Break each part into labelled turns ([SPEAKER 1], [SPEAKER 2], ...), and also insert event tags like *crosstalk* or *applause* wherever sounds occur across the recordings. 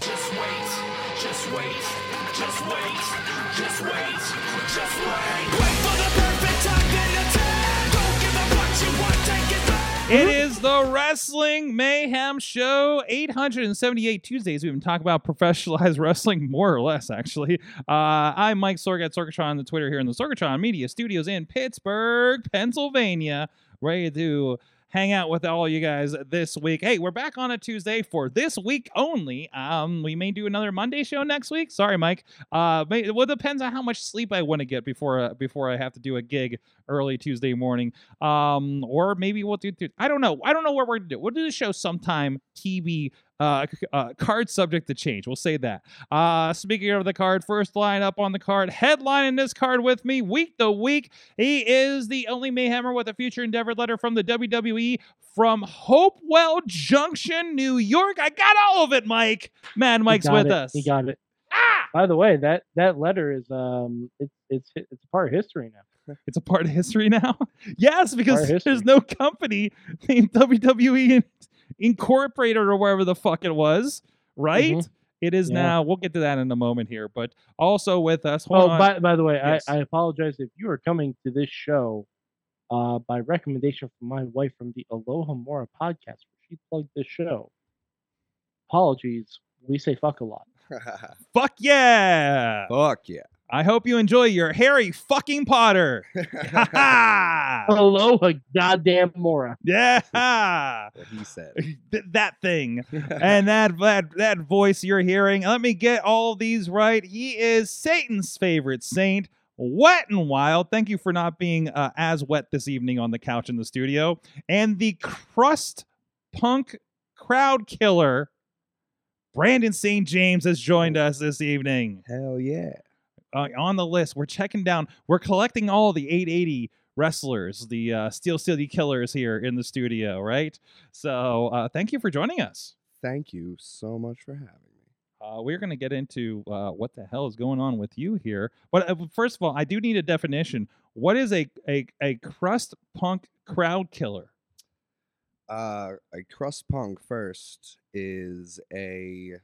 [SPEAKER 1] Just wait, just wait, just wait, just wait, just wait. Wait for the perfect time, then attack. Don't give up what you want, take it back.
[SPEAKER 2] It is the Wrestling Mayhem Show, 878 Tuesdays. We've been talking about professionalized *laughs* wrestling, more or less, actually. Uh, I'm Mike Sorg at Sorgatron on the Twitter here in the Sorgatron Media Studios in Pittsburgh, Pennsylvania, ready to hang out with all you guys this week. Hey, we're back on a Tuesday for this week only. Um, we may do another Monday show next week. Sorry, Mike. Uh, may, well, it depends on how much sleep I want to get before uh, before I have to do a gig early Tuesday morning. Um, or maybe we'll do. do- I don't know. I don't know what we're gonna do. We'll do the show sometime. TV. Uh, c- uh, card subject to change. We'll say that. Uh, speaking of the card, first line up on the card, headlining this card with me week to week. He is the only Mayhemmer with a future endeavor letter from the WWE from Hopewell Junction, New York. I got all of it, Mike. Mad
[SPEAKER 3] He
[SPEAKER 2] Mike's
[SPEAKER 3] got
[SPEAKER 2] with
[SPEAKER 3] it.
[SPEAKER 2] us.
[SPEAKER 3] He got it.
[SPEAKER 2] Ah!
[SPEAKER 3] By the way, that that letter is um, it's it's hi- it's a part of history now.
[SPEAKER 2] It's a part of history now. *laughs* yes, because
[SPEAKER 3] Part of
[SPEAKER 2] there's
[SPEAKER 3] history.
[SPEAKER 2] no company named WWE In- Incorporated or wherever the fuck it was, right? It is
[SPEAKER 3] Mm-hmm. Yeah.
[SPEAKER 2] now. We'll get to that in a moment here, but also with us. Hold
[SPEAKER 3] Oh,
[SPEAKER 2] on.
[SPEAKER 3] by by the way,
[SPEAKER 2] Yes.
[SPEAKER 3] I, I apologize if you are coming to this show uh, by recommendation from my wife from the Aloha Mora podcast. Where she plugged this show. Apologies, we say fuck a lot.
[SPEAKER 2] Fuck yeah!
[SPEAKER 4] Fuck yeah.
[SPEAKER 2] I hope you enjoy your Harry fucking
[SPEAKER 3] *laughs*
[SPEAKER 2] Potter. *laughs* Ha ha!
[SPEAKER 3] Aloha, goddamn Mora.
[SPEAKER 2] yeah,
[SPEAKER 4] *laughs* what he said.
[SPEAKER 2] Th- that thing. and that, that that voice you're hearing, let me get all these right. He is Satan's favorite saint, Wet and Wild. Thank you for not being uh, as wet this evening on the couch in the studio. And the crust punk crowd killer, Brandon St. James, has joined us this evening
[SPEAKER 4] Hell yeah.
[SPEAKER 2] uh, on the list. We're checking down. We're collecting all the 880 wrestlers, the uh, Steel City Killers here in the studio, right? So uh, thank you for joining us.
[SPEAKER 4] Thank you so much for having me.
[SPEAKER 2] Uh, we're going to get into uh, what the hell is going on with you here. But uh, first of all, I do need a definition. What is a a, a crust punk crowd killer?
[SPEAKER 4] Uh, a crust punk first is a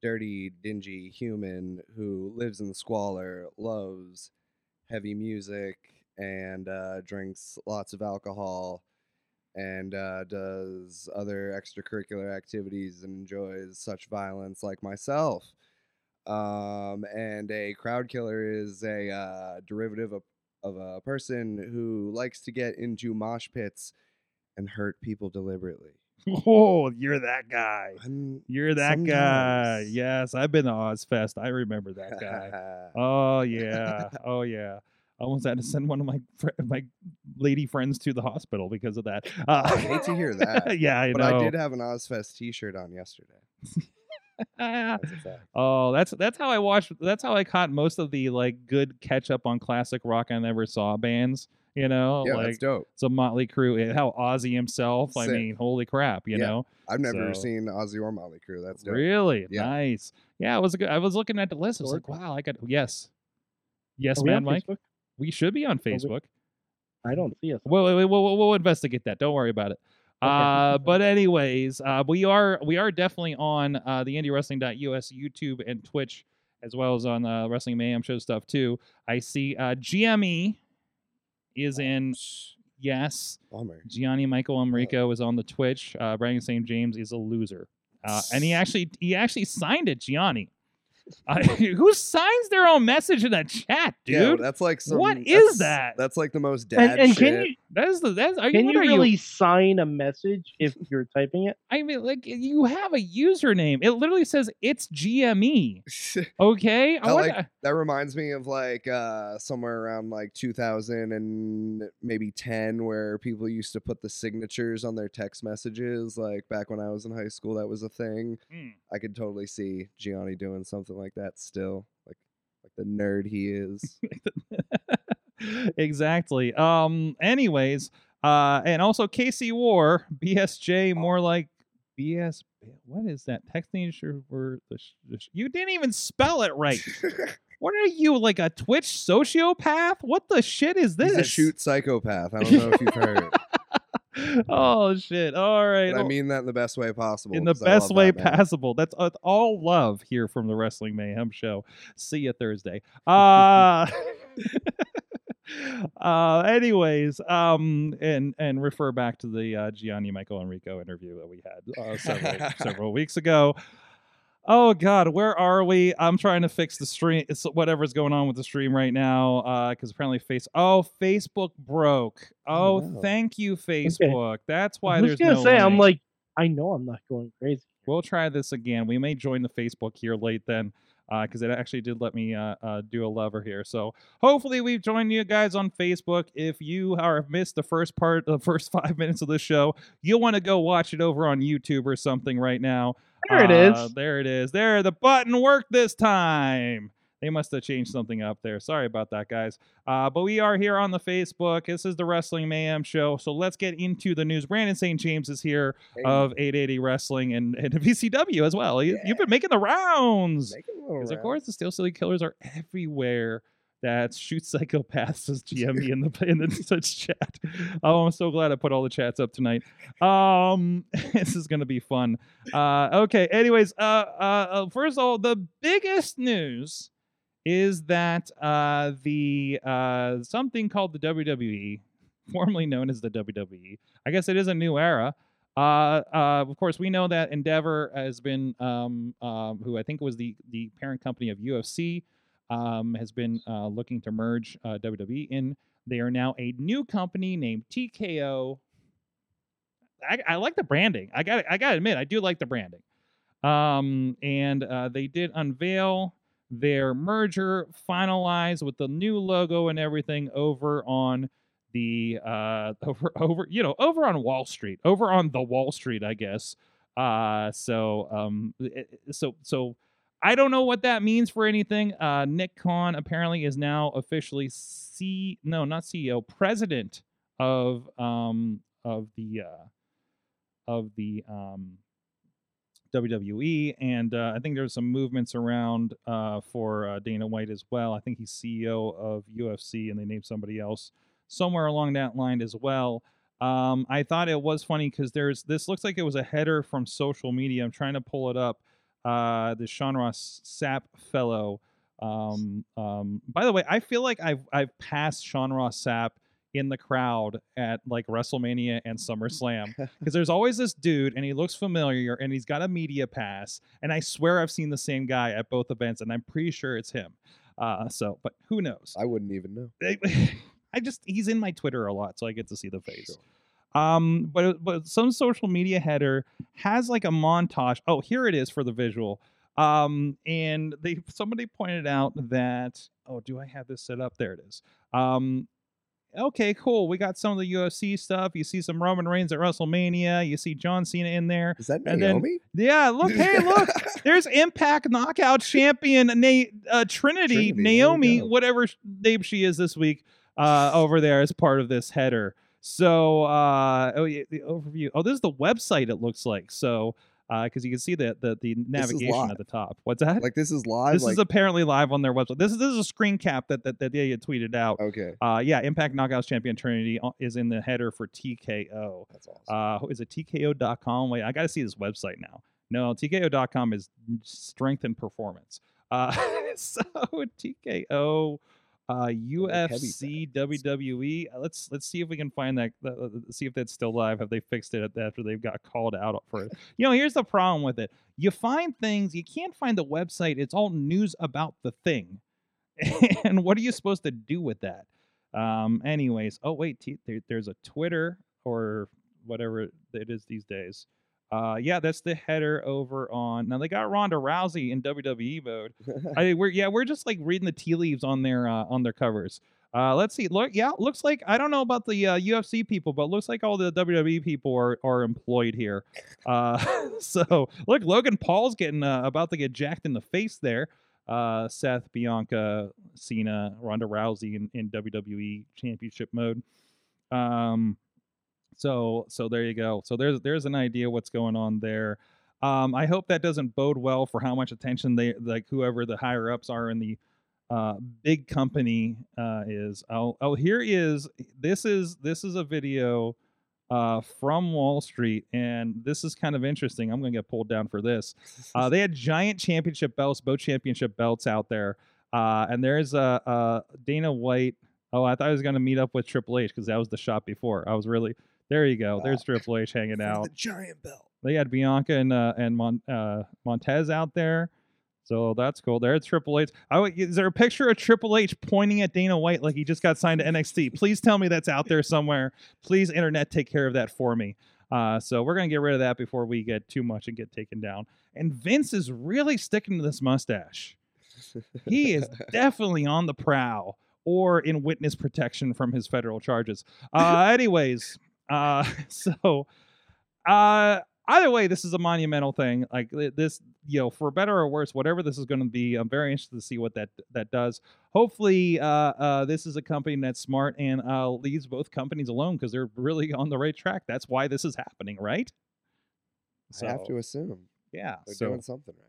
[SPEAKER 4] dirty, dingy human who lives in squalor, loves heavy music, and uh, drinks lots of alcohol, and uh, does other extracurricular activities and enjoys such violence like myself. Um, and a crowd killer is a uh, derivative of, of a person who likes to get into mosh pits and hurt people deliberately.
[SPEAKER 2] *laughs* Oh, you're that guy.
[SPEAKER 4] I'm
[SPEAKER 2] You're that guy.
[SPEAKER 4] Sometimes.
[SPEAKER 2] Yes, I've been to Ozfest. I remember *laughs* that guy. Oh yeah. Oh yeah. I almost had to send one of my fr- my lady friends to the hospital because of that. Uh,
[SPEAKER 4] *laughs* I hate
[SPEAKER 2] *laughs*
[SPEAKER 4] to hear that.
[SPEAKER 2] yeah, I
[SPEAKER 4] but
[SPEAKER 2] know.
[SPEAKER 4] I did have an Ozfest T-shirt on
[SPEAKER 2] *laughs*
[SPEAKER 4] yesterday.
[SPEAKER 2] Ah.
[SPEAKER 4] *laughs* That's a fact.
[SPEAKER 2] *laughs* oh, that's that's how I watched. That's how I caught most of the like good catch up on classic rock I never saw bands. You know,
[SPEAKER 4] yeah,
[SPEAKER 2] like
[SPEAKER 4] that's dope.
[SPEAKER 2] some Motley Crue. and How Ozzy himself. I
[SPEAKER 4] Sick.
[SPEAKER 2] mean, holy crap. You
[SPEAKER 4] Yeah.
[SPEAKER 2] know,
[SPEAKER 4] I've never
[SPEAKER 2] so-
[SPEAKER 4] seen Ozzy or Motley Crue. That's dope.
[SPEAKER 2] really
[SPEAKER 4] Yeah.
[SPEAKER 2] nice. Yeah, it was. A good, I was looking at the list. I was like, wow, I got yes, yes,
[SPEAKER 3] Are
[SPEAKER 4] Oh,
[SPEAKER 3] we
[SPEAKER 2] man,
[SPEAKER 3] on
[SPEAKER 2] Mike.
[SPEAKER 3] Facebook?
[SPEAKER 2] We should be on Facebook.
[SPEAKER 3] I don't see us.
[SPEAKER 2] We'll, we'll, we'll, we'll investigate that. Don't worry about it.
[SPEAKER 3] Okay.
[SPEAKER 2] Uh, but anyways, uh, we are we are definitely on uh, the IndieWrestling.us YouTube and Twitch, as well as on the Wrestling Mayhem Show stuff too. I see uh, GME is in. Yes,
[SPEAKER 4] Bummer.
[SPEAKER 2] Gianni Michael Enrico is on the Twitch. Uh, Brian St. James is a loser, uh, and he actually he actually signed it,
[SPEAKER 3] *laughs*
[SPEAKER 2] Gianni. Uh, *laughs* who signs their own message in the chat, dude?
[SPEAKER 4] Yeah, that's like some.
[SPEAKER 2] what is
[SPEAKER 4] that's-
[SPEAKER 2] that?
[SPEAKER 4] That's like the most dad
[SPEAKER 3] And, and
[SPEAKER 4] shit.
[SPEAKER 3] can you
[SPEAKER 2] that is the that's. Are
[SPEAKER 3] can
[SPEAKER 2] what
[SPEAKER 3] you
[SPEAKER 2] are
[SPEAKER 3] really sign a message if you're typing it?
[SPEAKER 2] I mean, like you have a username. It literally says it's GME. Okay,
[SPEAKER 4] I
[SPEAKER 2] wonder-
[SPEAKER 4] like- *laughs* that reminds me of like uh, somewhere around like 2000 and maybe 10 where people used to put the signatures on their text messages like back when i was in high school that was a thing
[SPEAKER 2] Hmm.
[SPEAKER 4] i could totally see gianni doing something like that still like like
[SPEAKER 2] *laughs*
[SPEAKER 4] the nerd he is
[SPEAKER 2] exactly. Um. Hmm. Anyways, Uh, and also Casey War,
[SPEAKER 4] Oh.
[SPEAKER 2] BSJ, more like BS. What is that? Technically, word? the sh- the sh- you didn't even spell it
[SPEAKER 4] *laughs*
[SPEAKER 2] right. What are you like a Twitch sociopath? What the shit is
[SPEAKER 4] He's
[SPEAKER 2] this?
[SPEAKER 4] a shoot psychopath. I don't know if you've heard.
[SPEAKER 2] *laughs* oh shit! All right.
[SPEAKER 4] But I
[SPEAKER 2] Oh,
[SPEAKER 4] mean that in the best way possible.
[SPEAKER 2] in the
[SPEAKER 4] 'cause I love
[SPEAKER 2] best way
[SPEAKER 4] that man.
[SPEAKER 2] possible. That's uh, all love here from the Wrestling Mayhem Show. See you Thursday. Uh, *laughs* uh anyways um and and refer back to the uh, gianni michael enrico interview that we had uh, several, several weeks ago oh god where are we i'm trying to fix the stream it's whatever's going on with the stream right now uh because apparently face oh facebook broke oh
[SPEAKER 4] no.
[SPEAKER 2] thank you facebook that's why
[SPEAKER 3] I was
[SPEAKER 2] there's
[SPEAKER 3] just
[SPEAKER 2] no
[SPEAKER 3] gonna say, I'm
[SPEAKER 2] link.
[SPEAKER 3] like, I know I'm not going crazy.
[SPEAKER 2] We'll try this again. We may join the Facebook here late then, because it actually did let me uh, uh, do a lever here. So hopefully we've joined you guys on Facebook. If you are have missed the first part, the *laughs* first five minutes of this show, you'll want to go watch it over on YouTube or something right now.
[SPEAKER 3] There it
[SPEAKER 2] Uh,
[SPEAKER 3] is.
[SPEAKER 2] There it is. There, the button worked this time. They must have changed something up there. Sorry about that, guys. Uh, but we are here on the Facebook. This is the Wrestling Mayhem Show. So let's get into the news. Brandon St. James is here
[SPEAKER 4] Hey,
[SPEAKER 2] of 880 Wrestling and, and *laughs* VCW as well. You, You've been making the rounds.
[SPEAKER 4] make it a little
[SPEAKER 2] Because, of
[SPEAKER 4] round.
[SPEAKER 2] course, the Steel City Killers are everywhere. That shoot *laughs* psychopaths as GME in the *laughs* in the such chat. Oh, I'm so glad I put all the chats up tonight. Um, *laughs* this is gonna be fun. Uh, okay. Anyways, uh, uh, uh, first of all, the biggest news is that uh, the uh, something called the WWE, formerly known as the WWE, I guess it is a new era. Uh, uh, of course, we know that Endeavor has been, um, um, who I think was the the parent company of UFC, um, has been uh, looking to merge uh, WWE in. They are now a new company named TKO. I, I like the branding. I got I got to admit, I do like the branding. Um, and uh, they did unveil their merger, finalize with the new logo and everything over on the uh *laughs* over over you know over on Wall Street, over on the Wall Street, I guess. Uh, so um, it- it- so so I don't know what that means for anything. Uh, Nick Khan apparently is now officially C no not CEO president of um of the uh of the um WWE, and uh, I think there's some movements around uh, for uh, Dana White as well. I think he's CEO of UFC, and they named somebody else somewhere along that line as well. Um, I thought it was funny because there's this looks like it was a header from social media. I'm trying to pull it up. Uh, the Sean Ross Sapp fellow. Um, um, by the way, I feel like I've I've passed Sean Ross Sapp in the crowd at like WrestleMania and SummerSlam because there's always this dude and he looks familiar and he's got a media pass and I swear I've seen the same guy at both events and I'm pretty sure it's him. Uh, so, but who knows?
[SPEAKER 4] I wouldn't even know.
[SPEAKER 2] I- *laughs* I just he's in my Twitter a lot, so I get to see the face. Um, but it- but some social media header has like a montage. Oh, here it is for the visual. Um, and they somebody pointed out that oh, do I have this set up? There it is. Um, okay, cool. We got some of the UFC stuff. You see some Roman Reigns at WrestleMania. You see John Cena in there.
[SPEAKER 4] Is that
[SPEAKER 2] And then-
[SPEAKER 4] Naomi?
[SPEAKER 2] Yeah, *laughs* look,
[SPEAKER 4] *laughs*
[SPEAKER 2] hey, look, there's Impact Knockout Champion Na- uh,
[SPEAKER 4] Trinity,
[SPEAKER 2] Trinity,
[SPEAKER 4] there you
[SPEAKER 2] Naomi,
[SPEAKER 4] go.
[SPEAKER 2] whatever sh- name she is this week, uh, over there as part of this header. So, uh, oh yeah, the overview. Oh, this is the website. It looks like so because you can see the the, the navigation
[SPEAKER 4] live.
[SPEAKER 2] at the top. What's that?
[SPEAKER 4] like this is
[SPEAKER 2] *laughs*
[SPEAKER 4] live.
[SPEAKER 2] this
[SPEAKER 4] like,
[SPEAKER 2] is apparently live on their website. This is this is a screen cap that that, that they had tweeted out.
[SPEAKER 4] okay,
[SPEAKER 2] Uh, yeah, Impact Knockouts Champion Trinity uh, is in the header for TKO
[SPEAKER 4] that's awesome.
[SPEAKER 2] *laughs* uh who- is it tko.com wait i gotta see this website now no tko.com is strength and performance uh *laughs* so tko uh ufc wwe Uh, let's let's see if we can find that uh, uh, see if that's still live have they fixed it at- after they've got called out for it you know here's the problem with it you find things you can't find the website it's all news about the thing *laughs* and what are you supposed to do with that um anyways oh wait t- there, there's a twitter or whatever it it is these days. Uh, yeah, that's the header over on. Now they got Ronda Rousey in WWE mode. I we're yeah we're just like reading the tea leaves on their uh, on their covers. Uh, let's see. Look, yeah, looks like I don't know about the uh, UFC people, but looks like all the WWE people are, are employed here. Uh, *laughs* so look, Logan Paul's getting uh, about to get jacked in the face there. Uh, Seth, Bianca, Cena, Ronda Rousey in, in WWE Championship mode. E Um, So so there you go. So there's there's an idea what's going on there. Um, I hope that doesn't bode well for how much attention they like whoever the higher ups are in the uh, big company uh, is. Oh oh here is this is this is a video uh, from Wall Street and this is kind of interesting. I'm gonna get pulled down for this. Uh, they had giant championship belts, both championship belts out there. Uh, and there's uh, uh, Dana White. Oh, I thought I was going to meet up with Triple H because that was the shot before. I was really there. You go. There's Triple H
[SPEAKER 4] *laughs*
[SPEAKER 2] hanging out.
[SPEAKER 4] The giant belt.
[SPEAKER 2] They had Bianca and uh, and Mon- uh, Montez out there, so that's cool. There's Triple H. I would- is there a picture of Triple H pointing at Dana White like he just got signed to NXT? Please tell me that's out there somewhere. Please, internet, take care of that for me. Uh, so we're gonna get rid of that before we get too much and get taken down. And Vince is really sticking to this mustache he
[SPEAKER 4] *laughs*
[SPEAKER 2] is definitely on the prowl or in witness protection from his federal charges. Uh, anyways, uh, *laughs* so uh, either way, this is a monumental thing. Like th- this, you know, for better or worse, whatever this is going to be, I'm very interested to see what that that does. Hopefully, uh, uh, this is a company that's smart and uh, leaves both companies alone because they're really *laughs* on the right track. That's why this is happening, right?
[SPEAKER 4] I have to assume
[SPEAKER 2] yeah.
[SPEAKER 4] they're
[SPEAKER 2] so
[SPEAKER 4] doing something right.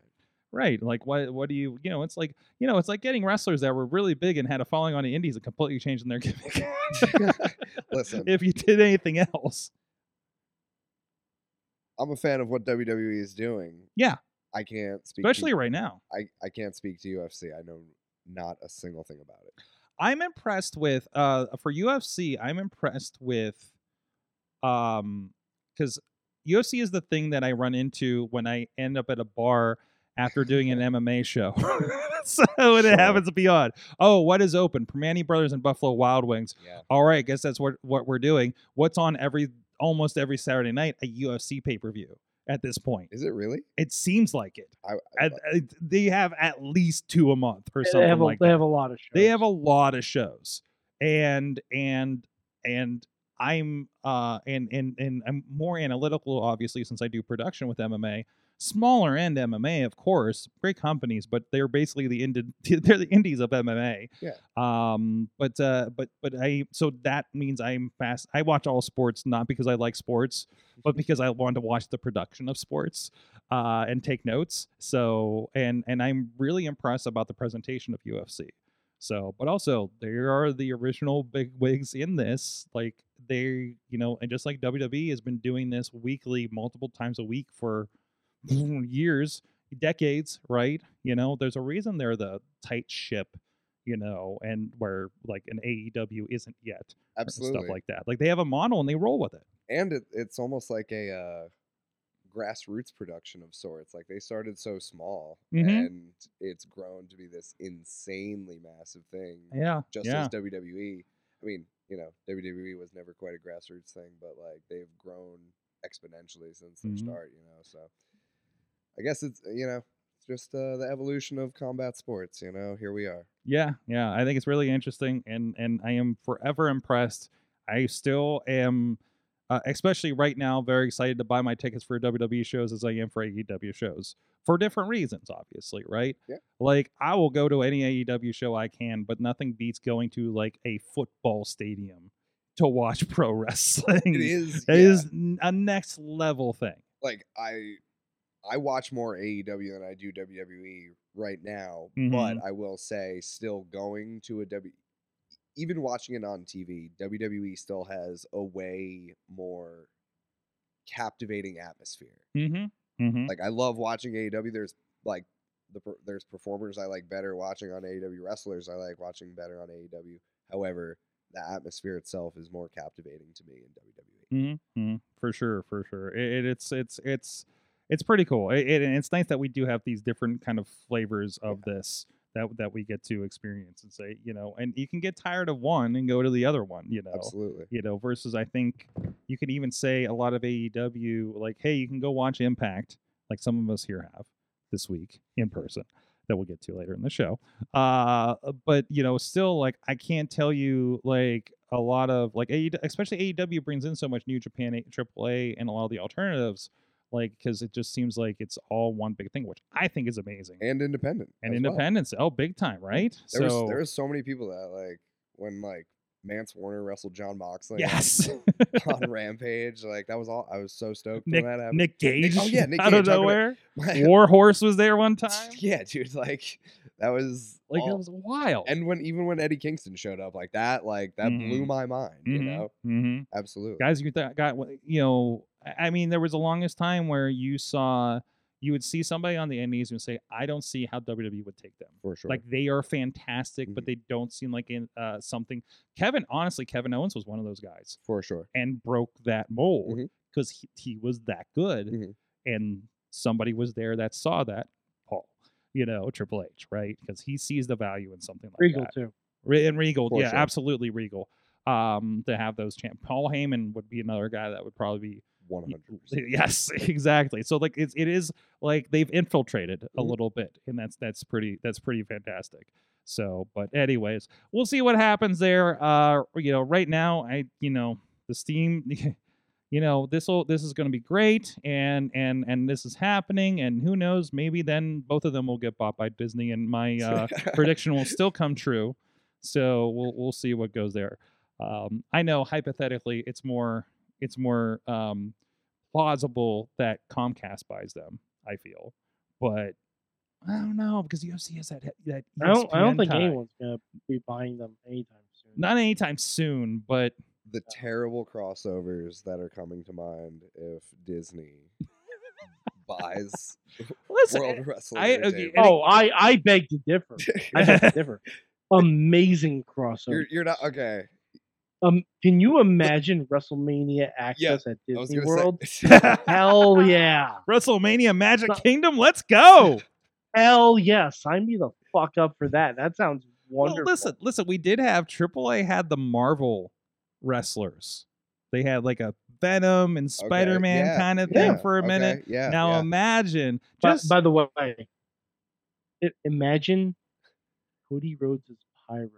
[SPEAKER 2] Right. Like what what do you you know, it's like you know, it's like getting wrestlers that were really big and had a following on the indies and completely changing their *laughs* gimmick.
[SPEAKER 4] *laughs*
[SPEAKER 2] *laughs*
[SPEAKER 4] Listen.
[SPEAKER 2] if you did anything else.
[SPEAKER 4] I'm a fan of what WWE is doing.
[SPEAKER 2] Yeah.
[SPEAKER 4] I can't speak.
[SPEAKER 2] Especially
[SPEAKER 4] to,
[SPEAKER 2] right now.
[SPEAKER 4] I I can't speak to UFC. I know not a single thing about it.
[SPEAKER 2] I'm impressed with uh for UFC, I'm impressed with um cuz UFC is the thing that I run into when I end up at a bar after doing
[SPEAKER 4] *laughs*
[SPEAKER 2] an MMA show. *laughs* so and
[SPEAKER 4] Sure.
[SPEAKER 2] it happens to be on. Oh, what is open? Permani Brothers and Buffalo Wild Wings.
[SPEAKER 4] Yeah.
[SPEAKER 2] all right, guess that's what what we're doing. What's on every almost every Saturday night a UFC pay per view at this point.
[SPEAKER 4] Is it really?
[SPEAKER 2] It seems like it.
[SPEAKER 4] I, I-
[SPEAKER 2] At- at- they have at least two a month or
[SPEAKER 3] They
[SPEAKER 2] something
[SPEAKER 3] have, a,
[SPEAKER 2] like
[SPEAKER 3] they
[SPEAKER 2] that.
[SPEAKER 3] have a lot of shows.
[SPEAKER 2] They have a lot of shows, and and and I'm uh and and and I'm more analytical obviously since I do production with MMA. Smaller end MMA, of course, great companies, but they're basically the indi- *laughs* they're the indies of MMA.
[SPEAKER 4] Yeah.
[SPEAKER 2] Um. But uh. But but I so that means I'm fast. I watch all sports not because I like sports, but because I want to watch the production of sports uh, and take notes. So and and I'm really impressed about the presentation of UFC. So, but also there are the original big wigs in this. Like they, you know, and just like WWE has been doing this weekly, multiple times a week for *laughs* years, decades, right? You know, there's a reason they're the tight ship, you know, and where like an AEW isn't yet, or
[SPEAKER 4] absolutely.
[SPEAKER 2] stuff like that. Like they have a model and they roll with it.
[SPEAKER 4] and it, it's almost like a uh, grassroots production of sorts. Like they started so small,
[SPEAKER 2] Mhm.
[SPEAKER 4] and it's grown to be this insanely massive thing.
[SPEAKER 2] Yeah,
[SPEAKER 4] Just
[SPEAKER 2] yeah.
[SPEAKER 4] as WWE. I mean, you know, WWE was never quite a grassroots thing, but like they've grown exponentially since their
[SPEAKER 2] Mhm.
[SPEAKER 4] start. You know, so I guess it's you know. it's Just uh, the evolution of combat sports, you know. Here we are.
[SPEAKER 2] Yeah, yeah, I think it's really interesting, and and I am forever impressed. I still am, uh, especially right now, very excited to buy my tickets for WWE shows as I am for AEW shows for different reasons, obviously, right?
[SPEAKER 4] Yeah.
[SPEAKER 2] Like I will go to any AEW show I can, but nothing beats going to like a football stadium to watch *laughs* pro wrestling.
[SPEAKER 4] It is.
[SPEAKER 2] It
[SPEAKER 4] yeah.
[SPEAKER 2] is n- a next level thing.
[SPEAKER 4] like I I watch more AEW than I do WWE right now,
[SPEAKER 2] Mhm.
[SPEAKER 4] but I will say still going to a W even watching it on TV, WWE E still has a way more captivating atmosphere.
[SPEAKER 2] Mm-hmm. Mm-hmm.
[SPEAKER 4] Like I love watching AEW. There's like the per- there's performers I like better watching on AEW, wrestlers I like watching better on AEW. However, the atmosphere itself is more captivating to me in E. WWE.
[SPEAKER 2] Mm-hmm. For sure, for sure. It, it- it's it's it's it's pretty cool. It, it, and it's nice that we do have these different kind of flavors of this that that we get to experience and say, you know, and you can get tired of one and go to the other one, you know.
[SPEAKER 4] Absolutely.
[SPEAKER 2] You know, versus I think you can even say a lot of AEW, like, hey, you can go watch Impact, like some of us here have this week in person that we'll get to later in the show. Uh, but you know, still like I can't tell you like a lot of like AEW, especially AEW brings in so much New Japan, A- AAA, and a lot of the alternatives, like because it just seems like it's all one big thing, which I think is amazing.
[SPEAKER 4] And independent.
[SPEAKER 2] And
[SPEAKER 4] as well.
[SPEAKER 2] independence, oh, big time, right?
[SPEAKER 4] There
[SPEAKER 2] so
[SPEAKER 4] was there was so many people that like when like Mance Warner wrestled John Moxley
[SPEAKER 2] yes.
[SPEAKER 4] *laughs* on Rampage. Like that was all. I was so stoked
[SPEAKER 2] Nick,
[SPEAKER 4] when that *laughs* happened.
[SPEAKER 2] Nick Gage.
[SPEAKER 4] oh, yeah,
[SPEAKER 2] *laughs*
[SPEAKER 4] Nick
[SPEAKER 2] out
[SPEAKER 4] Gage,
[SPEAKER 2] of
[SPEAKER 4] talking about- *laughs*
[SPEAKER 2] nowhere.
[SPEAKER 4] My-
[SPEAKER 2] Warhorse was there one time.
[SPEAKER 4] yeah, dude. Like that was
[SPEAKER 2] Like
[SPEAKER 4] all-
[SPEAKER 2] it was wild.
[SPEAKER 4] and when even when Eddie Kingston showed up, like that, like that blew
[SPEAKER 2] Mhm.
[SPEAKER 4] my mind. You
[SPEAKER 2] Mhm,
[SPEAKER 4] know,
[SPEAKER 2] mhm.
[SPEAKER 4] absolutely.
[SPEAKER 2] guys you th- got wh- you know I- i mean there was the longest time where you saw you would see somebody on the indies and say i don't see how wwe would take them
[SPEAKER 4] for sure.
[SPEAKER 2] like they are fantastic but
[SPEAKER 4] Mhm.
[SPEAKER 2] they don't seem like in uh, something kevin honestly kevin owens was one of those guys
[SPEAKER 4] for sure.
[SPEAKER 2] and broke that mold
[SPEAKER 4] Mhm.
[SPEAKER 2] because he, he was that good
[SPEAKER 4] Mhm.
[SPEAKER 2] and somebody was there that saw that paul you know triple h right because he sees the value in something like
[SPEAKER 3] Regal
[SPEAKER 2] that
[SPEAKER 3] too.
[SPEAKER 2] Re- and Regal,
[SPEAKER 4] For
[SPEAKER 2] yeah,
[SPEAKER 4] sure.
[SPEAKER 2] absolutely Regal. Um, to have those champ, Paul Heyman would be another guy that would probably
[SPEAKER 4] One
[SPEAKER 2] be. *laughs*
[SPEAKER 4] hundred.
[SPEAKER 2] Yes, *laughs* exactly. So like it's it is like they've infiltrated a
[SPEAKER 4] Mhm.
[SPEAKER 2] little bit, and that's that's pretty that's pretty fantastic. So, but anyways, we'll see what happens there. Uh, you know, right now, I you know the steam. *laughs* You know this will this is going to be great, and and and this is happening, and who knows? Maybe then both of them will get bought by Disney, and
[SPEAKER 4] *laughs*
[SPEAKER 2] my uh, prediction will still come true. So we'll we'll see what goes there. Um, I know hypothetically it's more it's more um, plausible that Comcast buys them. I feel, but I don't know because UFC has that that. E
[SPEAKER 3] I don't. I don't
[SPEAKER 2] ESPN
[SPEAKER 3] think
[SPEAKER 2] tie.
[SPEAKER 3] anyone's gonna be buying them anytime soon.
[SPEAKER 2] Not anytime soon, but
[SPEAKER 4] the terrible crossovers that are coming to mind if
[SPEAKER 2] *laughs*
[SPEAKER 4] Disney buys
[SPEAKER 2] listen.
[SPEAKER 4] World Wrestling.
[SPEAKER 2] I- okay,
[SPEAKER 4] Entertainment.
[SPEAKER 2] and it-
[SPEAKER 3] oh, I I beg to
[SPEAKER 2] *laughs*
[SPEAKER 3] differ. I beg to differ. Amazing crossover.
[SPEAKER 4] you're, you're not okay.
[SPEAKER 3] Um, can you imagine WrestleMania access at
[SPEAKER 4] I was
[SPEAKER 3] Disney
[SPEAKER 4] gonna *laughs*
[SPEAKER 2] *laughs*
[SPEAKER 3] World?
[SPEAKER 4] say.
[SPEAKER 3] Hell yeah.
[SPEAKER 2] WrestleMania Magic
[SPEAKER 3] Not-
[SPEAKER 2] Kingdom, let's
[SPEAKER 3] *laughs*
[SPEAKER 2] go!
[SPEAKER 3] Hell yeah. Sign me the fuck up for that. That sounds
[SPEAKER 2] Well,
[SPEAKER 3] wonderful.
[SPEAKER 2] listen, listen. We did have AAA had the Marvel wrestlers. They had like a Venom and
[SPEAKER 4] Okay,
[SPEAKER 2] Spider Man
[SPEAKER 4] yeah,
[SPEAKER 2] kind of
[SPEAKER 4] yeah,
[SPEAKER 2] thing for a minute.
[SPEAKER 4] okay, yeah.
[SPEAKER 2] now
[SPEAKER 4] yeah.
[SPEAKER 2] imagine
[SPEAKER 3] By,
[SPEAKER 2] just
[SPEAKER 3] by the way, i- imagine Cody Rhodes' pyro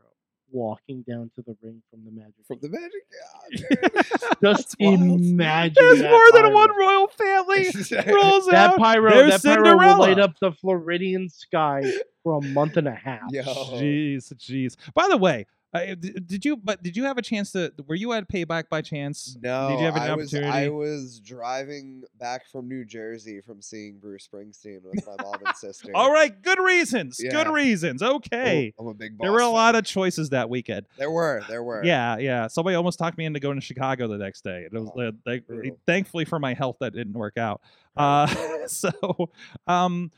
[SPEAKER 3] walking down to the ring from the Magic.
[SPEAKER 4] from the
[SPEAKER 3] Kingdom.
[SPEAKER 4] magic. Yeah,
[SPEAKER 3] Just
[SPEAKER 4] wild.
[SPEAKER 3] imagine.
[SPEAKER 2] there's
[SPEAKER 3] that
[SPEAKER 2] more than
[SPEAKER 3] pyro.
[SPEAKER 2] one royal
[SPEAKER 4] *laughs*
[SPEAKER 2] family
[SPEAKER 4] dude.
[SPEAKER 2] rolls
[SPEAKER 3] That
[SPEAKER 2] out.
[SPEAKER 3] pyro,
[SPEAKER 2] There's
[SPEAKER 3] that pyro will light
[SPEAKER 2] Cinderella.
[SPEAKER 3] up the Floridian sky for a month and a half. *laughs*
[SPEAKER 4] Yo.
[SPEAKER 2] Jeez, jeez. By the way, I, d- did you but did you have a chance to were you at payback by chance?
[SPEAKER 4] No,
[SPEAKER 2] have an
[SPEAKER 4] I was I
[SPEAKER 2] opportunity?
[SPEAKER 4] was driving back from New Jersey from seeing Bruce Springsteen with my mom and sister.
[SPEAKER 2] *laughs* All right, good reasons.
[SPEAKER 4] Yeah.
[SPEAKER 2] Good reasons.
[SPEAKER 4] I'm a-
[SPEAKER 2] Okay.
[SPEAKER 4] I'm a big. Boss
[SPEAKER 2] There were a
[SPEAKER 4] fan.
[SPEAKER 2] lot of choices that weekend.
[SPEAKER 4] There were. There were.
[SPEAKER 2] Yeah, yeah. Somebody almost talked me into going to Chicago the next day. It was,
[SPEAKER 4] Oh,
[SPEAKER 2] uh, thank-
[SPEAKER 4] brutal.
[SPEAKER 2] thankfully for my health, that didn't work out.
[SPEAKER 4] Right.
[SPEAKER 2] Uh, *laughs* so, um,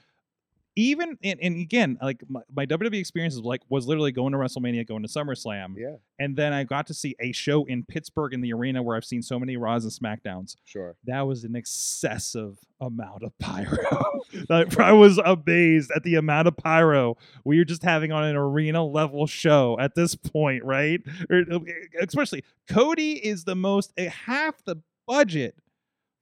[SPEAKER 2] even and, and again, like my, my WWE experience was like was literally going to WrestleMania, going to SummerSlam,
[SPEAKER 4] Yeah.
[SPEAKER 2] and then I got to see a show in Pittsburgh in the arena where I've seen so many Raws and Smackdowns.
[SPEAKER 4] Sure.
[SPEAKER 2] That was an excessive amount of pyro. *laughs* Like, I was amazed at the amount of pyro we were just having on an arena level show at this point, right? Or, uh, Especially Cody is the most uh, half the budget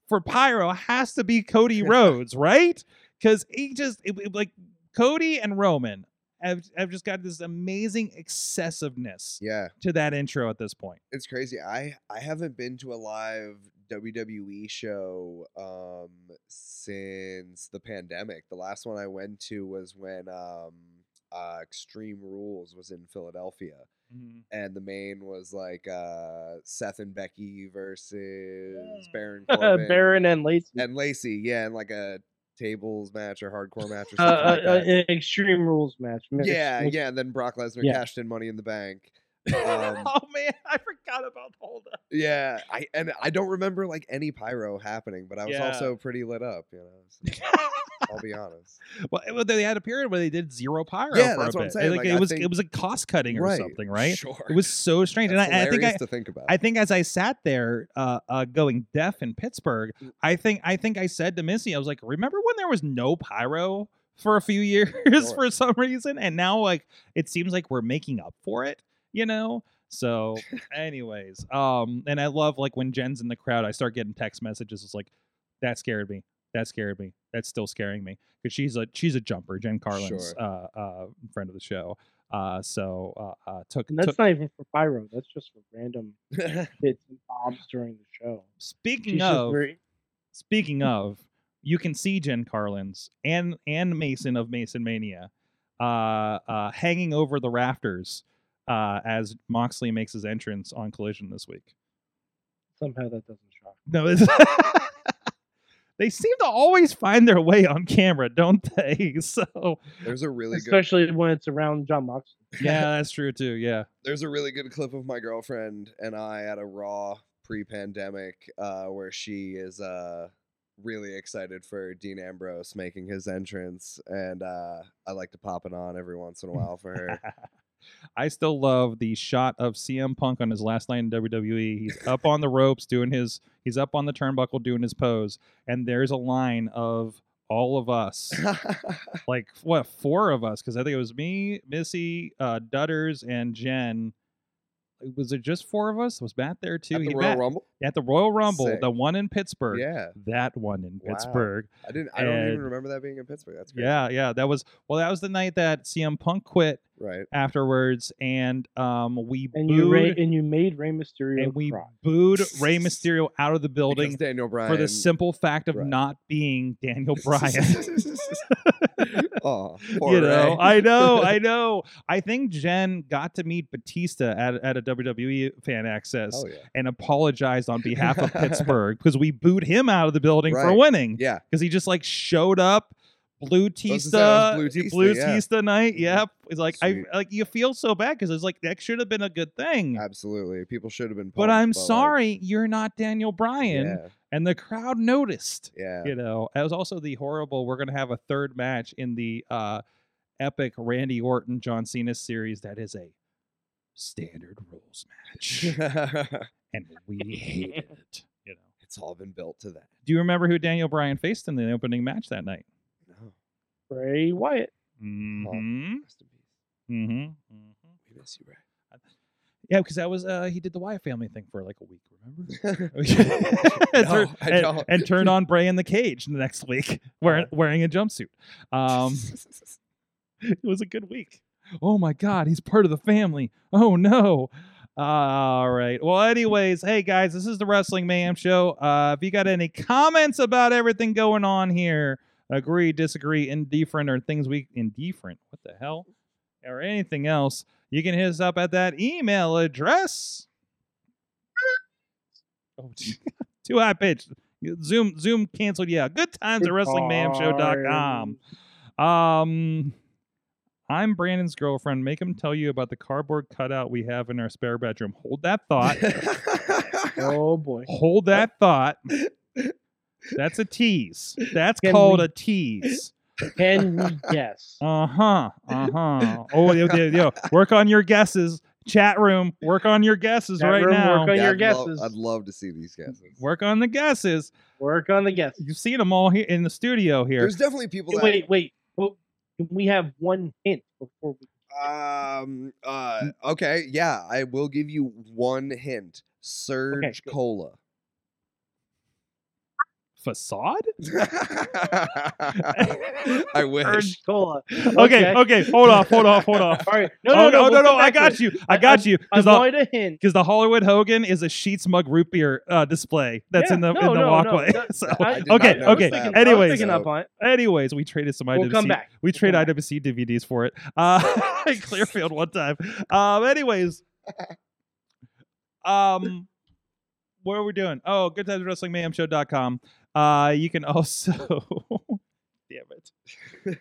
[SPEAKER 2] for pyro has to be Cody Rhodes, right? Because he just it- it- like Cody and Roman have, have just got this amazing excessiveness
[SPEAKER 4] Yeah.
[SPEAKER 2] to that intro at this point.
[SPEAKER 4] it's crazy. I I haven't been to a live WWE show um since the pandemic. The last one I went to was when um uh, Extreme Rules was in Philadelphia,
[SPEAKER 2] *laughs*
[SPEAKER 4] and the main was like uh Seth and Becky versus Baron
[SPEAKER 3] *laughs*
[SPEAKER 4] Corbin
[SPEAKER 3] Baron and Lacey.
[SPEAKER 4] oh, and Lacey. Yeah, and like a tables match or hardcore match or
[SPEAKER 3] uh,
[SPEAKER 4] something like *laughs*
[SPEAKER 3] uh,
[SPEAKER 4] that.
[SPEAKER 3] uh, extreme rules match. Mi- *laughs*
[SPEAKER 4] yeah,
[SPEAKER 3] mixed-
[SPEAKER 4] yeah, and then Brock Lesnar
[SPEAKER 3] Yeah.
[SPEAKER 4] cashed in Money in
[SPEAKER 3] *laughs*
[SPEAKER 4] the Bank. Um,
[SPEAKER 2] oh man, I forgot about the hold up.
[SPEAKER 4] Yeah, I and I don't remember like any pyro happening, but I was
[SPEAKER 2] Yeah.
[SPEAKER 4] also pretty lit up, you
[SPEAKER 2] *laughs*
[SPEAKER 4] know. so I'll be honest.
[SPEAKER 2] Well, it- well, they had a period where they did zero pyro.
[SPEAKER 4] Yeah,
[SPEAKER 2] for
[SPEAKER 4] that's
[SPEAKER 2] a
[SPEAKER 4] what I'm
[SPEAKER 2] bit.
[SPEAKER 4] saying,
[SPEAKER 2] Like,
[SPEAKER 4] like, I
[SPEAKER 2] it was
[SPEAKER 4] think-
[SPEAKER 2] it was a cost cutting or something, right?
[SPEAKER 4] Sure.
[SPEAKER 2] It was so strange,
[SPEAKER 4] That's
[SPEAKER 2] and I, I think I,
[SPEAKER 4] hilarious to think about.
[SPEAKER 2] I think as I sat there, uh, uh, going deaf in Pittsburgh,
[SPEAKER 3] Mm.
[SPEAKER 2] I think I think I said to Missy, I was like, "Remember when there was no pyro for a few *laughs* years
[SPEAKER 4] Sure.
[SPEAKER 2] for some reason, and now like it seems like we're making up for it, you know."
[SPEAKER 3] *laughs*
[SPEAKER 2] So, anyways, um, and I love like when Jen's in the crowd, I start getting text messages. It's like, "That scared me. That scared me. That's still scaring me." Because she's a she's a jumper, Jen Carlin's
[SPEAKER 4] Sure.
[SPEAKER 2] uh, uh, friend of the show. Uh, so uh, uh, took
[SPEAKER 3] And that's
[SPEAKER 2] took-
[SPEAKER 3] not even for Pyro. That's just for random bits and bobs during the show.
[SPEAKER 2] speaking
[SPEAKER 3] She's just
[SPEAKER 2] of.
[SPEAKER 3] very-
[SPEAKER 2] Speaking of, you can see Jen Carlins and and Mason of Mason Mania uh, uh, hanging over the rafters uh, as Moxley makes his entrance on Collision this week.
[SPEAKER 3] Somehow that doesn't shock.
[SPEAKER 2] No, it's *laughs* they seem to always find their way on camera, don't they? *laughs* So
[SPEAKER 4] *laughs* There's a really good
[SPEAKER 3] Especially when it's around John Moxley.
[SPEAKER 2] yeah, that's true too. Yeah,
[SPEAKER 4] there's a really good clip of my girlfriend and I at a Raw pre-pandemic uh, where she is uh, really excited for Dean Ambrose making his entrance, and uh, I like to pop it on every once in a while for her.
[SPEAKER 2] *laughs* I still love the shot of CM Punk on his last night in WWE. He's up on the ropes doing his he's up on the turnbuckle doing his pose, and there's a line of all of us,
[SPEAKER 4] *laughs*
[SPEAKER 2] like what four of us? Because I think it was me, Missy, uh, Dutters, and Jen. Was it just four of us? Was Matt there too?
[SPEAKER 4] At the
[SPEAKER 2] He-
[SPEAKER 4] Royal
[SPEAKER 2] Matt-
[SPEAKER 4] Rumble.
[SPEAKER 2] at the Royal Rumble,
[SPEAKER 4] Sick.
[SPEAKER 2] the one in Pittsburgh.
[SPEAKER 4] Yeah,
[SPEAKER 2] That one in
[SPEAKER 4] Wow.
[SPEAKER 2] Pittsburgh.
[SPEAKER 4] I didn't. I don't even
[SPEAKER 2] And-
[SPEAKER 4] remember that being in Pittsburgh. That's great.
[SPEAKER 2] Yeah, yeah. That was well, that was the night that CM Punk quit
[SPEAKER 4] right.
[SPEAKER 2] afterwards and um we
[SPEAKER 3] And you ra-
[SPEAKER 2] booed
[SPEAKER 3] and you made Rey Mysterio
[SPEAKER 2] and we
[SPEAKER 3] cry.
[SPEAKER 2] booed Rey Mysterio out of the
[SPEAKER 4] Because
[SPEAKER 2] building
[SPEAKER 4] Daniel Bryan
[SPEAKER 2] for the simple fact of
[SPEAKER 4] Right.
[SPEAKER 2] not being
[SPEAKER 4] *laughs*
[SPEAKER 2] Daniel Bryan.
[SPEAKER 4] oh,
[SPEAKER 2] you know, I know,
[SPEAKER 4] *laughs*
[SPEAKER 2] I know. I think Jen got to meet Batista at, at a WWE fan access
[SPEAKER 4] Oh yeah.
[SPEAKER 2] and apologized on behalf
[SPEAKER 4] *laughs*
[SPEAKER 2] of Pittsburgh because we booed him out of the building for
[SPEAKER 4] Right.
[SPEAKER 2] winning.
[SPEAKER 4] Yeah.
[SPEAKER 2] because he just like showed up blue
[SPEAKER 4] was gonna say, that
[SPEAKER 2] tista
[SPEAKER 4] was Blue Tista,
[SPEAKER 2] blue
[SPEAKER 4] yeah.
[SPEAKER 2] tista night yep it's like
[SPEAKER 4] Sweet.
[SPEAKER 2] i like you feel so bad because it's like that should have been a good thing
[SPEAKER 4] Absolutely. People should have been.
[SPEAKER 2] but
[SPEAKER 4] pumped,
[SPEAKER 2] i'm
[SPEAKER 4] like,
[SPEAKER 2] sorry you're not daniel bryan and the crowd noticed
[SPEAKER 4] Yeah. Yeah.
[SPEAKER 2] you know it was also the horrible we're gonna have a third match in the uh epic randy orton john cena series that is a standard rules
[SPEAKER 4] *laughs*
[SPEAKER 2] match and we hated it you know
[SPEAKER 4] it's all been built to that.
[SPEAKER 2] do you remember who daniel bryan faced in the opening match that night
[SPEAKER 4] No.
[SPEAKER 3] Bray Wyatt.
[SPEAKER 2] hmm
[SPEAKER 4] Rest in peace.
[SPEAKER 2] Mm-hmm.
[SPEAKER 4] We miss you, Ray.
[SPEAKER 2] Yeah, because that was uh he did the Wyatt family thing for like a week,
[SPEAKER 4] *laughs*
[SPEAKER 2] remember? *laughs*
[SPEAKER 4] No,
[SPEAKER 2] and, turn-
[SPEAKER 4] I
[SPEAKER 2] and-
[SPEAKER 4] don't. Oh.
[SPEAKER 2] and
[SPEAKER 4] *laughs*
[SPEAKER 2] turned on Bray in the cage the next week *laughs* wearing wearing a jumpsuit.
[SPEAKER 4] *laughs*
[SPEAKER 2] Um *laughs* it was a good week. Oh my god, he's part of the family. Oh no. All right. Well, anyways, hey guys, this is the Wrestling Mayhem Show. Uh, if you got any comments about everything going on here, agree, disagree, indifferent, or things we indifferent, what the hell, or anything else, you can hit us up at that email
[SPEAKER 3] *laughs*
[SPEAKER 2] address. Oh, *laughs* too high pitched. Zoom, Zoom canceled. Yeah, good times at WrestlingMayhemShow.com. Um, I'm Brandon's girlfriend. Make him tell you about the cardboard cutout we have in our spare bedroom. Hold that
[SPEAKER 4] *laughs*
[SPEAKER 2] thought.
[SPEAKER 3] Oh boy.
[SPEAKER 2] Hold that thought.
[SPEAKER 3] *laughs*
[SPEAKER 2] That's a tease. That's
[SPEAKER 3] Can
[SPEAKER 2] called
[SPEAKER 3] we-
[SPEAKER 2] a tease.
[SPEAKER 3] Can
[SPEAKER 4] *laughs*
[SPEAKER 3] we guess?
[SPEAKER 2] Uh
[SPEAKER 3] *laughs*
[SPEAKER 2] huh. Uh huh. Oh, yo, yo, yo. Work on your guesses. Chat room. Work on your guesses
[SPEAKER 3] Chat
[SPEAKER 2] right
[SPEAKER 3] room,
[SPEAKER 2] now.
[SPEAKER 3] work on- your
[SPEAKER 4] I'd love-
[SPEAKER 3] guesses.
[SPEAKER 4] I'd love to see these guesses.
[SPEAKER 2] Work on the guesses.
[SPEAKER 3] Work on the guess.
[SPEAKER 2] You've seen them all here in the studio here.
[SPEAKER 4] There's definitely people that
[SPEAKER 3] Wait, wait. Well, Can we have one hint before we
[SPEAKER 4] um uh okay, yeah, I will give you one hint. Surge
[SPEAKER 3] good.
[SPEAKER 4] cola.
[SPEAKER 2] Facade?
[SPEAKER 3] *laughs*
[SPEAKER 4] *laughs* I wish.
[SPEAKER 3] Urge
[SPEAKER 2] *laughs*
[SPEAKER 3] cola?
[SPEAKER 2] Okay, okay. Hold off, hold off, hold off.
[SPEAKER 3] All right. *laughs* No,
[SPEAKER 2] oh,
[SPEAKER 3] no, no,
[SPEAKER 2] no,
[SPEAKER 3] we'll
[SPEAKER 2] no,
[SPEAKER 3] come
[SPEAKER 2] I
[SPEAKER 3] back to
[SPEAKER 2] got
[SPEAKER 3] it.
[SPEAKER 2] you. I
[SPEAKER 3] I-
[SPEAKER 2] got you.
[SPEAKER 3] I
[SPEAKER 2] Because the,
[SPEAKER 3] wanted a
[SPEAKER 2] *laughs*
[SPEAKER 3] hint.
[SPEAKER 2] because the Hollywood Hogan is a Sheets mug root beer uh, display that's
[SPEAKER 3] Yeah,
[SPEAKER 2] in the
[SPEAKER 3] no,
[SPEAKER 2] in the
[SPEAKER 3] no, no,
[SPEAKER 2] walkway. *laughs*
[SPEAKER 3] that-
[SPEAKER 2] so,
[SPEAKER 3] I-
[SPEAKER 4] I did
[SPEAKER 2] okay,
[SPEAKER 4] not notice
[SPEAKER 2] okay.
[SPEAKER 4] that,
[SPEAKER 3] I was
[SPEAKER 4] but-
[SPEAKER 2] Anyways.
[SPEAKER 3] picking up on it.
[SPEAKER 2] anyways, we traded some IWC.
[SPEAKER 3] We'll come back.
[SPEAKER 2] We trade
[SPEAKER 3] back.
[SPEAKER 2] IWC DVDs for it. *laughs* Uh, in Clearfield one time. Um, anyways, um, what are we doing? Oh, good times wrestling mayhem show.com. Uh, you can also, *laughs* damn it, *laughs*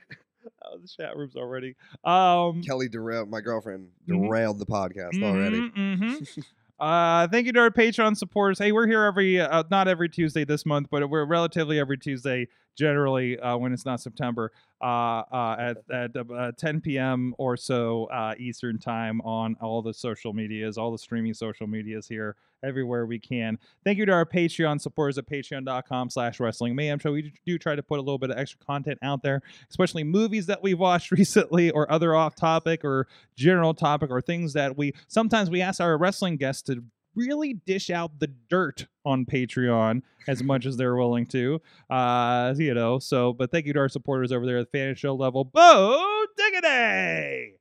[SPEAKER 2] oh, the chat room's already. Um,
[SPEAKER 4] Kelly derailed my girlfriend
[SPEAKER 2] Mhm.
[SPEAKER 4] derailed the podcast already.
[SPEAKER 2] Mhm,
[SPEAKER 4] *laughs*
[SPEAKER 2] mhm. uh, thank you to our Patreon supporters. Hey, we're here every uh, not every Tuesday this month, but we're relatively every Tuesday generally uh, when it's not September uh, uh, at, at uh, 10 p.m. or so uh, Eastern time on all the social medias, all the streaming social medias here everywhere we can. Thank you to our Patreon supporters at patreon.com slash wrestling mayhem show. We do try to put a little bit of extra content out there, especially movies that we've watched *laughs* recently or other off topic or general topic or things that we sometimes we ask our wrestling guests to really dish out the dirt on Patreon as much as they're willing to. Uh, you know, so but thank you to our supporters over there at the fan show level. Bo Diggity!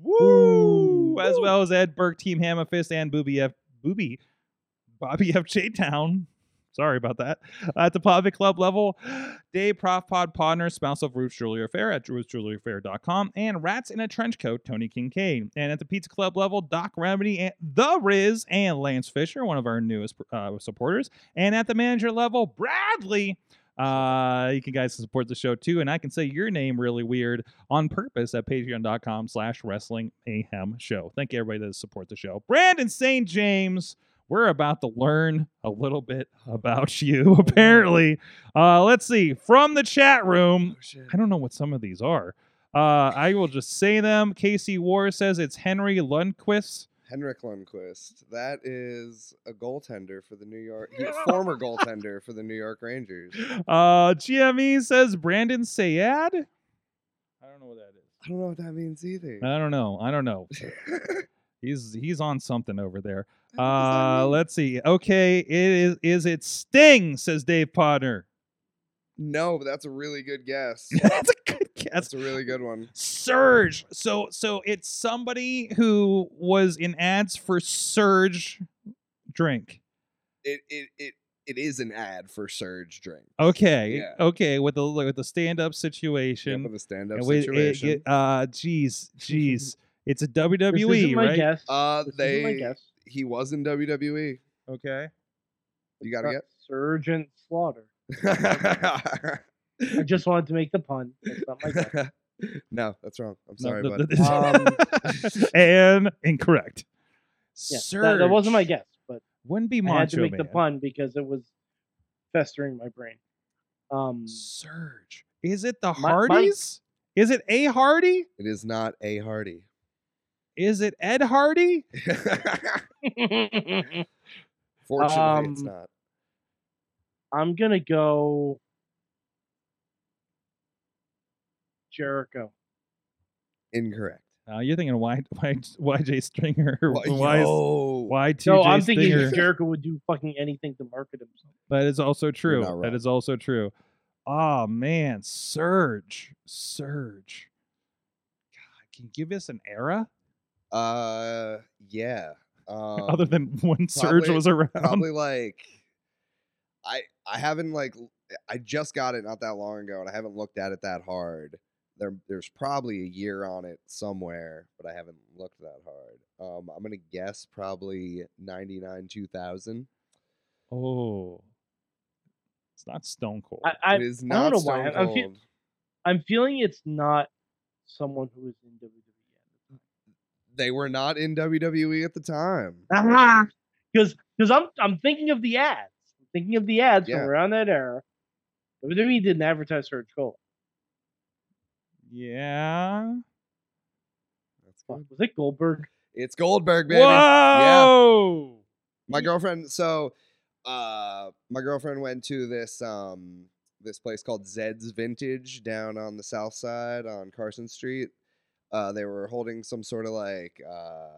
[SPEAKER 2] Woo! As well as Ed Burke, Team Hammerfist, and Booby F Booby Bobby F. J Town. Sorry about that. At the Pavic Club level, Dave Prof Pod Podner, spouse of Ruth Jewelry Affair at ruthjewelryaffair.com, and Rats in a Trench Coat, Tony Kincaid. And at the Pizza Club level, Doc Remedy, and The Riz, and Lance Fisher, one of our newest uh, supporters. And at the manager level, Bradley. Uh, you can guys support the show too, and I can say your name really weird on purpose at patreon.com slash wrestling mayhem show. Thank you everybody that support the show. Brandon St. James, we're about to learn a little bit about *laughs* you, apparently. Uh, let's see. From the chat room, I don't know what some of these are. Uh, I will just say them. Casey War says it's Henry Lundquist.
[SPEAKER 4] Henrik Lundqvist. That is a goaltender for the New York, he- former goaltender for the New York Rangers.
[SPEAKER 2] Uh, GME says Brandon Sayad. I don't know what that is.
[SPEAKER 4] I don't know what that means either.
[SPEAKER 2] I don't know. I don't *laughs* know. He's he's on something over there.
[SPEAKER 4] What does that
[SPEAKER 2] Uh,
[SPEAKER 4] mean?
[SPEAKER 2] let's see. Okay, it is is it Sting? Says Dave Podner.
[SPEAKER 4] *laughs* no, but that's a really good guess.
[SPEAKER 2] *laughs* That's a good guess.
[SPEAKER 4] That's a really good one.
[SPEAKER 2] Surge. So so it's somebody who was in ads for Surge drink.
[SPEAKER 4] It it it, it is an ad for Surge drink.
[SPEAKER 2] Okay,
[SPEAKER 4] Yeah.
[SPEAKER 2] okay, with the with the stand up
[SPEAKER 4] Yeah,
[SPEAKER 2] situation.
[SPEAKER 4] for the stand up
[SPEAKER 2] And wait, it- it-
[SPEAKER 4] situation.
[SPEAKER 2] uh, jeez,
[SPEAKER 4] *laughs*
[SPEAKER 2] jeez, it's a
[SPEAKER 3] This
[SPEAKER 2] WWE,
[SPEAKER 3] isn't my
[SPEAKER 2] E, right?
[SPEAKER 3] guess.
[SPEAKER 4] uh,
[SPEAKER 3] This isn't my
[SPEAKER 4] they
[SPEAKER 3] guess.
[SPEAKER 4] he was in WWE.
[SPEAKER 2] Okay.
[SPEAKER 4] You got
[SPEAKER 3] Uh, Sergeant Slaughter.
[SPEAKER 4] *laughs* to
[SPEAKER 3] I just wanted to make the pun. That's not my
[SPEAKER 4] *laughs*
[SPEAKER 3] guess. Um,
[SPEAKER 4] get. no, that's wrong. I'm
[SPEAKER 2] No,
[SPEAKER 4] sorry, Um,
[SPEAKER 2] th-
[SPEAKER 4] bud.
[SPEAKER 2] th-
[SPEAKER 3] *laughs*
[SPEAKER 2] and incorrect.
[SPEAKER 3] Yeah,
[SPEAKER 2] Surge.
[SPEAKER 3] that, that wasn't my guess, but
[SPEAKER 2] Wouldn't be
[SPEAKER 3] I had to
[SPEAKER 2] Macho
[SPEAKER 3] make the
[SPEAKER 2] Man.
[SPEAKER 3] pun because it was festering my brain. Um,
[SPEAKER 2] Surge. Is it the
[SPEAKER 3] My- my-
[SPEAKER 2] Hardys? Is it A Hardy?
[SPEAKER 4] It is not a Hardy. *laughs*
[SPEAKER 2] Is it Ed Hardy?
[SPEAKER 3] *laughs*
[SPEAKER 4] Fortunately, it's
[SPEAKER 3] Um,
[SPEAKER 4] not.
[SPEAKER 3] I'm gonna go Jericho.
[SPEAKER 4] Incorrect.
[SPEAKER 2] Uh, you're thinking *laughs* Y, y, YJ Stringer. or
[SPEAKER 4] Why-
[SPEAKER 2] Y,
[SPEAKER 4] yo,
[SPEAKER 2] Y2J
[SPEAKER 3] No, I'm thinking
[SPEAKER 2] Stinger.
[SPEAKER 3] that Jericho would do fucking anything to market himself.
[SPEAKER 2] That is also true.
[SPEAKER 4] not
[SPEAKER 2] That
[SPEAKER 4] wrong.
[SPEAKER 2] is also true. Oh man, Surge, Surge. God, can you give us an era
[SPEAKER 4] Uh,
[SPEAKER 3] *laughs*
[SPEAKER 4] yeah. Um,
[SPEAKER 2] other than when Surge
[SPEAKER 4] probably-
[SPEAKER 2] was around?
[SPEAKER 3] um,
[SPEAKER 4] probably like I I haven't like l- I just got it not that long ago and I haven't looked at it that hard. There there's probably a year on it somewhere, but I haven't looked that hard. Um, I'm gonna guess probably 99 2000.
[SPEAKER 2] Oh, it's not Stone Cold.
[SPEAKER 3] I, I
[SPEAKER 4] it is
[SPEAKER 3] I don't
[SPEAKER 4] not
[SPEAKER 3] know why,
[SPEAKER 4] Stone
[SPEAKER 3] I'm fe-
[SPEAKER 4] Cold.
[SPEAKER 3] I'm feeling it's not someone who is in WWE.
[SPEAKER 4] They were not in WWE at the time.
[SPEAKER 3] E
[SPEAKER 2] Uh-huh.
[SPEAKER 3] Because because I'm I'm thinking of the ads. I'm thinking of the ads
[SPEAKER 4] Yeah.
[SPEAKER 3] from around that era. WWE didn't advertise Surge Cola.
[SPEAKER 2] yeah.
[SPEAKER 4] That's
[SPEAKER 3] Fuck,
[SPEAKER 4] good.
[SPEAKER 3] Was it Goldberg?
[SPEAKER 4] It's Goldberg, baby.
[SPEAKER 2] Whoa!
[SPEAKER 4] my girlfriend so uh my girlfriend went to this um this place called zed's vintage down on the south side on carson street uh they were holding some sort of like uh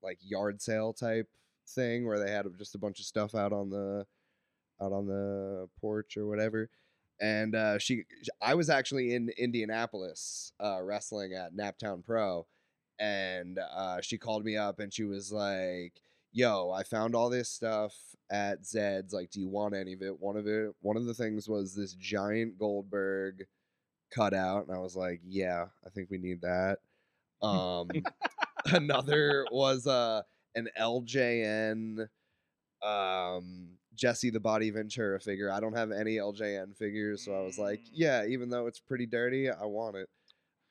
[SPEAKER 4] like yard sale type thing where they had just a bunch of stuff out on the out on the porch or whatever and uh she sh- i was actually in indianapolis uh wrestling at naptown pro and uh she called me up and she was like yo, I found all this stuff at Zed's. Like, do you want any of it? One of it, one of the things was this giant Goldberg cutout, and I was like, yeah, I think we need that. Um, *laughs* another was uh an LJN, um, Jesse the Body Ventura figure. I don't have any LJN figures, so I was like,
[SPEAKER 2] Mm.
[SPEAKER 4] yeah, even though it's pretty dirty, I want it.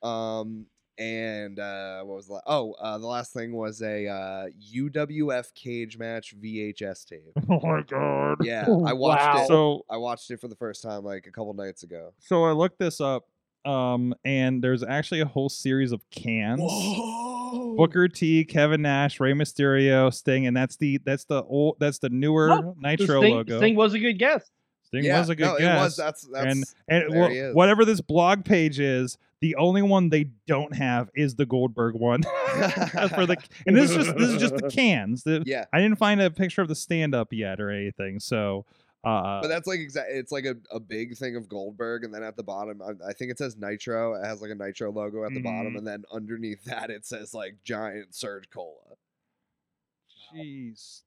[SPEAKER 4] Um, and uh, what was the la- oh uh, the last thing was a uh, UWF cage match VHS tape.
[SPEAKER 2] Oh my god!
[SPEAKER 4] Yeah,
[SPEAKER 2] *laughs*
[SPEAKER 3] Oh.
[SPEAKER 4] I watched it.
[SPEAKER 2] So
[SPEAKER 4] I watched it for the first time like a couple nights ago.
[SPEAKER 2] so I looked this up, um, and there's actually a whole series of cans.
[SPEAKER 4] Whoa!
[SPEAKER 2] Booker T, Kevin Nash, Rey Mysterio, Sting, and that's the that's the old that's the newer
[SPEAKER 3] Huh? So
[SPEAKER 2] Nitro
[SPEAKER 3] Sting,
[SPEAKER 2] logo.
[SPEAKER 3] Sting was a good guess.
[SPEAKER 2] Sting
[SPEAKER 4] yeah,
[SPEAKER 2] was a good
[SPEAKER 4] no,
[SPEAKER 2] guess.
[SPEAKER 4] It was, that's that's
[SPEAKER 2] and and
[SPEAKER 4] there
[SPEAKER 2] wha-
[SPEAKER 4] he is.
[SPEAKER 2] whatever this blog page is, the only one they don't have is the Goldberg one *laughs* for the and this is just this is just
[SPEAKER 4] *laughs*
[SPEAKER 2] the cans. The-
[SPEAKER 4] yeah.
[SPEAKER 2] I didn't find a picture of the stand up yet or anything. So uh,
[SPEAKER 4] But that's like exact. It's like a, a big thing of Goldberg, and then at the bottom, I, I think it says Nitro. It has like a Nitro logo at the bottom,
[SPEAKER 2] Mhm.
[SPEAKER 4] and then underneath that it says like Giant Surge Cola.
[SPEAKER 2] Jeez.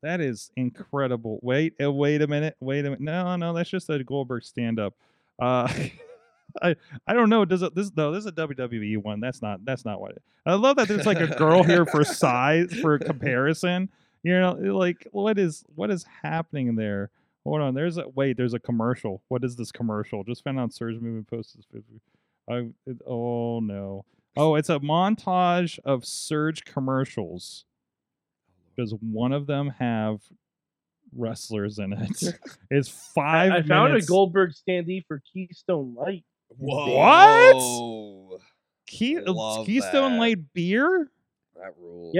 [SPEAKER 2] That is incredible. Wait, uh, wait a minute. Wait a minute. No, no, that's just a Goldberg stand up. Uh, *laughs* I I don't know. Does it this no? This is a WWE one. That's not that's not what. It, I love that there's like a girl here for size for comparison. You know, like what is what is happening there? Hold on. There's a wait. There's a commercial. What is this commercial? Just found out Surge Movement posted. this video. I it, oh no. Oh, it's a montage of Surge commercials. Does one of them have wrestlers in
[SPEAKER 3] *laughs*
[SPEAKER 2] it? It's five.
[SPEAKER 3] I, I found a
[SPEAKER 2] minutes.
[SPEAKER 3] Goldberg standee for Keystone Light.
[SPEAKER 4] Whoa.
[SPEAKER 2] What? Key,
[SPEAKER 4] Love
[SPEAKER 2] Keystone
[SPEAKER 4] that.
[SPEAKER 2] Light beer? *laughs*
[SPEAKER 4] That rules.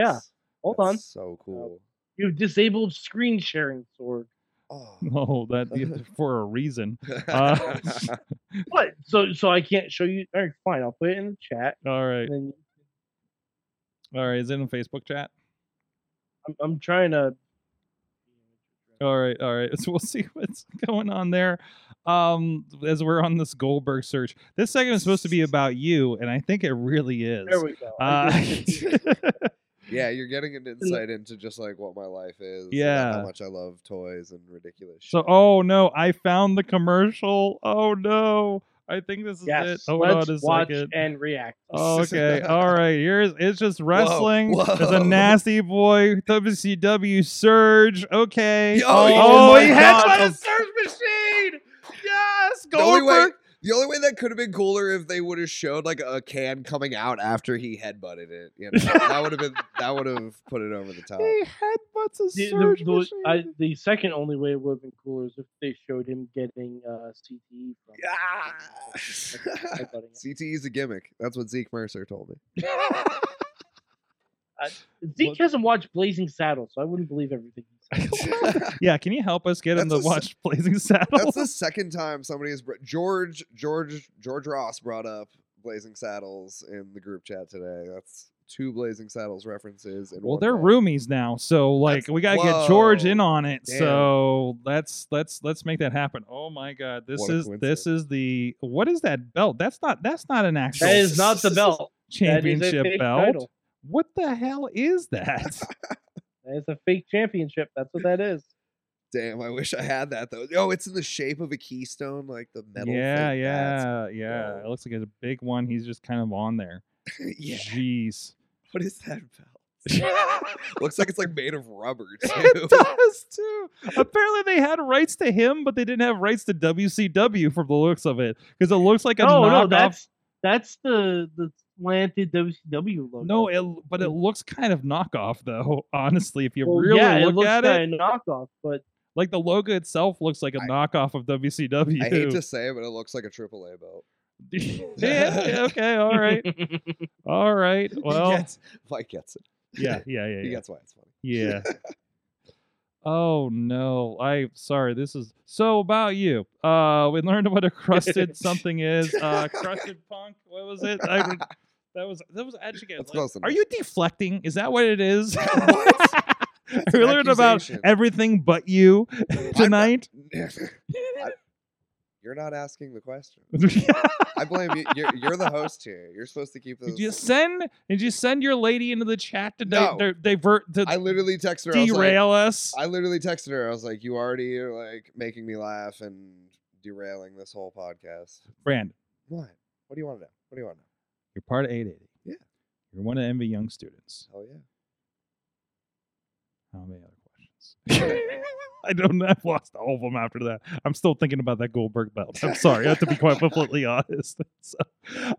[SPEAKER 3] Hold
[SPEAKER 4] That's
[SPEAKER 3] on.
[SPEAKER 4] So cool.
[SPEAKER 3] You've disabled screen sharing sword.
[SPEAKER 4] Oh.
[SPEAKER 2] Oh,
[SPEAKER 3] *laughs*
[SPEAKER 2] that for a reason. Uh,
[SPEAKER 4] *laughs*
[SPEAKER 2] *laughs*
[SPEAKER 3] What? So so I can't show you. All right, fine. I'll put it in the chat.
[SPEAKER 2] all right,
[SPEAKER 3] And then
[SPEAKER 2] all right. Is it in Facebook chat?
[SPEAKER 3] I'm, I'm trying to.
[SPEAKER 2] All right, all right. *laughs* So we'll see what's going on there. Um, as we're on this Goldberg search, this segment is supposed to
[SPEAKER 3] *laughs*
[SPEAKER 2] be about you, and I think it really is.
[SPEAKER 3] There we go. *laughs* I
[SPEAKER 2] uh, *laughs*
[SPEAKER 3] did it.
[SPEAKER 4] yeah, you're getting an insight into just like what my life is. and
[SPEAKER 2] Yeah.
[SPEAKER 4] how much I love toys and ridiculous
[SPEAKER 2] so,
[SPEAKER 4] shit.
[SPEAKER 2] oh no, I found the commercial. Oh no, I think this is
[SPEAKER 3] yes.
[SPEAKER 2] it. Hold
[SPEAKER 3] let's
[SPEAKER 2] on a
[SPEAKER 3] watch
[SPEAKER 4] *laughs*
[SPEAKER 2] second.
[SPEAKER 3] and react.
[SPEAKER 2] Okay, all right. Here's it's just wrestling. There's a
[SPEAKER 4] whoa.
[SPEAKER 2] nasty boy WCW surge. Okay.
[SPEAKER 4] Yo,
[SPEAKER 2] oh,
[SPEAKER 4] my
[SPEAKER 2] he heads
[SPEAKER 4] God.
[SPEAKER 2] by a surge machine. Yes,
[SPEAKER 4] The only, way,
[SPEAKER 2] Goldberg.
[SPEAKER 4] the only way that could have been cooler if they would have showed like a can coming out after he headbutted it. You know, that would have been that would have put it over the
[SPEAKER 2] *laughs*
[SPEAKER 4] top.
[SPEAKER 2] He headbutts a
[SPEAKER 3] The,
[SPEAKER 2] surge
[SPEAKER 3] the- the-
[SPEAKER 2] machine.
[SPEAKER 3] I- the second only way it would have been cooler is if they showed him getting uh, CTE from.
[SPEAKER 4] Ah.
[SPEAKER 3] *laughs* Like, headbutting it.
[SPEAKER 4] CTE E is a gimmick. That's what Zeke
[SPEAKER 2] *laughs*
[SPEAKER 4] Mercer told me.
[SPEAKER 3] Zeke hasn't watched Blazing Saddle, so I wouldn't believe everything he said.
[SPEAKER 4] *laughs*
[SPEAKER 2] yeah, can you help us get him to
[SPEAKER 4] That's a s-
[SPEAKER 2] watch Blazing *laughs* Saddle?
[SPEAKER 4] That's the second time somebody has br- George George George Ross brought up Blazing Saddles in the group chat today. That's two Blazing Saddles references. In
[SPEAKER 2] well,
[SPEAKER 4] one
[SPEAKER 2] they're
[SPEAKER 4] day.
[SPEAKER 2] roomies now, so like
[SPEAKER 4] That's-
[SPEAKER 2] we gotta get George in
[SPEAKER 4] whoa,
[SPEAKER 2] on it.
[SPEAKER 4] damn.
[SPEAKER 2] So let's let's let's make that happen. Oh my God, this
[SPEAKER 4] What a
[SPEAKER 2] is this
[SPEAKER 4] coincidence.
[SPEAKER 2] is the what is that belt? That's not that's not an actual
[SPEAKER 3] *laughs* that is not the belt. That is
[SPEAKER 2] *laughs*
[SPEAKER 3] a
[SPEAKER 2] championship
[SPEAKER 3] fake
[SPEAKER 2] belt.
[SPEAKER 3] title.
[SPEAKER 2] What the hell is
[SPEAKER 4] *laughs*
[SPEAKER 2] that?
[SPEAKER 3] That is a fake championship. That's what that is.
[SPEAKER 4] Damn, I wish I had that though. Oh, it's in the shape of a keystone, like the metal.
[SPEAKER 2] yeah,
[SPEAKER 4] thing. That's-
[SPEAKER 2] yeah, yeah. It
[SPEAKER 4] dope.
[SPEAKER 2] looks like it's a big one. He's just kind of on there.
[SPEAKER 4] *laughs*
[SPEAKER 3] *laughs*
[SPEAKER 4] yeah.
[SPEAKER 2] Jeez. *laughs*
[SPEAKER 4] What is that belt? *laughs* Looks like it's like made of rubber too.
[SPEAKER 2] *laughs* It does too. Apparently, they had rights to him, but they didn't have rights to WCW from the looks of it, because it looks like a
[SPEAKER 3] No, Oh, no,
[SPEAKER 2] knockoff.
[SPEAKER 3] that's that's the the slanted WCW logo.
[SPEAKER 2] no, it, but it looks kind of knockoff though. *laughs* Honestly, if you
[SPEAKER 3] Well,
[SPEAKER 2] really
[SPEAKER 3] yeah,
[SPEAKER 2] look
[SPEAKER 3] it looks
[SPEAKER 2] at it,
[SPEAKER 3] kinda knockoff, but
[SPEAKER 2] like the logo itself looks like a
[SPEAKER 4] I-
[SPEAKER 2] knockoff of WCW.
[SPEAKER 4] I *laughs* hate to say it, but it looks like a AAA belt.
[SPEAKER 2] *laughs* yeah, yeah, okay, all right, all right. Well,
[SPEAKER 4] *laughs* he gets, Mike gets it.
[SPEAKER 2] yeah, yeah, yeah,
[SPEAKER 4] He
[SPEAKER 2] yeah.
[SPEAKER 4] gets why it's funny. *laughs*
[SPEAKER 2] Yeah. oh no. I sorry, this is so about you. Uh we learned what a crusted something is. Uh
[SPEAKER 4] *laughs*
[SPEAKER 2] crusted punk. What was it? I re- that was that was actually
[SPEAKER 4] That's close
[SPEAKER 2] Are
[SPEAKER 4] enough.
[SPEAKER 2] you deflecting? Is that what it
[SPEAKER 4] *laughs*
[SPEAKER 2] is? *laughs*
[SPEAKER 4] What? That's
[SPEAKER 2] we
[SPEAKER 4] an
[SPEAKER 2] learned about
[SPEAKER 4] accusation.
[SPEAKER 2] everything but you
[SPEAKER 4] I'm not- *laughs*
[SPEAKER 2] tonight. *laughs*
[SPEAKER 4] I- you're not asking the question. I blame you. You're, you're the host here. You're supposed to keep this.
[SPEAKER 2] did you send did you send your lady into the chat to di-
[SPEAKER 4] No.
[SPEAKER 2] di- divert to
[SPEAKER 4] *laughs* I literally texted her. I was like-
[SPEAKER 2] derail us?
[SPEAKER 4] I literally texted her. I was like, "You already are like making me laugh and derailing this whole podcast."
[SPEAKER 2] Brand,
[SPEAKER 4] What? What do you want to know? What do you want to know?
[SPEAKER 2] you're part of 880.
[SPEAKER 4] Yeah.
[SPEAKER 2] You're one of Envy Young students.
[SPEAKER 4] Hell yeah!
[SPEAKER 2] How many other
[SPEAKER 4] *laughs*
[SPEAKER 2] questions? *laughs* I don't know. I've lost all of them after that. I'm still thinking about that Goldberg belt. I'm sorry. I have to be
[SPEAKER 4] *laughs*
[SPEAKER 2] quite completely honest. *laughs* So,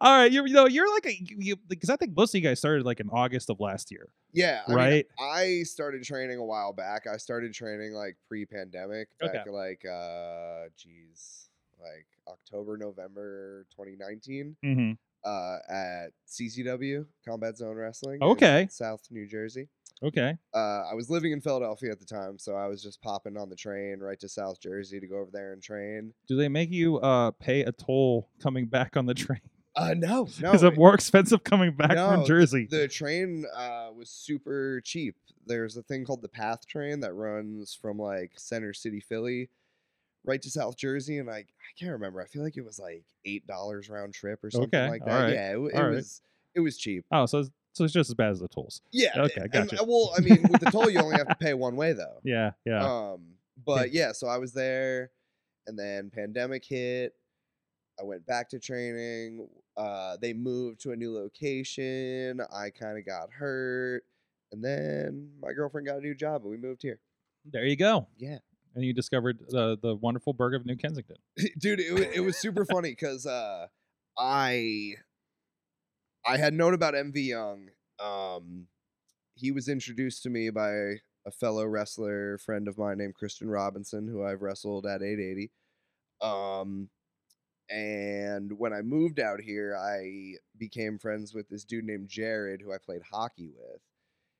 [SPEAKER 2] all right, you, you know, you're like a you because I think most of you guys started like in August of last year,
[SPEAKER 4] Yeah, I mean,
[SPEAKER 2] right?
[SPEAKER 4] I started training a while back. I started training like pre-pandemic,
[SPEAKER 2] Okay.
[SPEAKER 4] back like uh, jeez, like October, November 2019,
[SPEAKER 2] hmm
[SPEAKER 4] uh, at CCW Combat Zone Wrestling. in
[SPEAKER 2] Okay.
[SPEAKER 4] South New Jersey.
[SPEAKER 2] Okay.
[SPEAKER 4] uh, I was living in Philadelphia at the time, so I was just popping on the train right to South Jersey to go over there and train.
[SPEAKER 2] Do they make you uh, pay a toll coming back on the train?
[SPEAKER 4] Uh, no,
[SPEAKER 2] *laughs*
[SPEAKER 4] no,
[SPEAKER 2] Is it more expensive coming back
[SPEAKER 4] No,
[SPEAKER 2] from
[SPEAKER 4] th-
[SPEAKER 2] Jersey? *laughs*
[SPEAKER 4] the train uh, was super cheap. There's a thing called the Path Train that runs from like Center City, Philly, right to South Jersey, and I I can't remember. I feel like it was like eight dollars round trip or something
[SPEAKER 2] Okay,
[SPEAKER 4] like
[SPEAKER 2] all
[SPEAKER 4] that.
[SPEAKER 2] right,
[SPEAKER 4] Yeah, it, w- it
[SPEAKER 2] all right.
[SPEAKER 4] was it was cheap.
[SPEAKER 2] oh, so it's- So it's just as bad as the tools.
[SPEAKER 4] Yeah.
[SPEAKER 2] Okay,
[SPEAKER 4] and-
[SPEAKER 2] gotcha.
[SPEAKER 4] well, I mean, with the toll, you only have to pay one way though.
[SPEAKER 2] Yeah, yeah.
[SPEAKER 4] Um, but yeah, so I was there, and then pandemic hit. I went back to training. Uh, they moved to a new location. I kind of got hurt, and then my girlfriend got a new job, and we moved here.
[SPEAKER 2] there you go.
[SPEAKER 4] Yeah,
[SPEAKER 2] And you discovered the the wonderful burg of New Kensington.
[SPEAKER 4] dude, it, wa- it was super funny because uh, I I had known about MV Young. Um, he was introduced to me by a fellow wrestler friend of mine named Christian Robinson, who I've wrestled at 880. Um, and when I moved out here, I became friends with this dude named Jared, who I played hockey with.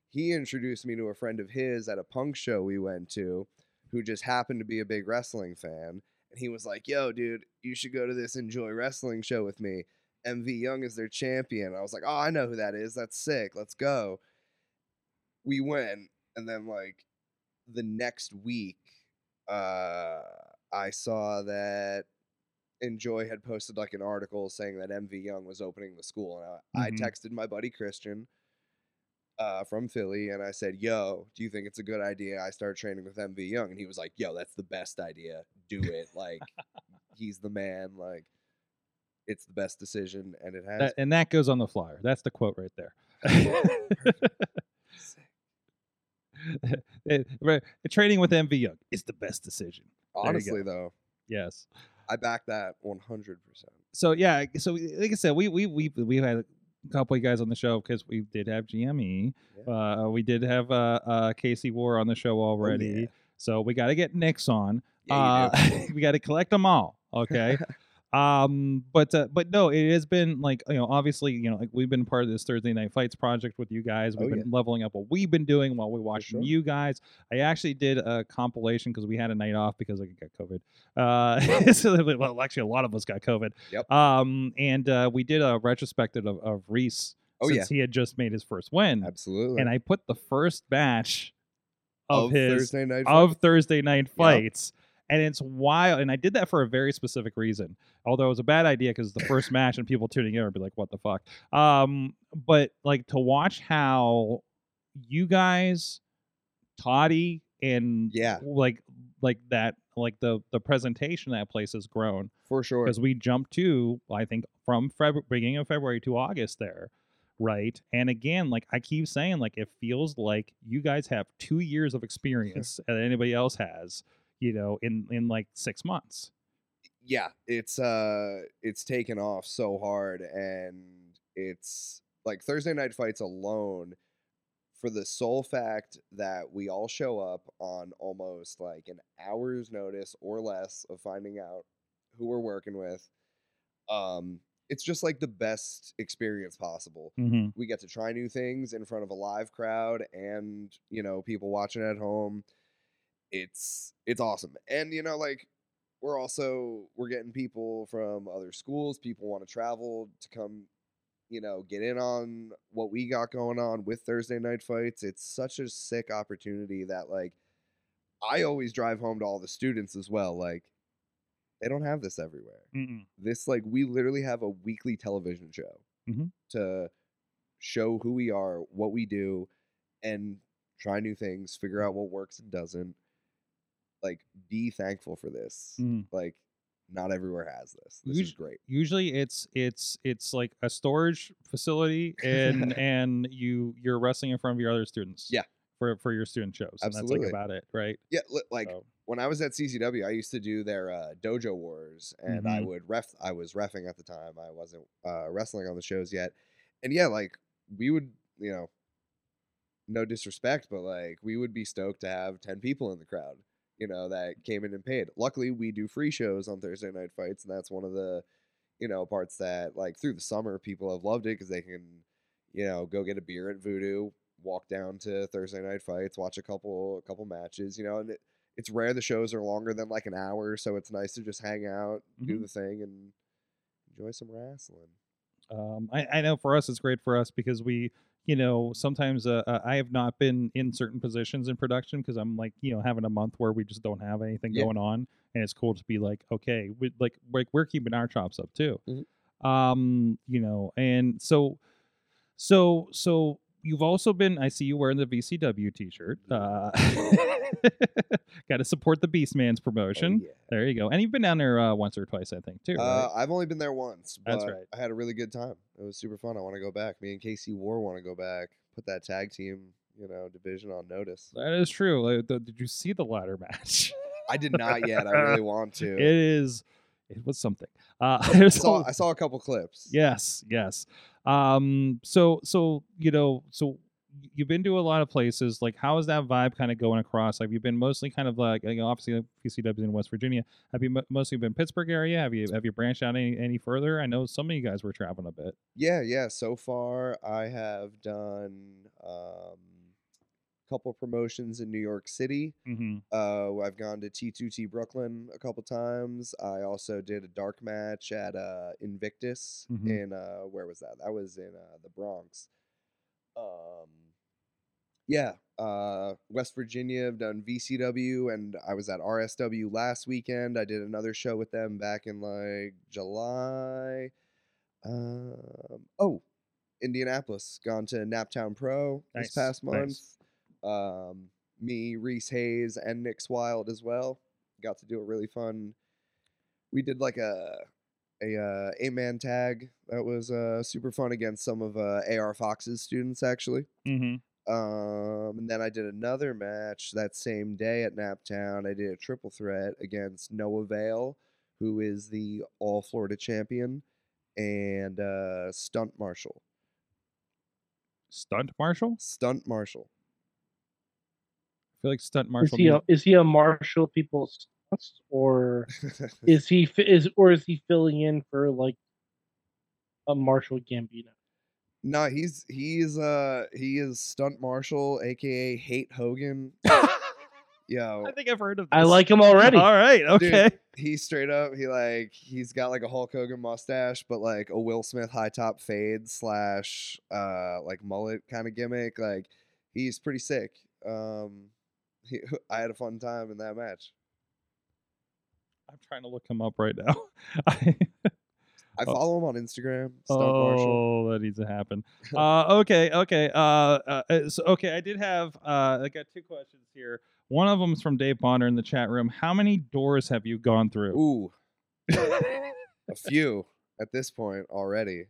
[SPEAKER 4] He introduced me to a friend of his at a punk show we went to, who just happened to be a big wrestling fan. And he was like, Yo, dude, you should go to this Enjoy Wrestling show with me. MV Young is their champion. I was like, Oh, I know who that is. That's sick. Let's go. We went. And then, like, the next week, uh, I saw that Enjoy had posted like an article saying that MV Young was opening the school. And I,
[SPEAKER 2] Mhm.
[SPEAKER 4] I texted my buddy Christian uh, from Philly and I said, Yo, do you think it's a good idea? I start training with MV Young. And he was like, Yo, that's the best idea. Do it. Like, he's the man. Like, it's the best decision. And it has.
[SPEAKER 2] That, and that goes on the flyer. That's the quote right *laughs* there.
[SPEAKER 4] *laughs*
[SPEAKER 2] *laughs* Eh, right, Training with MV Young is the best decision. you
[SPEAKER 4] Honestly, though,
[SPEAKER 2] Yes.
[SPEAKER 4] I back that 100%.
[SPEAKER 2] So yeah, so we- like I said, we we we we had a couple of guys on the show because we did have GME. Uh, we did have uh, uh, Casey War on the show already.
[SPEAKER 4] Oh, yeah.
[SPEAKER 2] So we got to get Nick's on.
[SPEAKER 4] Yeah, you
[SPEAKER 2] uh, *laughs* we got to collect them all.
[SPEAKER 4] *laughs*
[SPEAKER 2] Okay. um but uh, but no it has been like you know obviously you know like we've been part of this thursday night fights project with you guys we've
[SPEAKER 4] Oh,
[SPEAKER 2] been leveling up what we've been doing while we're watching
[SPEAKER 4] sure.
[SPEAKER 2] you guys i actually did a compilation because we had a night off because i got covid uh *laughs* so there were- well actually a lot of us got covid
[SPEAKER 4] Yep.
[SPEAKER 2] um and uh we did a retrospective of, of reese
[SPEAKER 4] Oh, yeah.
[SPEAKER 2] since he had just made his first win
[SPEAKER 4] Absolutely.
[SPEAKER 2] Uh, and i put the first batch of,
[SPEAKER 4] Of
[SPEAKER 2] his
[SPEAKER 4] Thursday night.
[SPEAKER 2] of Thursday night fights. And it's wild. And I did that for a very specific reason. Although it was a bad idea because the
[SPEAKER 4] *laughs*
[SPEAKER 2] first match and people tuning in would be like, what the fuck? Um, but like to watch how you guys, Toddy and
[SPEAKER 4] Yeah.
[SPEAKER 2] like like that like the the presentation of that place has grown
[SPEAKER 4] for sure.
[SPEAKER 2] because we jumped to I think from February beginning of February to August there, right? And again, like I keep saying, like it feels like you guys have two years
[SPEAKER 4] *laughs*
[SPEAKER 2] of experience that anybody else has, you know, in in like six months.
[SPEAKER 4] yeah, it's uh it's taken off so hard and it's like Thursday night fights alone for the sole fact that we all show up on almost like an hour's notice or less of finding out who we're working with. Um it's just like the best experience possible.
[SPEAKER 2] Mm-hmm.
[SPEAKER 4] We get to try new things in front of a live crowd and, you know, people watching at home. It's it's awesome. And you know like we're also we're getting people from other schools people want to travel to come you know get in on what we got going on with thursday night fights it's such a sick opportunity that like i always drive home to all the students as well like they don't have this everywhere this like we literally have a weekly television show
[SPEAKER 2] Mhm.
[SPEAKER 4] to show who we are what we do and try new things figure out what works and doesn't like be thankful for this
[SPEAKER 2] Mm-hmm.
[SPEAKER 4] like not everywhere has this. This
[SPEAKER 2] You
[SPEAKER 4] is
[SPEAKER 2] sh-
[SPEAKER 4] great.
[SPEAKER 2] Usually it's it's it's like a storage facility
[SPEAKER 4] *laughs*
[SPEAKER 2] and and you you're wrestling in front of your other students.
[SPEAKER 4] Yeah.
[SPEAKER 2] For, for your student shows. And
[SPEAKER 4] Absolutely.
[SPEAKER 2] that's like about it, right?
[SPEAKER 4] Yeah, li- like
[SPEAKER 2] So,
[SPEAKER 4] when I was at CCW, I used to do their uh, dojo wars, and I
[SPEAKER 2] Mhm.
[SPEAKER 4] would ref. I was refing at the time. I wasn't uh, wrestling on the shows yet, and yeah, like we would, you know, no disrespect, but like we would be stoked to have ten people in the crowd, you know, that came in and paid. Luckily, we do free shows on Thursday night fights, and that's one of the, you know, parts that like through the summer people have loved it because they can, you know, go get a beer at Voodoo, walk down to Thursday night fights, watch a couple a couple matches, you know, and it, it's rare the shows are longer than like an hour, so it's nice to just hang out, do
[SPEAKER 2] Mhm.
[SPEAKER 4] the thing, and enjoy some wrestling. Oh,
[SPEAKER 2] Um, I, I know for us, it's great for us because we, you know, sometimes uh, uh, I have not been in certain positions in production because I'm like, you know, having a month where we just don't have anything
[SPEAKER 4] Yeah.
[SPEAKER 2] going on, and it's cool to be like, okay, we, like
[SPEAKER 4] Mm-hmm.
[SPEAKER 2] like we're keeping our chops up too,
[SPEAKER 4] Mhm.
[SPEAKER 2] um, you know, and so So so you've also been I see you wearing the VCW t-shirt. Uh, *laughs* got to support the Beastman's
[SPEAKER 4] Mm-hmm. Oh,
[SPEAKER 2] promotion.
[SPEAKER 4] yeah.
[SPEAKER 2] There you go. And you've been down there uh, once or twice I think too. right?
[SPEAKER 4] Uh, I've only been there once, but
[SPEAKER 2] That's right.
[SPEAKER 4] I had a really good time. It was super fun. I want to go back. Me and Casey War want to go back. Put that tag team, you know, division on notice.
[SPEAKER 2] That is true. Uh, th- Did you see the ladder *laughs* match?
[SPEAKER 4] I did not yet. I really
[SPEAKER 2] *laughs*
[SPEAKER 4] want to.
[SPEAKER 2] it is. It was something. Uh, *laughs*
[SPEAKER 4] I
[SPEAKER 2] there's a-
[SPEAKER 4] saw I saw a couple clips.
[SPEAKER 2] Yes, yes. Um, so so you know, so y- you've been to a lot of places. Like, how is that vibe kind of going across? Have you been mostly kind of like, you know, obviously like, PCW's in West Virginia? Have you mo- mostly been Pittsburgh area? Have you have you branched out any any further? I know some of you guys were traveling a bit.
[SPEAKER 4] Yeah, yeah. So far, I have done um, a couple promotions in New York City.
[SPEAKER 2] Mm-hmm.
[SPEAKER 4] Uh, I've gone to T2T Brooklyn a couple times. I also did a dark match at uh, Invictus
[SPEAKER 2] Mhm.
[SPEAKER 4] in uh, where was that? That was in uh, the Bronx. Um, yeah, uh, West Virginia. I've done VCW, and I was at RSW last weekend. I did another show with them back in like July. Um, oh, Indianapolis. Gone to Naptown Pro
[SPEAKER 2] Nice,
[SPEAKER 4] this past
[SPEAKER 2] nice.
[SPEAKER 4] month um, me, Reese Hayes, and Nick's Wild as well. Got to do a really fun. We did like a a uh, eight man tag that was uh, super fun against some of uh, AR Fox's students actually.
[SPEAKER 2] Mm-hmm.
[SPEAKER 4] Um, and then I did another match that same day at Naptown. I did a triple threat against Noah Vale, who is the All Florida champion, and uh, Stunt Marshall.
[SPEAKER 2] Stunt marshal? I
[SPEAKER 4] Stunt Marshall.
[SPEAKER 2] feel like stunt
[SPEAKER 3] Is
[SPEAKER 2] marshal.
[SPEAKER 3] he a,
[SPEAKER 2] means-
[SPEAKER 3] is he a marshal of people's stunts, or
[SPEAKER 2] *laughs*
[SPEAKER 4] *laughs*
[SPEAKER 3] is he fi- is or is he filling in for like a Marshall Gambino?
[SPEAKER 4] No, he's he's uh he is stunt marshal, aka Hate Hogan. Yo,
[SPEAKER 2] I think I've heard of. This.
[SPEAKER 3] I like him already.
[SPEAKER 2] All right. Okay.
[SPEAKER 4] he straight up he like he's got like a Hulk Hogan mustache, but like a Will Smith high top fade slash uh like mullet kind of gimmick. Like he's pretty sick. Um, he, *laughs* I had a fun time in that match.
[SPEAKER 2] I'm trying to look him up right now. *laughs* I-
[SPEAKER 4] I
[SPEAKER 2] Oh.
[SPEAKER 4] follow him on Instagram. Stunt marshal.
[SPEAKER 2] Oh, that needs to
[SPEAKER 4] *laughs*
[SPEAKER 2] happen. uh, okay, okay, uh, uh, uh, so, okay. I did have. Uh, I got two questions here. One of them is from Dave Bonner in the chat room. How many doors have you gone through? *laughs*
[SPEAKER 4] Ooh, a few at this point already.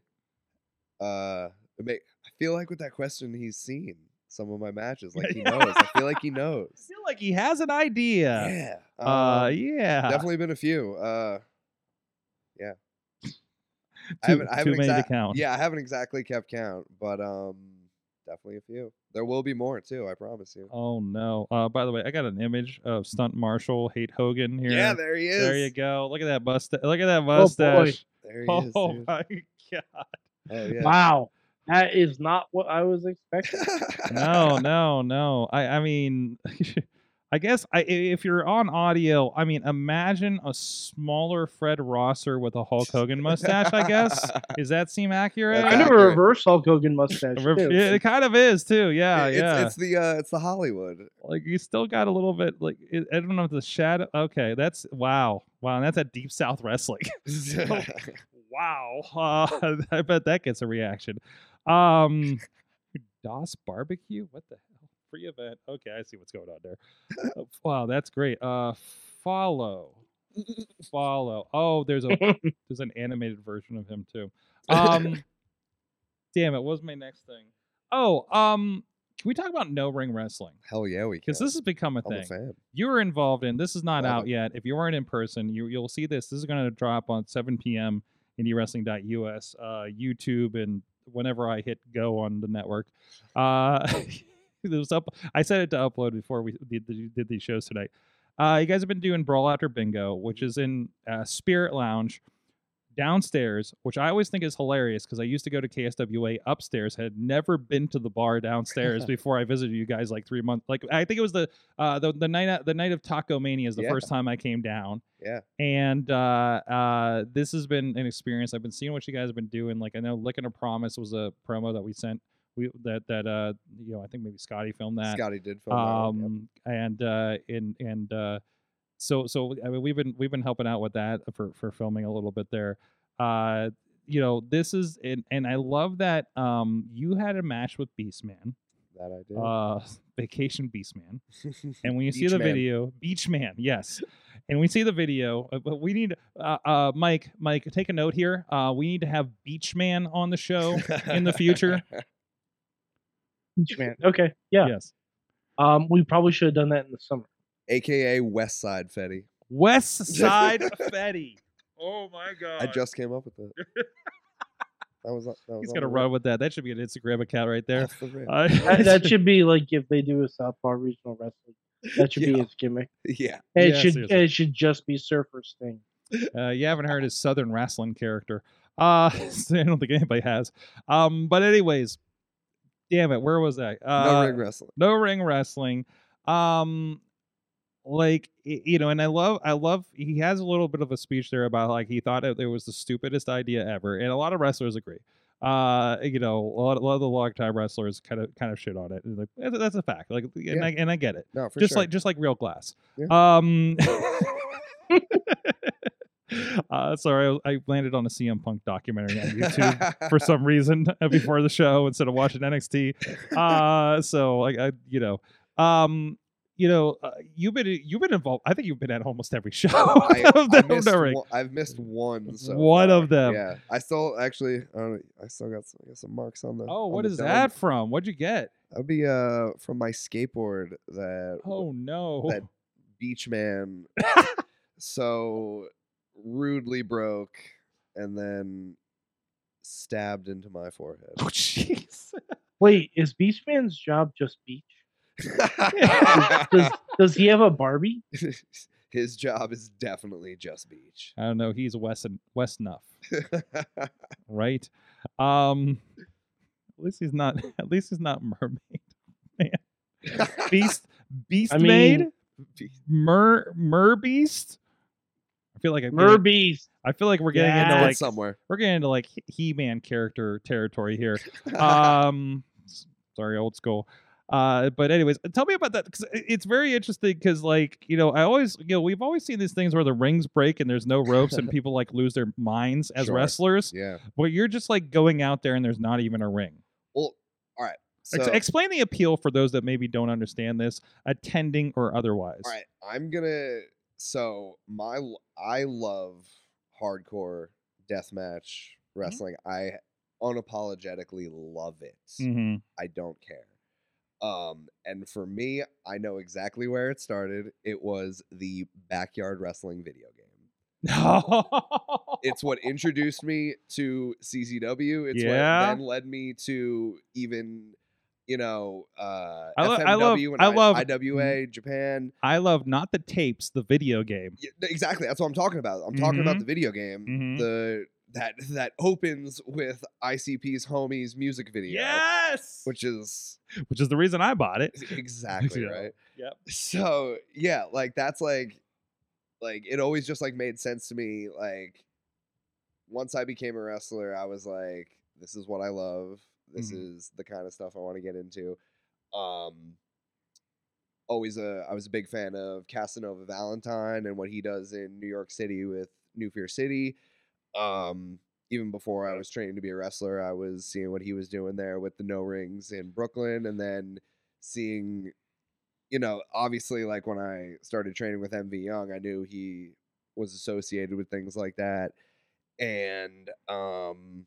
[SPEAKER 4] Uh, it may, I feel like with that question, he's seen some of my matches. Like he knows. I
[SPEAKER 2] *laughs*
[SPEAKER 4] feel like he
[SPEAKER 2] I
[SPEAKER 4] knows.
[SPEAKER 2] feel like he has an idea.
[SPEAKER 4] Yeah.
[SPEAKER 2] Uh, *laughs*
[SPEAKER 4] um,
[SPEAKER 2] yeah.
[SPEAKER 4] definitely been a few. Uh, yeah. I
[SPEAKER 2] Too-
[SPEAKER 4] haven't, I
[SPEAKER 2] too
[SPEAKER 4] haven't
[SPEAKER 2] many to
[SPEAKER 4] exact-
[SPEAKER 2] count.
[SPEAKER 4] Yeah, I haven't exactly kept count, but um, definitely a few. There will be more too. I promise you.
[SPEAKER 2] Oh no. Uh, by the way, I got an image of stunt marshal Hate Hogan here.
[SPEAKER 4] Yeah, there he is. Oh,
[SPEAKER 2] There you go. Look at that mustache. Look at that
[SPEAKER 3] boy.
[SPEAKER 2] mustache.
[SPEAKER 4] There he
[SPEAKER 2] *laughs* Oh,
[SPEAKER 4] is. dude.
[SPEAKER 2] my god.
[SPEAKER 4] Oh yeah. *laughs*
[SPEAKER 3] Wow, that is not what I
[SPEAKER 2] *laughs*
[SPEAKER 3] was expecting.
[SPEAKER 2] no, no, no. I, I mean, *laughs* I guess I, i- if you're on audio, I mean, imagine a smaller Fred Rosser with a Hulk Hogan mustache. I
[SPEAKER 4] *laughs*
[SPEAKER 2] guess does that seem accurate?
[SPEAKER 3] I know a
[SPEAKER 4] Accurate.
[SPEAKER 3] reverse
[SPEAKER 2] *laughs*
[SPEAKER 3] Hulk Hogan mustache.
[SPEAKER 2] Re-
[SPEAKER 3] too.
[SPEAKER 2] yeah, it kind of is too. Yeah,
[SPEAKER 4] It- it's,
[SPEAKER 2] yeah.
[SPEAKER 4] it's the uh, it's the Hollywood. *laughs*
[SPEAKER 2] like you still got a little bit. Like it, I don't know if the shadow. Okay, that's wow, wow. And that's at Deep South Wrestling. wow, *laughs* uh, I bet that gets a reaction. Um, DOS barbecue? What the hell? Free event. Okay, I see what's going on there. Uh, wow, that's great. Uh, follow, follow. Oh, there's a there's an animated version of him too. Um, damn it, what was my next thing? Oh, um, can we talk about no ring wrestling?
[SPEAKER 4] Hell yeah, we can.
[SPEAKER 2] Because this has become a
[SPEAKER 4] I'm
[SPEAKER 2] thing
[SPEAKER 4] a fan.
[SPEAKER 2] you were involved in. This is not
[SPEAKER 4] Love
[SPEAKER 2] out yet. If you weren't in person, you you'll see this. This is going to drop on 7 p.m. IndieWrestling.us, uh, YouTube, and whenever I hit go on the network. Uh, *laughs* it was up. I set it to upload before we did, did, did these shows tonight. Uh, you guys have been doing Brawl After Bingo, which is in uh, Spirit Lounge downstairs, which I always think is hilarious because I used to go to KSWA upstairs, had never been to the bar downstairs before I visited you guys like three months. Like I think it was the uh, the, the night at- the night of Taco Mania is the
[SPEAKER 4] Yeah.
[SPEAKER 2] first time I came down.
[SPEAKER 4] Yeah.
[SPEAKER 2] And uh, uh, this has been an experience. I've been seeing what you guys have been doing. Like I know Licking a Promise was a promo that we sent. We that that uh you know I think maybe Scotty filmed that
[SPEAKER 4] Scotty did film that. one,
[SPEAKER 2] um and uh and and uh so so i mean we've been we've been helping out with that for for filming a little bit there uh you know, this is and, and I love that um you had a match with Beastman,
[SPEAKER 4] That I did.
[SPEAKER 2] uh vacation Beastman. And when you see the
[SPEAKER 4] Beachman.
[SPEAKER 2] video, Beachman, yes. And we see the video, uh, but we need uh, uh Mike, Mike, take a note here. Uh we need to have Beachman on the show uh,
[SPEAKER 4] *laughs*
[SPEAKER 2] in the future.
[SPEAKER 3] Beach man.
[SPEAKER 2] *laughs*
[SPEAKER 3] Okay. Yeah.
[SPEAKER 2] Yes.
[SPEAKER 3] Um, we probably should have done that in the summer.
[SPEAKER 4] AKA West Side Fetty.
[SPEAKER 2] West Side Fetty. Oh my *laughs* god.
[SPEAKER 4] I just came up with that. that was. That was
[SPEAKER 2] He's
[SPEAKER 4] on
[SPEAKER 2] gonna
[SPEAKER 4] the *laughs*
[SPEAKER 2] run
[SPEAKER 4] rip.
[SPEAKER 2] with that. That should be an Instagram account right
[SPEAKER 4] *laughs*
[SPEAKER 2] there.
[SPEAKER 4] Off the rip.
[SPEAKER 2] Uh, *laughs*
[SPEAKER 3] That, that should be like if they do a Southpaw regional wrestling. That should be
[SPEAKER 4] Yeah.
[SPEAKER 3] his gimmick.
[SPEAKER 4] yeah.
[SPEAKER 3] And it
[SPEAKER 2] Yeah,
[SPEAKER 3] should
[SPEAKER 2] seriously.
[SPEAKER 3] and it should just be Surfer Sting.
[SPEAKER 2] *laughs* Uh, you haven't heard his Southern wrestling character. Uh, *laughs* I don't think anybody has. Um, but anyways, damn it, where was I?
[SPEAKER 4] no
[SPEAKER 2] Uh,
[SPEAKER 4] ring wrestling.
[SPEAKER 2] no ring wrestling. Um, like y- you know, and I love, I love. He has a little bit of a speech there about like he thought it, it was the stupidest idea ever, and a lot of wrestlers agree. Uh, you know, a lot, a lot of the long time wrestlers kind of kind of shit on it. And like that's, that's a fact. Like, and
[SPEAKER 4] Yeah.
[SPEAKER 2] I and I get it
[SPEAKER 4] No, for
[SPEAKER 2] just
[SPEAKER 4] sure. *laughs*
[SPEAKER 2] like just like real glass.
[SPEAKER 4] Yeah.
[SPEAKER 2] Um, *laughs* uh, sorry, I, I landed on a CM Punk
[SPEAKER 4] *laughs*
[SPEAKER 2] documentary on YouTube for some reason *laughs* before the show instead of watching NXT. Uh, so like I, you know, um, you know, uh, you've been you've been involved. I think you've been at almost every *laughs* show.
[SPEAKER 4] Oh, I,
[SPEAKER 2] of
[SPEAKER 4] I
[SPEAKER 2] the
[SPEAKER 4] missed
[SPEAKER 2] Nuremberg.
[SPEAKER 4] one, I've missed one. So
[SPEAKER 2] One of
[SPEAKER 4] far.
[SPEAKER 2] them.
[SPEAKER 4] Yeah, I still actually. I don't. know, I still got some, I got some marks on the.
[SPEAKER 2] Oh,
[SPEAKER 4] on
[SPEAKER 2] what
[SPEAKER 4] the
[SPEAKER 2] is
[SPEAKER 4] dome.
[SPEAKER 2] that from? What'd you get?
[SPEAKER 4] That'd be uh from my skateboard that
[SPEAKER 2] Oh no!
[SPEAKER 4] That- beach man so rudely broke and then stabbed into my
[SPEAKER 2] *laughs*
[SPEAKER 4] forehead.
[SPEAKER 2] *laughs* Oh jeez!
[SPEAKER 3] Wait, is Beastman's job just beach?
[SPEAKER 2] *laughs*
[SPEAKER 3] Does does he have a Barbie?
[SPEAKER 4] *laughs* His job is definitely just beach.
[SPEAKER 2] I don't know. He's West West enough.
[SPEAKER 4] *laughs*
[SPEAKER 2] right? Um, at least he's not. *laughs* At least he's not mermaid. *laughs* Beast, beast
[SPEAKER 3] *laughs* I mean-
[SPEAKER 2] maid, mer mer beast. I feel like I'm
[SPEAKER 3] Mer
[SPEAKER 2] getting,
[SPEAKER 3] Beast.
[SPEAKER 2] I feel like we're getting into
[SPEAKER 3] Yes.
[SPEAKER 2] like
[SPEAKER 4] somewhere.
[SPEAKER 2] we're getting into like He Man character territory here.
[SPEAKER 4] *laughs*
[SPEAKER 2] *laughs* Um, s- sorry, old school. Uh, but anyways, tell me about that because it's very interesting. Because like you know, I always you know we've always seen these things where the rings break and there's no ropes
[SPEAKER 4] *laughs*
[SPEAKER 2] and people like lose their minds as
[SPEAKER 4] Sure.
[SPEAKER 2] wrestlers.
[SPEAKER 4] yeah.
[SPEAKER 2] But you're just like going out there and there's not even a ring.
[SPEAKER 4] Well, all right. So,
[SPEAKER 2] Ex- explain the appeal for those that maybe don't understand this, attending or otherwise.
[SPEAKER 4] all right. I'm gonna. So my l- I love hardcore deathmatch
[SPEAKER 2] Mm-hmm.
[SPEAKER 4] wrestling. I unapologetically love it.
[SPEAKER 2] Mhm.
[SPEAKER 4] I don't care. Um, and for me, I know exactly where it started. It was the backyard wrestling video game. It's what introduced me to CZW. It's
[SPEAKER 2] Yeah.
[SPEAKER 4] what then led me to even, you know, uh,
[SPEAKER 2] I lo-
[SPEAKER 4] FMW
[SPEAKER 2] I love-
[SPEAKER 4] and
[SPEAKER 2] I love- Mm-hmm.
[SPEAKER 4] IWA Japan.
[SPEAKER 2] *laughs* I love not the tapes, the video game.
[SPEAKER 4] Yeah, exactly. That's what I'm talking about. I'm talking about
[SPEAKER 2] Mhm.
[SPEAKER 4] the video game.
[SPEAKER 2] Mhm.
[SPEAKER 4] The that that opens with ICP's homies music video,
[SPEAKER 2] Yes, which,
[SPEAKER 4] which is
[SPEAKER 2] which is the reason I bought it.
[SPEAKER 4] exactly
[SPEAKER 2] Yeah.
[SPEAKER 4] right
[SPEAKER 2] Yep.
[SPEAKER 4] so yeah like that's like like it always just like made sense to me like once i became a wrestler i was like this is what i love this is the kind of stuff i want to get into um always a i was a big fan of casanova valentine and what he does in new york city with new fear city um even before i was training to be a wrestler i was seeing what he was doing there with the no rings in brooklyn and then seeing you know obviously like when i started training with mv young i knew he was associated with things like that and um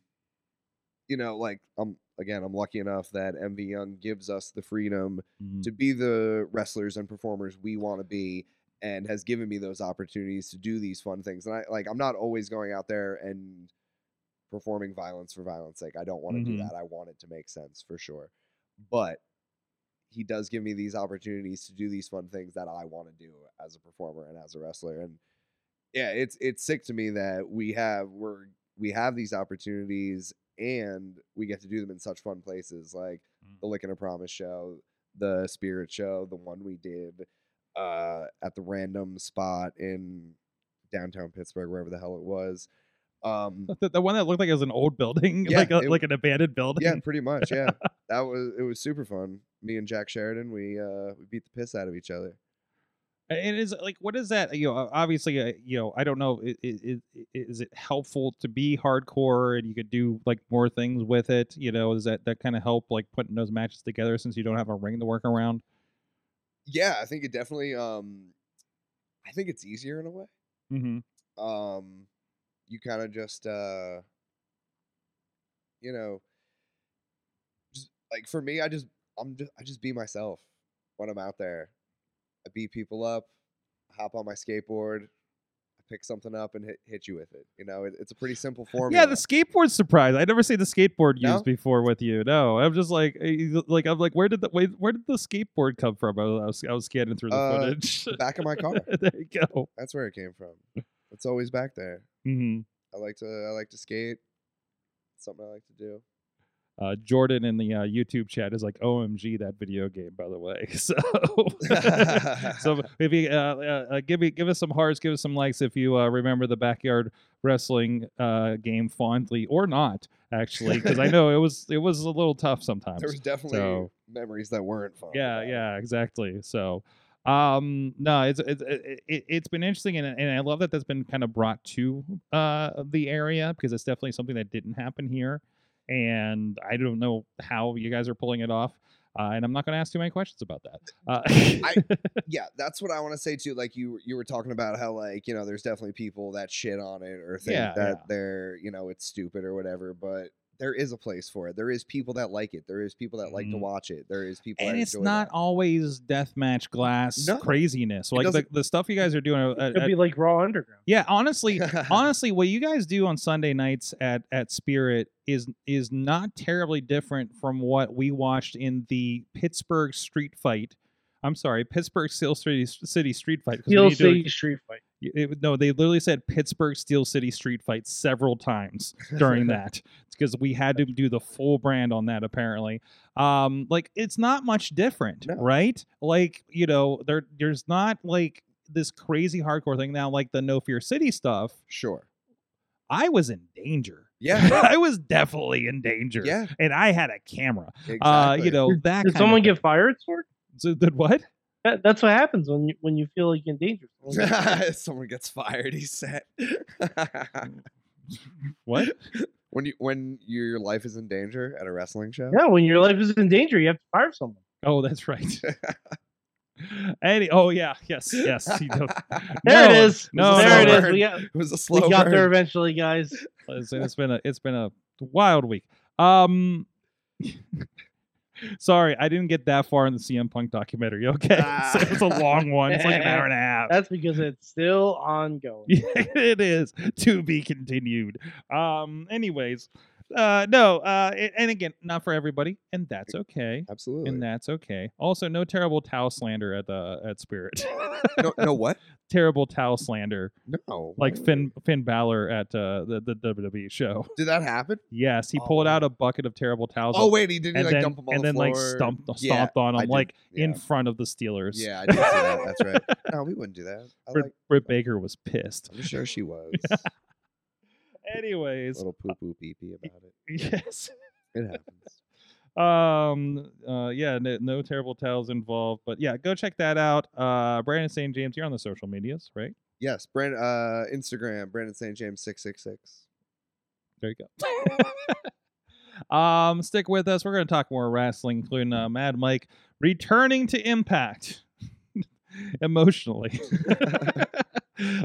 [SPEAKER 4] you know like i'm again i'm lucky enough that mv young gives us the freedom
[SPEAKER 2] Mhm.
[SPEAKER 4] to be the wrestlers and performers we want to be and has given me those opportunities to do these fun things and i like i'm not always going out there and performing violence for violence sake i don't want to do
[SPEAKER 2] Mhm.
[SPEAKER 4] that i want it to make sense for sure but he does give me these opportunities to do these fun things that i want to do as a performer and as a wrestler and yeah it's it's sick to me that we have we're we have these opportunities and we get to do them in such fun places like
[SPEAKER 2] Mm.
[SPEAKER 4] the Licking a Promise show, the Spirit show, the one we did uh, at the random spot in downtown Pittsburgh, wherever the hell it was.
[SPEAKER 2] *laughs*
[SPEAKER 4] Um,
[SPEAKER 2] The, the one that looked like it was an old building, *laughs*
[SPEAKER 4] Yeah,
[SPEAKER 2] like a,
[SPEAKER 4] it-
[SPEAKER 2] like an abandoned building.
[SPEAKER 4] yeah, pretty much. Yeah, that was it was super fun. Me and Jack Sheridan, we uh, we beat the piss out of each other.
[SPEAKER 2] And It is like, what is that? You know, obviously, uh, you know, I don't know. i- i- i- i- Is it helpful to be hardcore and you could do like more things with it? You know, does that that kind of help like putting those matches together since you don't have a ring to work around?
[SPEAKER 4] Yeah, I think it definitely. Um, I think it's easier in a way.
[SPEAKER 2] Mm-hmm.
[SPEAKER 4] um you kind of just uh you know just like for me i just i'm just i just be myself when i'm out there i beat people up hop on my skateboard i pick something up and hit, hit you with it you know it, it's a pretty simple
[SPEAKER 2] *laughs*
[SPEAKER 4] formula
[SPEAKER 2] Yeah, the skateboard surprise. I never seen the skateboard used
[SPEAKER 4] No?
[SPEAKER 2] before with you. No, I'm just like, eh, like I'm like, where did the wait, where did the skateboard come from? I was I was scanning through the *laughs*
[SPEAKER 4] Uh,
[SPEAKER 2] footage.
[SPEAKER 4] the back of my car
[SPEAKER 2] there you go.
[SPEAKER 4] that's where it came
[SPEAKER 2] *laughs*
[SPEAKER 4] from it's always back there
[SPEAKER 2] hmm
[SPEAKER 4] i like to i like to skate it's something i like to do
[SPEAKER 2] Uh, Jordan in the uh, YouTube chat is like, "OMG, that video game!" By the way, *laughs* so
[SPEAKER 4] *laughs*
[SPEAKER 2] so if you uh, uh, uh, give me give us some hearts, give us some likes if you uh, remember the backyard wrestling uh, game fondly or not, actually, because
[SPEAKER 4] *laughs*
[SPEAKER 2] I know it was it was a little tough sometimes.
[SPEAKER 4] there was definitely
[SPEAKER 2] so-
[SPEAKER 4] memories that weren't fun
[SPEAKER 2] yeah
[SPEAKER 4] about it.
[SPEAKER 2] yeah exactly so um no it's it's it, it, it's been interesting and, and i love that that's been kind of brought to uh the area because it's definitely something that didn't happen here and i don't know how you guys are pulling it off uh, and i'm not going to ask too many questions about
[SPEAKER 4] *laughs*
[SPEAKER 2] that uh, *laughs*
[SPEAKER 4] yeah, that's what I want to say too. Like you, you were talking about how like you know, there's definitely people that shit on it or think
[SPEAKER 2] Yeah,
[SPEAKER 4] that
[SPEAKER 2] yeah.
[SPEAKER 4] they're you know it's stupid or whatever. But there is a place for it. There is people that like it. There is people that like to
[SPEAKER 2] Mhm.
[SPEAKER 4] watch it. There is people.
[SPEAKER 2] and
[SPEAKER 4] that
[SPEAKER 2] it's
[SPEAKER 4] enjoy
[SPEAKER 2] not always deathmatch glass
[SPEAKER 4] No.
[SPEAKER 2] craziness
[SPEAKER 4] It
[SPEAKER 2] like the,
[SPEAKER 4] doesn't-
[SPEAKER 2] the stuff you guys are doing uh,
[SPEAKER 3] It'd
[SPEAKER 2] uh,
[SPEAKER 3] be like Raw Underground.
[SPEAKER 2] yeah
[SPEAKER 4] *laughs*
[SPEAKER 2] honestly
[SPEAKER 4] that.
[SPEAKER 2] honestly what you guys do on sunday nights at at spirit is is not terribly different from what we watched in the pittsburgh street fight i'm sorry pittsburgh steel city, city street fight 'cause we
[SPEAKER 3] Steel
[SPEAKER 2] need to do it-
[SPEAKER 3] City Street Fight.
[SPEAKER 2] it, it- no, they literally said Pittsburgh Steel City Street Fight several
[SPEAKER 3] *laughs*
[SPEAKER 2] times during that because we had to do the full brand on that apparently. Um, like it's not much different,
[SPEAKER 4] No.
[SPEAKER 2] right? Like you know, there there's not like this crazy hardcore thing now. Like the No Fear City stuff,
[SPEAKER 4] sure.
[SPEAKER 2] I was in
[SPEAKER 4] *laughs*
[SPEAKER 2] danger.
[SPEAKER 4] Yeah.
[SPEAKER 2] I was definitely in danger.
[SPEAKER 4] Yeah.
[SPEAKER 2] and I had a camera.
[SPEAKER 4] Exactly.
[SPEAKER 2] Uh, you
[SPEAKER 4] *laughs*
[SPEAKER 2] know that.
[SPEAKER 3] Did
[SPEAKER 2] kind
[SPEAKER 3] someone
[SPEAKER 2] of
[SPEAKER 3] get fired, Sword?
[SPEAKER 2] thing. So, did what?
[SPEAKER 3] That, that's what happens when you when you feel like you're in
[SPEAKER 2] *laughs*
[SPEAKER 3] danger. Someone gets fired.
[SPEAKER 4] Someone gets fired. He's set. *laughs*
[SPEAKER 2] What?
[SPEAKER 4] when you when your life is in danger at a wrestling show.
[SPEAKER 3] yeah, when your life is in danger, you have to fire someone.
[SPEAKER 2] Oh, that's
[SPEAKER 4] *laughs*
[SPEAKER 2] right. Any? Oh yeah. Yes. Yes. You
[SPEAKER 4] *laughs*
[SPEAKER 2] know,
[SPEAKER 3] There
[SPEAKER 2] No,
[SPEAKER 3] it is.
[SPEAKER 2] no,
[SPEAKER 3] there
[SPEAKER 4] no.
[SPEAKER 3] it is. We got,
[SPEAKER 4] It was a slow.
[SPEAKER 3] we got
[SPEAKER 4] burn.
[SPEAKER 3] there eventually, guys.
[SPEAKER 2] Listen, it's been a it's been a wild week. Um *laughs* Sorry, I didn't get that far in the CM Punk documentary. Okay. *laughs* So it's a long one. It's like an hour and a half.
[SPEAKER 3] That's because it's still ongoing.
[SPEAKER 2] Yeah, *laughs* it is to be continued. Um anyways, uh no, uh a- and again, not for everybody, and that's okay.
[SPEAKER 4] Absolutely.
[SPEAKER 2] And that's okay. Also, no terrible towel slander at the at Spirit. *laughs*
[SPEAKER 4] no, no, what?
[SPEAKER 2] terrible towel slander,
[SPEAKER 4] No.
[SPEAKER 2] like
[SPEAKER 4] why?
[SPEAKER 2] Finn Finn Balor at uh, the the WWE show. *laughs*
[SPEAKER 4] Did that happen?
[SPEAKER 2] Yes, he pulled
[SPEAKER 4] Oh.
[SPEAKER 2] out a bucket of terrible towels.
[SPEAKER 4] Oh wait, he did. He
[SPEAKER 2] and
[SPEAKER 4] like
[SPEAKER 2] then,
[SPEAKER 4] dump them on
[SPEAKER 2] and
[SPEAKER 4] the
[SPEAKER 2] then
[SPEAKER 4] floor.
[SPEAKER 2] like stomped, stomped
[SPEAKER 4] Yeah,
[SPEAKER 2] on him
[SPEAKER 4] I did-
[SPEAKER 2] like in
[SPEAKER 4] yeah.
[SPEAKER 2] front of the Steelers.
[SPEAKER 4] Yeah, I did
[SPEAKER 2] *laughs*
[SPEAKER 4] see that. That's right. No, we wouldn't do that. I
[SPEAKER 2] Britt,
[SPEAKER 4] like,
[SPEAKER 2] Britt Baker was pissed.
[SPEAKER 4] I'm sure
[SPEAKER 2] *laughs*
[SPEAKER 4] she was.
[SPEAKER 2] Anyways,
[SPEAKER 4] Little poo poo pee pee about it.
[SPEAKER 2] *laughs* yes.
[SPEAKER 4] It happens.
[SPEAKER 2] *laughs* Um. Uh. Yeah. No, no terrible towels involved, but yeah, go check that out. Uh. Brandon St. James, you're on the social medias, right?
[SPEAKER 4] Yes, Brand uh Instagram, Brandon St. James six six six.
[SPEAKER 2] There you go. *laughs* um. Stick with us. We're going to talk more wrestling, including uh, Mad Mike returning to Impact *laughs* emotionally. *laughs*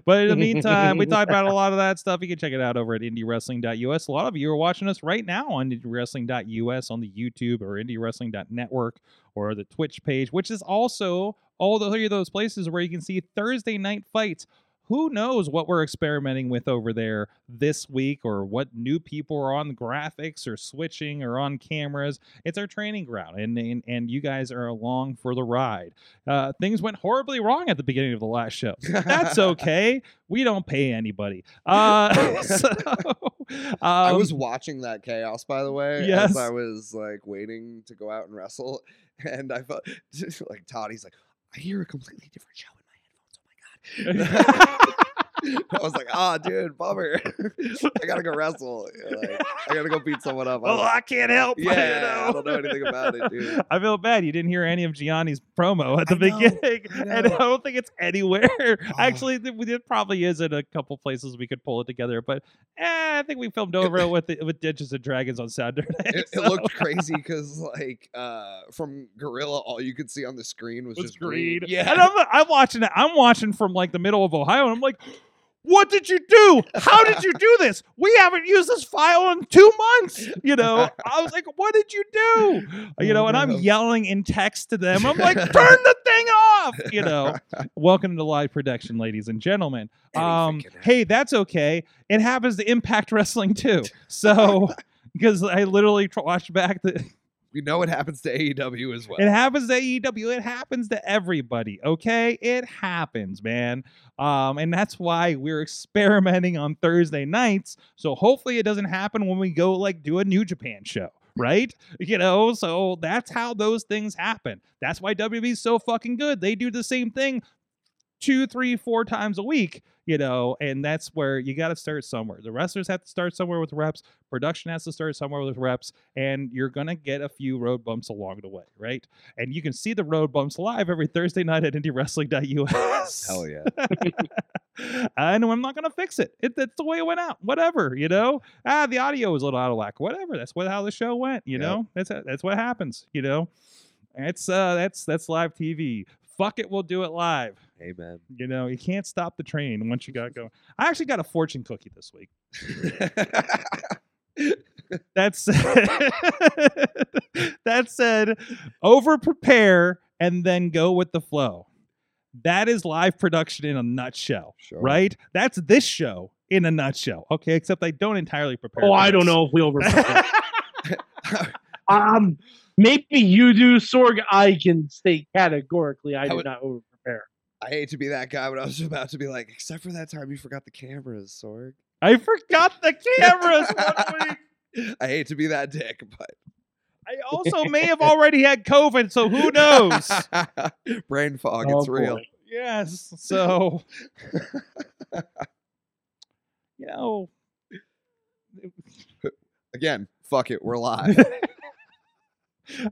[SPEAKER 2] but in the meantime, we talked about a lot of that stuff. You can check it out over at indiewrestling.us. A lot of you are watching us right now on indiewrestling.us on the YouTube or indiewrestling.network or the Twitch page, which is also all the three of those places where you can see Thursday night fights. Who knows what we're experimenting with over there this week or what new people are on graphics or switching or on cameras. It's our training ground and and, and you guys are along for the ride. Uh, things went horribly wrong at the beginning of the last show that's okay. We don't pay anybody. Uh, *laughs* so,
[SPEAKER 4] *laughs* I
[SPEAKER 2] um,
[SPEAKER 4] was watching that chaos, by the way.
[SPEAKER 2] yes.
[SPEAKER 4] As I was like waiting to go out and wrestle, *laughs* and I felt *laughs* like Todd. He's like, I hear a completely different show in my headphones. Oh my god! *laughs* I was like, ah, dude, bummer. *laughs* I gotta go wrestle. You're like, I gotta go beat someone up. I'm
[SPEAKER 2] Oh,
[SPEAKER 4] like,
[SPEAKER 2] I can't help. *laughs* you
[SPEAKER 4] Yeah, I don't know
[SPEAKER 2] know.
[SPEAKER 4] anything about it, dude.
[SPEAKER 2] *laughs* I feel bad you didn't hear any of Gianni's promo at the
[SPEAKER 4] I know,
[SPEAKER 2] beginning,
[SPEAKER 4] I
[SPEAKER 2] and I
[SPEAKER 4] know. Oh.
[SPEAKER 2] don't think it's
[SPEAKER 4] *laughs*
[SPEAKER 2] anywhere. Actually, th- it probably is in a couple places we could pull it together, but eh, I think we filmed
[SPEAKER 4] *laughs*
[SPEAKER 2] over it with the, with Ditches and Dragons on Saturday. *laughs*
[SPEAKER 4] It, it
[SPEAKER 2] so-
[SPEAKER 4] looked crazy because, like, uh, from Gorilla, all you could see on the screen was,
[SPEAKER 2] was
[SPEAKER 4] just green.
[SPEAKER 2] greed.
[SPEAKER 4] Yeah,
[SPEAKER 2] and I'm, I'm watching it. I'm watching from like the middle of Ohio, and I'm like, "What did you do? How did you do this? We haven't used this file in two months." You know, I was like, "What did you do?" You
[SPEAKER 4] Oh,
[SPEAKER 2] know, and I'm
[SPEAKER 4] no.
[SPEAKER 2] yelling in text to them. I'm like, "Turn the thing off!" You know. Welcome to live production, ladies and gentlemen.
[SPEAKER 4] Anything
[SPEAKER 2] Um,
[SPEAKER 4] can happen.
[SPEAKER 2] hey, that's okay. It happens to Impact Wrestling too. So. *laughs* Because I literally tr- watched back the,
[SPEAKER 4] we know it happens to AEW as well.
[SPEAKER 2] it happens to AEW. It happens to everybody. Okay, it happens, man. Um, and that's why we're experimenting on Thursday nights. So hopefully, it doesn't happen when we go like do a New Japan show, right? you know, so that's how those things happen. That's why WWE's so fucking good. They do the same thing two, three, four times a week. You know, and that's where you got to start somewhere. The wrestlers have to start somewhere with reps. Production has to start somewhere with reps, and you're gonna get a few road bumps along the way, right? and you can see the road bumps live every Thursday night at indiewrestling.us. *laughs*
[SPEAKER 4] Hell yeah.
[SPEAKER 2] and I'm not going to fix it. it. That's the way it went out. Whatever, you know. Ah, the audio was a little out of whack. Whatever. That's what how the show went. You
[SPEAKER 4] Yep.
[SPEAKER 2] know. That's that's what happens. You know. That's uh that's that's live TV. Fuck it, we'll do it live. *laughs*
[SPEAKER 4] Amen.
[SPEAKER 2] You know, you can't stop the train once you
[SPEAKER 3] *laughs*
[SPEAKER 2] got going. I actually got a fortune cookie this week. That's *laughs* that said, over prepare and then go with the flow. That is live production in a nutshell,
[SPEAKER 4] Sure.
[SPEAKER 2] right? That's this show in a nutshell. Okay, except I don't entirely prepare.
[SPEAKER 3] Oh,
[SPEAKER 2] for
[SPEAKER 3] I don't
[SPEAKER 2] this.
[SPEAKER 3] know if
[SPEAKER 4] *laughs*
[SPEAKER 3] we over. um, maybe you do, Sorg. I can state categorically I,
[SPEAKER 4] I
[SPEAKER 3] did
[SPEAKER 4] would-
[SPEAKER 3] not over prepare.
[SPEAKER 4] I hate to be that guy, but I was *laughs* about to be like, except for that time you forgot the cameras, Sorg. *laughs*
[SPEAKER 2] I forgot the cameras one
[SPEAKER 3] *laughs*
[SPEAKER 2] week.
[SPEAKER 4] I hate to be that dick, but
[SPEAKER 2] I also may have already had COVID, so who
[SPEAKER 3] *laughs*
[SPEAKER 2] knows?
[SPEAKER 4] *laughs* Brain fog,
[SPEAKER 3] Oh,
[SPEAKER 4] it's real.
[SPEAKER 3] boy.
[SPEAKER 2] Yes.
[SPEAKER 3] *laughs*
[SPEAKER 2] So, you know,
[SPEAKER 4] Again, fuck it,
[SPEAKER 2] *laughs*
[SPEAKER 4] we're live.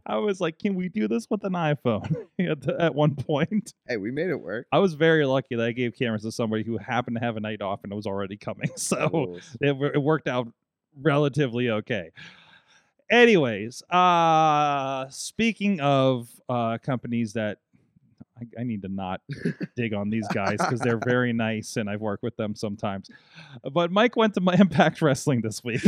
[SPEAKER 2] I was like, can we do this with an iPhone *laughs* at, the- at one point?
[SPEAKER 4] hey, we made it
[SPEAKER 2] *laughs*
[SPEAKER 4] work.
[SPEAKER 2] I was very lucky that I gave cameras to somebody who happened to have a night off and it was already coming. *laughs* So
[SPEAKER 4] Rules.
[SPEAKER 2] it, wor- it worked out relatively okay. Anyways, uh speaking of uh companies that I, I need to not dig on these guys because they're very nice and I've worked with them sometimes. But Mike went to my *laughs* Impact Wrestling this week.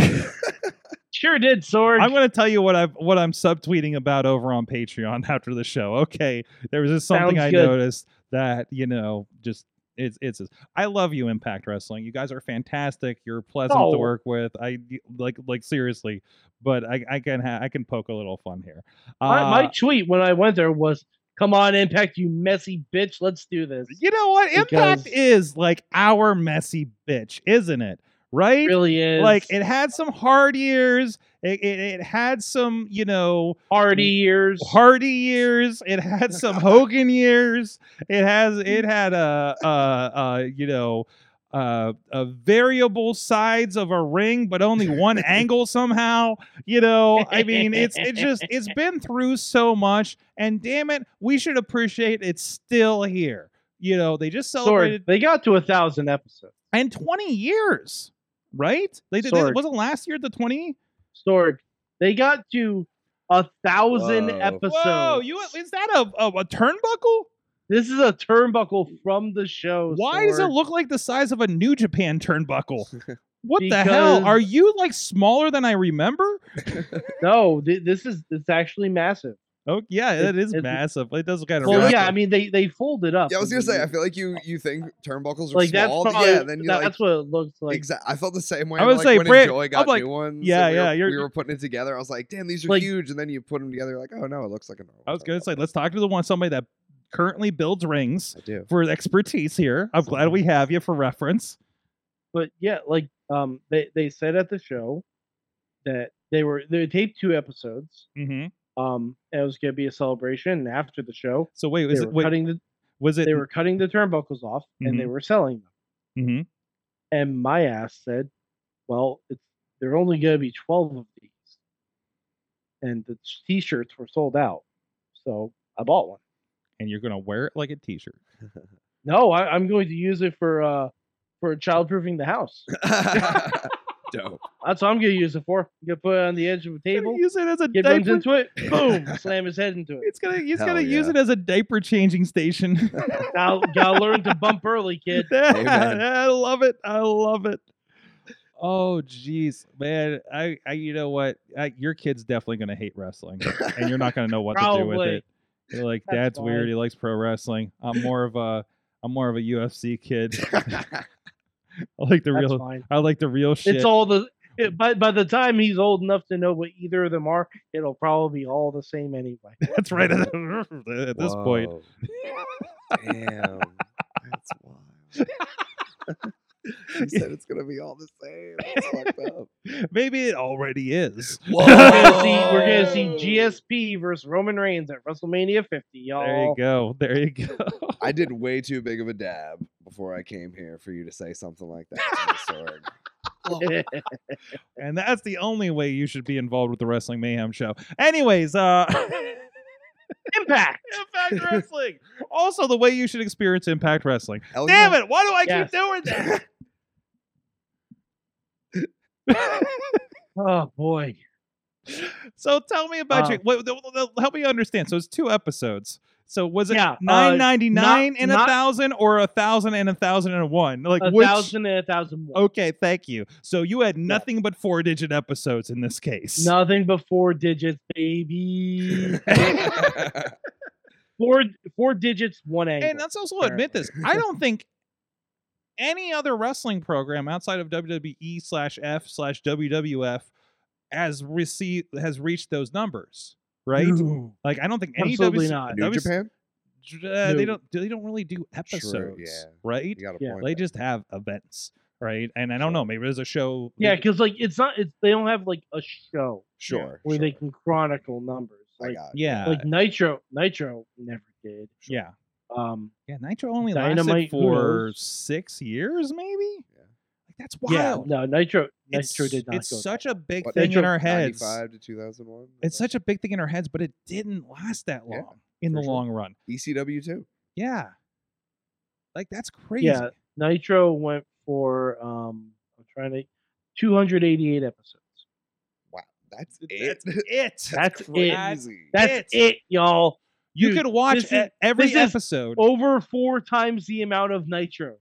[SPEAKER 3] Sure did, Sorg.
[SPEAKER 2] I'm going to tell you what I've what I'm subtweeting about over on Patreon *laughs* after the show. Okay, there was just something
[SPEAKER 3] Sounds
[SPEAKER 2] I
[SPEAKER 3] good.
[SPEAKER 2] noticed that you know just. It's, it's I love you Impact Wrestling. You guys are fantastic. You're pleasant to
[SPEAKER 3] Oh.
[SPEAKER 2] work with. I like like seriously, but I, I can ha- I can poke a little fun here.
[SPEAKER 3] my,
[SPEAKER 2] Uh,
[SPEAKER 3] my tweet when I went there was, "Come on, Impact, you messy bitch. Let's do this."
[SPEAKER 2] you know what Impact
[SPEAKER 3] Because-
[SPEAKER 2] is like our messy bitch, isn't it? Right?
[SPEAKER 3] It really is
[SPEAKER 2] like it had some hard years. It, it, it had some you know
[SPEAKER 3] party years.
[SPEAKER 2] Hardy years. It had some Hogan years. It has it had a, a, a you know uh, a variable sides of a ring, but only one angle somehow. You know, I mean, it's it just it's been through so much, and damn it, we should appreciate it's still here. You know, they just
[SPEAKER 3] Sorg,
[SPEAKER 2] celebrated
[SPEAKER 3] they got to a thousand episodes.
[SPEAKER 2] and twenty years, right? They did.
[SPEAKER 3] Sword.
[SPEAKER 2] Wasn't last year the twenty?
[SPEAKER 3] Sorg, they got to a thousand
[SPEAKER 4] Whoa.
[SPEAKER 3] episodes.
[SPEAKER 2] Whoa, you is that a a, a turnbuckle?
[SPEAKER 3] This is a turnbuckle from the show.
[SPEAKER 2] Why does it
[SPEAKER 3] Sorg.
[SPEAKER 2] look like the size of a New Japan turnbuckle?
[SPEAKER 4] *laughs*
[SPEAKER 2] What the
[SPEAKER 3] Because-
[SPEAKER 2] hell? Are you like smaller than I remember?
[SPEAKER 3] No, th- this is it's actually massive.
[SPEAKER 2] Oh yeah,
[SPEAKER 3] It-
[SPEAKER 2] it is
[SPEAKER 3] it's-
[SPEAKER 2] massive. It does kind of
[SPEAKER 3] Well,
[SPEAKER 4] like
[SPEAKER 3] yeah,
[SPEAKER 4] it.
[SPEAKER 3] I mean they they folded up.
[SPEAKER 4] Yeah, I was gonna
[SPEAKER 3] and
[SPEAKER 4] say. I
[SPEAKER 3] then-
[SPEAKER 4] feel like you you think turnbuckles are
[SPEAKER 3] like that's
[SPEAKER 4] small.
[SPEAKER 3] probably
[SPEAKER 4] yeah, then you
[SPEAKER 3] that's
[SPEAKER 4] like.
[SPEAKER 3] what it looks like.
[SPEAKER 4] Exactly. I felt the same way.
[SPEAKER 2] I
[SPEAKER 4] when,
[SPEAKER 2] would
[SPEAKER 4] like,
[SPEAKER 2] say
[SPEAKER 4] when
[SPEAKER 2] Brit-
[SPEAKER 4] Enjoy
[SPEAKER 2] I'm
[SPEAKER 4] got
[SPEAKER 2] like,
[SPEAKER 4] new ones.
[SPEAKER 2] yeah,
[SPEAKER 4] and we
[SPEAKER 2] yeah,
[SPEAKER 4] Were,
[SPEAKER 2] you're-
[SPEAKER 4] we were putting it together. I was like, damn, these are
[SPEAKER 3] Like-
[SPEAKER 4] huge. And then you put them together, like, oh no, it looks like a normal.
[SPEAKER 2] I was gonna say,
[SPEAKER 4] turnbuckle.
[SPEAKER 2] let's talk to the one somebody that currently builds rings
[SPEAKER 4] I do.
[SPEAKER 2] for expertise here. I'm glad
[SPEAKER 3] Mm-hmm.
[SPEAKER 2] we have you for reference.
[SPEAKER 3] But yeah, like um they they said at the show that they were they taped two episodes.
[SPEAKER 2] Mm-hmm.
[SPEAKER 3] Um, and it was gonna be a celebration. And after the show,
[SPEAKER 2] So wait,
[SPEAKER 3] they
[SPEAKER 2] was
[SPEAKER 3] were
[SPEAKER 2] it wait,
[SPEAKER 3] cutting the
[SPEAKER 2] was it
[SPEAKER 4] Mm-hmm.
[SPEAKER 3] they were cutting the turnbuckles off and they
[SPEAKER 2] Mhm.
[SPEAKER 3] were selling them.
[SPEAKER 2] mhm.
[SPEAKER 3] And my ass said, well, it's, there are only going to be 12 of these. And the t shirts were sold out. So I bought one.
[SPEAKER 2] and you're gonna wear it like a t-shirt.
[SPEAKER 3] No, I, I'm going to use it for, uh, for childproofing
[SPEAKER 2] *coughs*
[SPEAKER 3] the house.
[SPEAKER 2] *laughs*
[SPEAKER 4] Dope.
[SPEAKER 3] That's what I'm going to use it for. I'm going to put it on the edge of a
[SPEAKER 2] Gonna
[SPEAKER 3] table.
[SPEAKER 2] Use it as a
[SPEAKER 3] Kid runs
[SPEAKER 2] diaper. *laughs*
[SPEAKER 3] into it, boom, slam his head into it.
[SPEAKER 2] It's gonna he's
[SPEAKER 4] Hell
[SPEAKER 2] gonna use
[SPEAKER 4] yeah.
[SPEAKER 2] it as a diaper changing station.
[SPEAKER 3] Now, gotta learn to bump early, kid.
[SPEAKER 2] *laughs*
[SPEAKER 4] Amen.
[SPEAKER 2] I love it. I love it. Oh jeez, man! I, I, you know what? I, your kid's definitely gonna hate wrestling, and you're not gonna know what to do with
[SPEAKER 3] Probably.
[SPEAKER 2] it. You're like,
[SPEAKER 3] That's
[SPEAKER 2] Dad's weird.
[SPEAKER 3] fine.
[SPEAKER 2] He likes pro wrestling. I'm more of a, I'm more of a UFC *laughs* kid.
[SPEAKER 4] *laughs*
[SPEAKER 2] I like the
[SPEAKER 3] That's
[SPEAKER 2] real,
[SPEAKER 3] fine.
[SPEAKER 2] I like the real shit.
[SPEAKER 3] It's all the. It, by by the time he's old enough to know what either of them are, it'll probably be all the
[SPEAKER 2] *laughs*
[SPEAKER 3] same anyway.
[SPEAKER 2] *laughs* That's right. *laughs* At this point,
[SPEAKER 4] Whoa. Damn. That's wild. you said it's gonna be all the same. That's fucked up.
[SPEAKER 2] maybe it already is.
[SPEAKER 3] We're gonna see, we're gonna
[SPEAKER 4] Whoa.
[SPEAKER 3] see GSP versus Roman Reigns at WrestleMania 50, y'all.
[SPEAKER 2] Oh. There you go. There you go. *laughs*
[SPEAKER 4] I did way too big of a dab before I came here for you to say something like that to me,
[SPEAKER 2] *laughs*
[SPEAKER 4] Sorg.
[SPEAKER 2] And that's the only way you should be involved with the Wrestling Mayhem show. Anyways, uh
[SPEAKER 3] *laughs*
[SPEAKER 2] *laughs*
[SPEAKER 3] Impact.
[SPEAKER 2] Impact Wrestling. Also the way you should experience Impact Wrestling.
[SPEAKER 4] Hell
[SPEAKER 2] Damn
[SPEAKER 4] Oh, yeah.
[SPEAKER 2] it, why do I
[SPEAKER 3] Yes.
[SPEAKER 2] keep doing that? *laughs*
[SPEAKER 3] Oh boy.
[SPEAKER 2] so tell me about
[SPEAKER 3] Uh,
[SPEAKER 2] your Wait, th- th- help me understand. So it's two episodes. So was it
[SPEAKER 3] Yeah, uh,
[SPEAKER 2] nine ninety nine
[SPEAKER 3] not-
[SPEAKER 2] and a
[SPEAKER 3] not-
[SPEAKER 2] thousand or a thousand and a thousand and one? Like
[SPEAKER 3] a
[SPEAKER 2] which Oh,
[SPEAKER 3] thousand and a thousand one.
[SPEAKER 2] Okay, thank you. So you had nothing but four digit episodes in this case.
[SPEAKER 3] Nothing but four digits,
[SPEAKER 2] *laughs*
[SPEAKER 3] baby. four four digits, one angle.
[SPEAKER 2] And let's also admit this. I don't think any other wrestling program outside of WWE slash F slash WWF has received has reached those numbers, right?
[SPEAKER 3] No.
[SPEAKER 2] Like I don't think any
[SPEAKER 3] Absolutely
[SPEAKER 2] WC
[SPEAKER 3] not.
[SPEAKER 4] *laughs* New
[SPEAKER 2] WC
[SPEAKER 4] Japan?
[SPEAKER 2] uh, they
[SPEAKER 3] No.
[SPEAKER 2] don't they don't really do episodes,
[SPEAKER 4] yeah.
[SPEAKER 2] right?
[SPEAKER 4] You got a
[SPEAKER 3] Yeah.
[SPEAKER 4] point.
[SPEAKER 2] They
[SPEAKER 4] there.
[SPEAKER 2] just have events, right? And I don't know, maybe there's a show.
[SPEAKER 3] Yeah, because like it's not it's they don't have like a show
[SPEAKER 4] sure.
[SPEAKER 3] where they
[SPEAKER 4] sure.
[SPEAKER 3] can chronicle numbers.
[SPEAKER 4] I
[SPEAKER 3] Like
[SPEAKER 4] got it.
[SPEAKER 2] yeah,
[SPEAKER 3] like Nitro Nitro never did.
[SPEAKER 2] yeah,
[SPEAKER 3] Um
[SPEAKER 2] yeah. Nitro only lasted
[SPEAKER 3] Dynamite, who
[SPEAKER 2] for
[SPEAKER 3] knows?
[SPEAKER 2] six years, maybe.
[SPEAKER 4] Yeah.
[SPEAKER 2] Like that's
[SPEAKER 3] yeah,
[SPEAKER 2] wild.
[SPEAKER 3] no, Nitro
[SPEAKER 2] it's,
[SPEAKER 3] Nitro did not
[SPEAKER 2] it's
[SPEAKER 3] go that
[SPEAKER 2] such a big
[SPEAKER 4] What,
[SPEAKER 2] thing in
[SPEAKER 3] Nitro-
[SPEAKER 2] our heads.
[SPEAKER 4] 95 to 2001.
[SPEAKER 2] It's such a big thing in our heads, but it didn't last that
[SPEAKER 4] Yeah,
[SPEAKER 2] long in the
[SPEAKER 4] for sure.
[SPEAKER 2] long run.
[SPEAKER 4] ECW E too.
[SPEAKER 2] Yeah. Like that's crazy.
[SPEAKER 3] Yeah, Nitro went for um I'm trying to 288 episodes.
[SPEAKER 4] Wow. That's it.
[SPEAKER 2] That's
[SPEAKER 4] *laughs*
[SPEAKER 2] *laughs* it.
[SPEAKER 3] That's it.
[SPEAKER 4] crazy.
[SPEAKER 3] That's it, y'all.
[SPEAKER 2] you
[SPEAKER 3] Dude,
[SPEAKER 2] could watch
[SPEAKER 3] this
[SPEAKER 2] e-
[SPEAKER 3] is-
[SPEAKER 2] every
[SPEAKER 3] this is-
[SPEAKER 2] episode.
[SPEAKER 3] Over four times the amount of Nitro.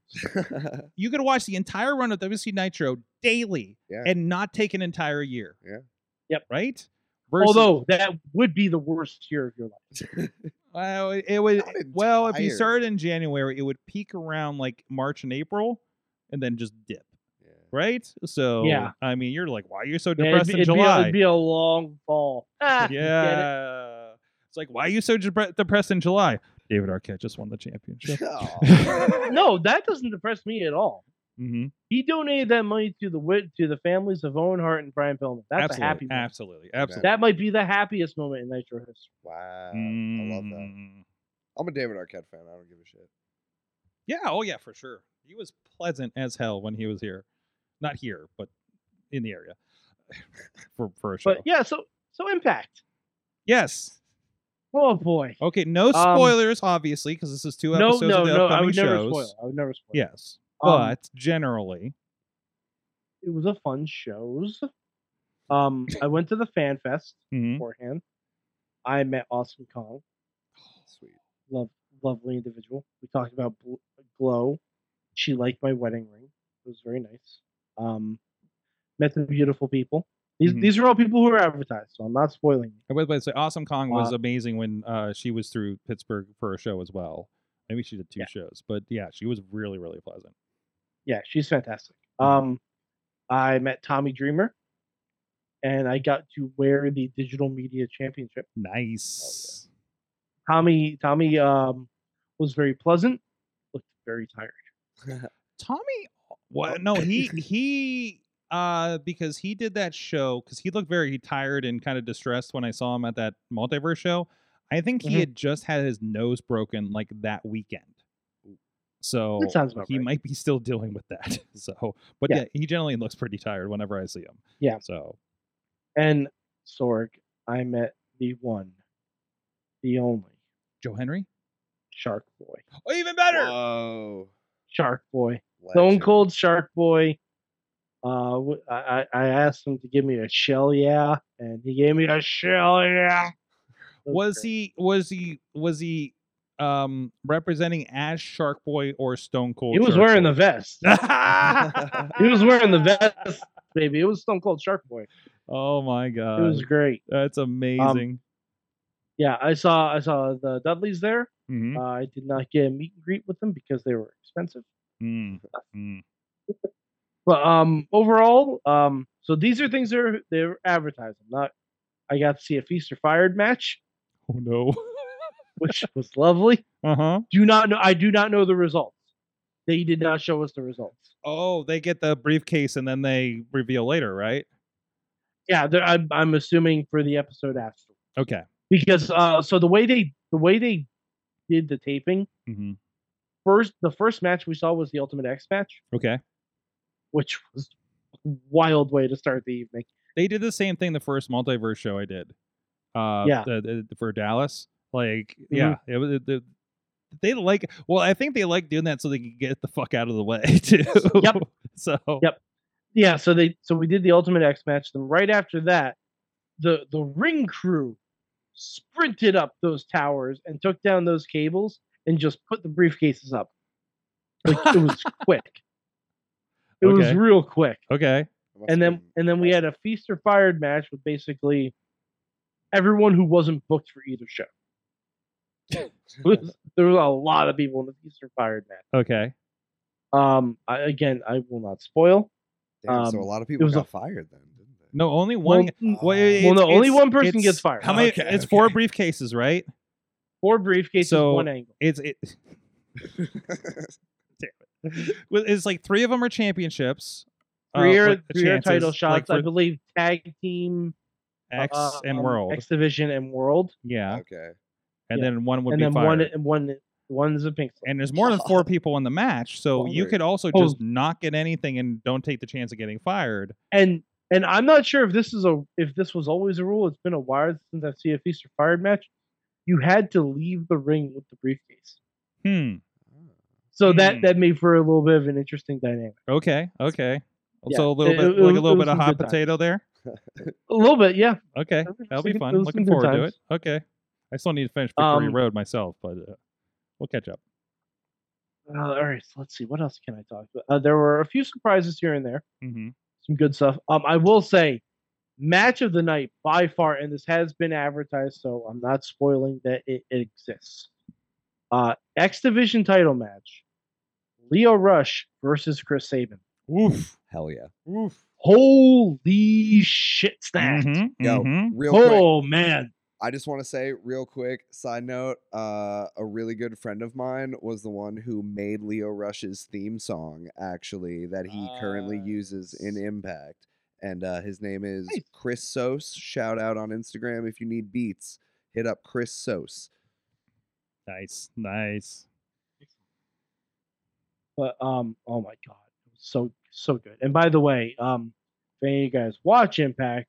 [SPEAKER 2] You could watch the entire run of WC Nitro daily
[SPEAKER 4] Yeah.
[SPEAKER 2] and not take an entire year.
[SPEAKER 4] Yeah.
[SPEAKER 3] Yep.
[SPEAKER 2] Right? *laughs* Versus-
[SPEAKER 3] Although that would be the worst year of your life.
[SPEAKER 2] well, it- it would
[SPEAKER 4] Not
[SPEAKER 2] well, if you
[SPEAKER 4] entire.
[SPEAKER 2] started in January, it would peak around like March and April and then just dip.
[SPEAKER 4] Yeah.
[SPEAKER 2] Right? So
[SPEAKER 3] Yeah.
[SPEAKER 2] I mean you're like, why are you so
[SPEAKER 3] Yeah,
[SPEAKER 2] depressed
[SPEAKER 3] it'd,
[SPEAKER 2] in
[SPEAKER 3] be, it'd be a,
[SPEAKER 2] July?
[SPEAKER 3] it'd be a long fall. *laughs* Ah, you get it?
[SPEAKER 2] yeah. It's like, why are you so depre- depressed in July? David Arquette just won the *laughs*
[SPEAKER 4] *laughs*
[SPEAKER 2] championship.
[SPEAKER 4] Aw.
[SPEAKER 3] No, that doesn't depress me at all.
[SPEAKER 2] hmm
[SPEAKER 3] He donated that money to the wit to the families of Owen Hart and Brian Pillman. That's
[SPEAKER 2] absolutely,
[SPEAKER 3] a happy moment.
[SPEAKER 2] Absolutely. Absolutely.
[SPEAKER 3] That might be the happiest moment in Nitro history.
[SPEAKER 4] Wow. I love that.
[SPEAKER 2] Mm.
[SPEAKER 4] I'm a David Arquette fan. I don't give a shit.
[SPEAKER 2] Yeah. Oh, yeah, for sure. He was pleasant as hell when he was here. Not here, but in the area *sighs* for, for a show.
[SPEAKER 3] But yeah, so so impact.
[SPEAKER 2] yes.
[SPEAKER 3] Oh boy.
[SPEAKER 2] Okay. No spoilers, obviously, because this is two
[SPEAKER 3] No,
[SPEAKER 2] episodes
[SPEAKER 3] no,
[SPEAKER 2] of the
[SPEAKER 3] no. I
[SPEAKER 2] upcoming
[SPEAKER 3] would never
[SPEAKER 2] shows.
[SPEAKER 3] spoil. I would never spoil.
[SPEAKER 2] Yes.
[SPEAKER 3] Um,
[SPEAKER 2] But generally,
[SPEAKER 3] it was a fun shows. Um, I went to the fan
[SPEAKER 2] *laughs*
[SPEAKER 3] fest
[SPEAKER 2] mhm.
[SPEAKER 3] beforehand. I met Austin Kong,
[SPEAKER 4] Sweet.
[SPEAKER 3] love, lovely individual. We talked about bl- glow. She liked my wedding ring. It was very nice. Um, met some beautiful people. These
[SPEAKER 2] Mhm.
[SPEAKER 3] these are all people who are advertised, so I'm not spoiling. You.
[SPEAKER 2] I would say Awesome Kong was
[SPEAKER 3] Uh,
[SPEAKER 2] amazing when uh, she was through Pittsburgh for a show as well. Maybe she did two
[SPEAKER 3] Yeah.
[SPEAKER 2] shows, but yeah, she was really, really pleasant.
[SPEAKER 3] Yeah, she's fantastic.
[SPEAKER 2] Hmm.
[SPEAKER 3] Um, I met Tommy Dreamer, and I got to wear the digital media championship.
[SPEAKER 2] Nice.
[SPEAKER 3] Tommy Tommy um was very pleasant, looked very tired.
[SPEAKER 2] Tommy, what? No,
[SPEAKER 3] *laughs*
[SPEAKER 2] he he uh because he did that show because he looked very tired and kind of distressed when I saw him at that multiverse show. I think he
[SPEAKER 3] Mhm.
[SPEAKER 2] had just had his nose broken like that weekend. So
[SPEAKER 3] That sounds about
[SPEAKER 2] he
[SPEAKER 3] right.
[SPEAKER 2] might be still dealing with that. *laughs* So, but yeah.
[SPEAKER 3] Yeah.
[SPEAKER 2] he generally looks pretty tired whenever I see him.
[SPEAKER 3] Yeah.
[SPEAKER 2] So
[SPEAKER 3] And Sorg, I met the one, the only
[SPEAKER 2] Joe Henry,
[SPEAKER 3] Shark Boy.
[SPEAKER 2] oh, even better.
[SPEAKER 4] Whoa.
[SPEAKER 3] Shark Boy. Stone
[SPEAKER 4] legend.
[SPEAKER 3] Cold Shark Boy. Uh, w- I, I- I asked him to give me a shell, yeah, and he gave me a shell, yeah. That
[SPEAKER 2] was
[SPEAKER 3] great.
[SPEAKER 2] he? Was he? Was he? Um, representing as Shark Boy or Stone Cold.
[SPEAKER 3] He was
[SPEAKER 2] Shark
[SPEAKER 3] wearing
[SPEAKER 2] Boy?
[SPEAKER 3] the vest. *laughs* he was wearing the vest, baby. It was Stone Cold Shark Boy. It
[SPEAKER 2] Oh my god,
[SPEAKER 3] was Um, great.
[SPEAKER 2] that's amazing.
[SPEAKER 3] Yeah, I saw I saw the Dudleys there.
[SPEAKER 2] Mhm.
[SPEAKER 3] Uh, I did not get a meet and greet with them because they were expensive.
[SPEAKER 2] Mm,
[SPEAKER 3] *laughs*
[SPEAKER 2] mm.
[SPEAKER 3] But um, overall, um, so these are things they're they're advertising. Not, I got to see a feast or fired match, *laughs*
[SPEAKER 2] Oh no.
[SPEAKER 3] which was lovely.
[SPEAKER 2] uh huh.
[SPEAKER 3] Do not know. I do not know the results. They did not show us the results.
[SPEAKER 2] Oh, they get the briefcase and then they reveal later, right?
[SPEAKER 3] Yeah, they're- I'm, I'm assuming for the episode after
[SPEAKER 2] Okay.
[SPEAKER 3] because uh, so the way they the way they did the taping
[SPEAKER 2] hmm
[SPEAKER 3] first, the first match we saw was the Ultimate X match,
[SPEAKER 2] Okay.
[SPEAKER 3] which was a wild way to start the evening.
[SPEAKER 2] They did the same thing the first multiverse show I did. Uh,
[SPEAKER 3] Yeah. Mm-hmm.
[SPEAKER 2] the- the- for Dallas, like, yeah, it was. It, it- they like. Well, I think they like doing that so they can get the fuck out of the way *laughs* too.
[SPEAKER 3] Yep.
[SPEAKER 2] so.
[SPEAKER 3] Yep. Yeah, so they so we did the Ultimate X match. Then right after that, the the ring crew sprinted up those towers and took down those cables and just put the briefcases up. Like it
[SPEAKER 2] *laughs*
[SPEAKER 3] was quick. It was
[SPEAKER 2] Okay.
[SPEAKER 3] real quick.
[SPEAKER 2] Okay.
[SPEAKER 4] It
[SPEAKER 3] And
[SPEAKER 4] must have
[SPEAKER 3] then
[SPEAKER 4] been
[SPEAKER 3] and then we had a feast or fired match with basically everyone who wasn't booked for either show. It was- there was a lot of people in the feast or fired match.
[SPEAKER 2] Okay.
[SPEAKER 3] Um, I, again, I will not spoil.
[SPEAKER 4] Damn, so a
[SPEAKER 3] um,
[SPEAKER 4] lot of people
[SPEAKER 3] was a-
[SPEAKER 4] got fired then, didn't they?
[SPEAKER 2] No, only one.
[SPEAKER 3] Well,
[SPEAKER 2] well,
[SPEAKER 4] well,
[SPEAKER 2] it's-
[SPEAKER 3] no, only
[SPEAKER 2] it's-
[SPEAKER 3] one person
[SPEAKER 2] it's-
[SPEAKER 3] gets fired.
[SPEAKER 2] How many?
[SPEAKER 4] Okay,
[SPEAKER 2] it's four
[SPEAKER 4] okay.
[SPEAKER 2] briefcases, right?
[SPEAKER 3] four briefcases,
[SPEAKER 2] So-
[SPEAKER 3] one angle.
[SPEAKER 2] It's it. *laughs* Well, It's like three of them are championships. uh,
[SPEAKER 3] Three are,
[SPEAKER 2] like the
[SPEAKER 3] three are title
[SPEAKER 2] chances, like
[SPEAKER 3] shots, I
[SPEAKER 2] for
[SPEAKER 3] believe. Tag team,
[SPEAKER 2] X
[SPEAKER 3] uh,
[SPEAKER 2] and
[SPEAKER 3] um,
[SPEAKER 2] World.
[SPEAKER 3] X division, and world,
[SPEAKER 2] yeah,
[SPEAKER 4] *laughs* okay.
[SPEAKER 2] and
[SPEAKER 3] yeah.
[SPEAKER 2] then one would
[SPEAKER 3] and
[SPEAKER 2] be
[SPEAKER 3] then
[SPEAKER 2] fired.
[SPEAKER 3] one and one one's a pink slip.
[SPEAKER 2] and there's more than four people in the match, so you
[SPEAKER 4] Bummer.
[SPEAKER 2] could also
[SPEAKER 3] Oh.
[SPEAKER 2] just not get anything and don't take the chance of getting fired.
[SPEAKER 3] And and I'm not sure if this is a if this was always a rule. It's been a while since I've seen a feast or fired match. You had to leave the ring with the briefcase,
[SPEAKER 2] Hmm.
[SPEAKER 3] so
[SPEAKER 2] Hmm.
[SPEAKER 3] that that made for a little bit of an interesting dynamic.
[SPEAKER 2] Okay. Okay.
[SPEAKER 3] Yeah,
[SPEAKER 2] So a little
[SPEAKER 3] it-
[SPEAKER 2] bit
[SPEAKER 3] it
[SPEAKER 2] like
[SPEAKER 3] was-
[SPEAKER 2] a
[SPEAKER 3] it
[SPEAKER 2] little
[SPEAKER 3] was
[SPEAKER 2] bit of
[SPEAKER 3] some
[SPEAKER 2] hot
[SPEAKER 3] good times.
[SPEAKER 2] potato there.
[SPEAKER 3] A little bit, yeah.
[SPEAKER 2] Okay,
[SPEAKER 3] It was
[SPEAKER 2] that'll
[SPEAKER 3] some
[SPEAKER 2] be
[SPEAKER 3] good-
[SPEAKER 2] fun.
[SPEAKER 3] it was
[SPEAKER 2] Looking
[SPEAKER 3] some good
[SPEAKER 2] forward to it.
[SPEAKER 3] times.
[SPEAKER 2] Okay. I still need to finish Victory
[SPEAKER 3] Um,
[SPEAKER 2] Road myself, but uh, we'll catch up.
[SPEAKER 3] Uh, all right, so let's see what else can I talk about. Uh, there were a few surprises here and there.
[SPEAKER 2] hmm
[SPEAKER 3] some good stuff. Um, I will say, match of the night by far, and this has been advertised, so I'm not spoiling that it, it exists. Uh, X Division title match: Leo Rush versus Chris Sabin.
[SPEAKER 2] Oof.
[SPEAKER 4] Hell yeah.
[SPEAKER 2] Oof.
[SPEAKER 3] Holy shit, snap!
[SPEAKER 2] Mhm,
[SPEAKER 4] Yo,
[SPEAKER 2] mhm.
[SPEAKER 4] real quick.
[SPEAKER 3] Oh man,
[SPEAKER 4] I just want to say real quick, side note, uh, a really good friend of mine was the one who made Leo Rush's theme song, actually, that he currently uses in
[SPEAKER 2] Nice.
[SPEAKER 4] Impact. And uh, his name is
[SPEAKER 3] Nice.
[SPEAKER 4] Chris Sos. Shout out on Instagram if you need beats. Hit up Chris Sos.
[SPEAKER 2] Nice. Nice.
[SPEAKER 3] but um, oh my god, so so good. And by the way, um, if any of you guys watch Impact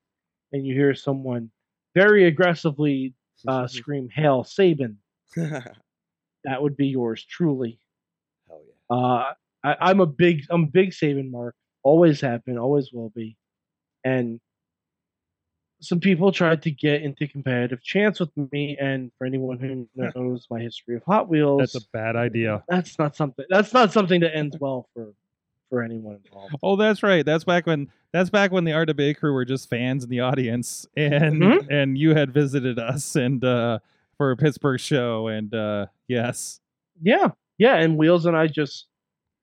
[SPEAKER 3] and you hear someone very aggressively uh,
[SPEAKER 4] *laughs* Mm-hmm.
[SPEAKER 3] scream "Hail Sabin,"
[SPEAKER 4] Hell
[SPEAKER 3] that would be yours truly.
[SPEAKER 4] yeah.
[SPEAKER 3] Uh, I, I'm a big, I'm a big saving mark. Always have been, always will be. And some people tried to get into competitive chance with me. And for anyone who knows my history of Hot Wheels,
[SPEAKER 2] That's a bad idea.
[SPEAKER 3] that's not something. That's not something that ends well for for anyone involved.
[SPEAKER 2] Oh, that's right. That's back when that's back when the RWA crew were just fans in the audience, and
[SPEAKER 3] Mhm.
[SPEAKER 2] and you had visited us and uh, for a Pittsburgh show, and uh, yes,
[SPEAKER 3] Yeah, yeah. And Wheels and I just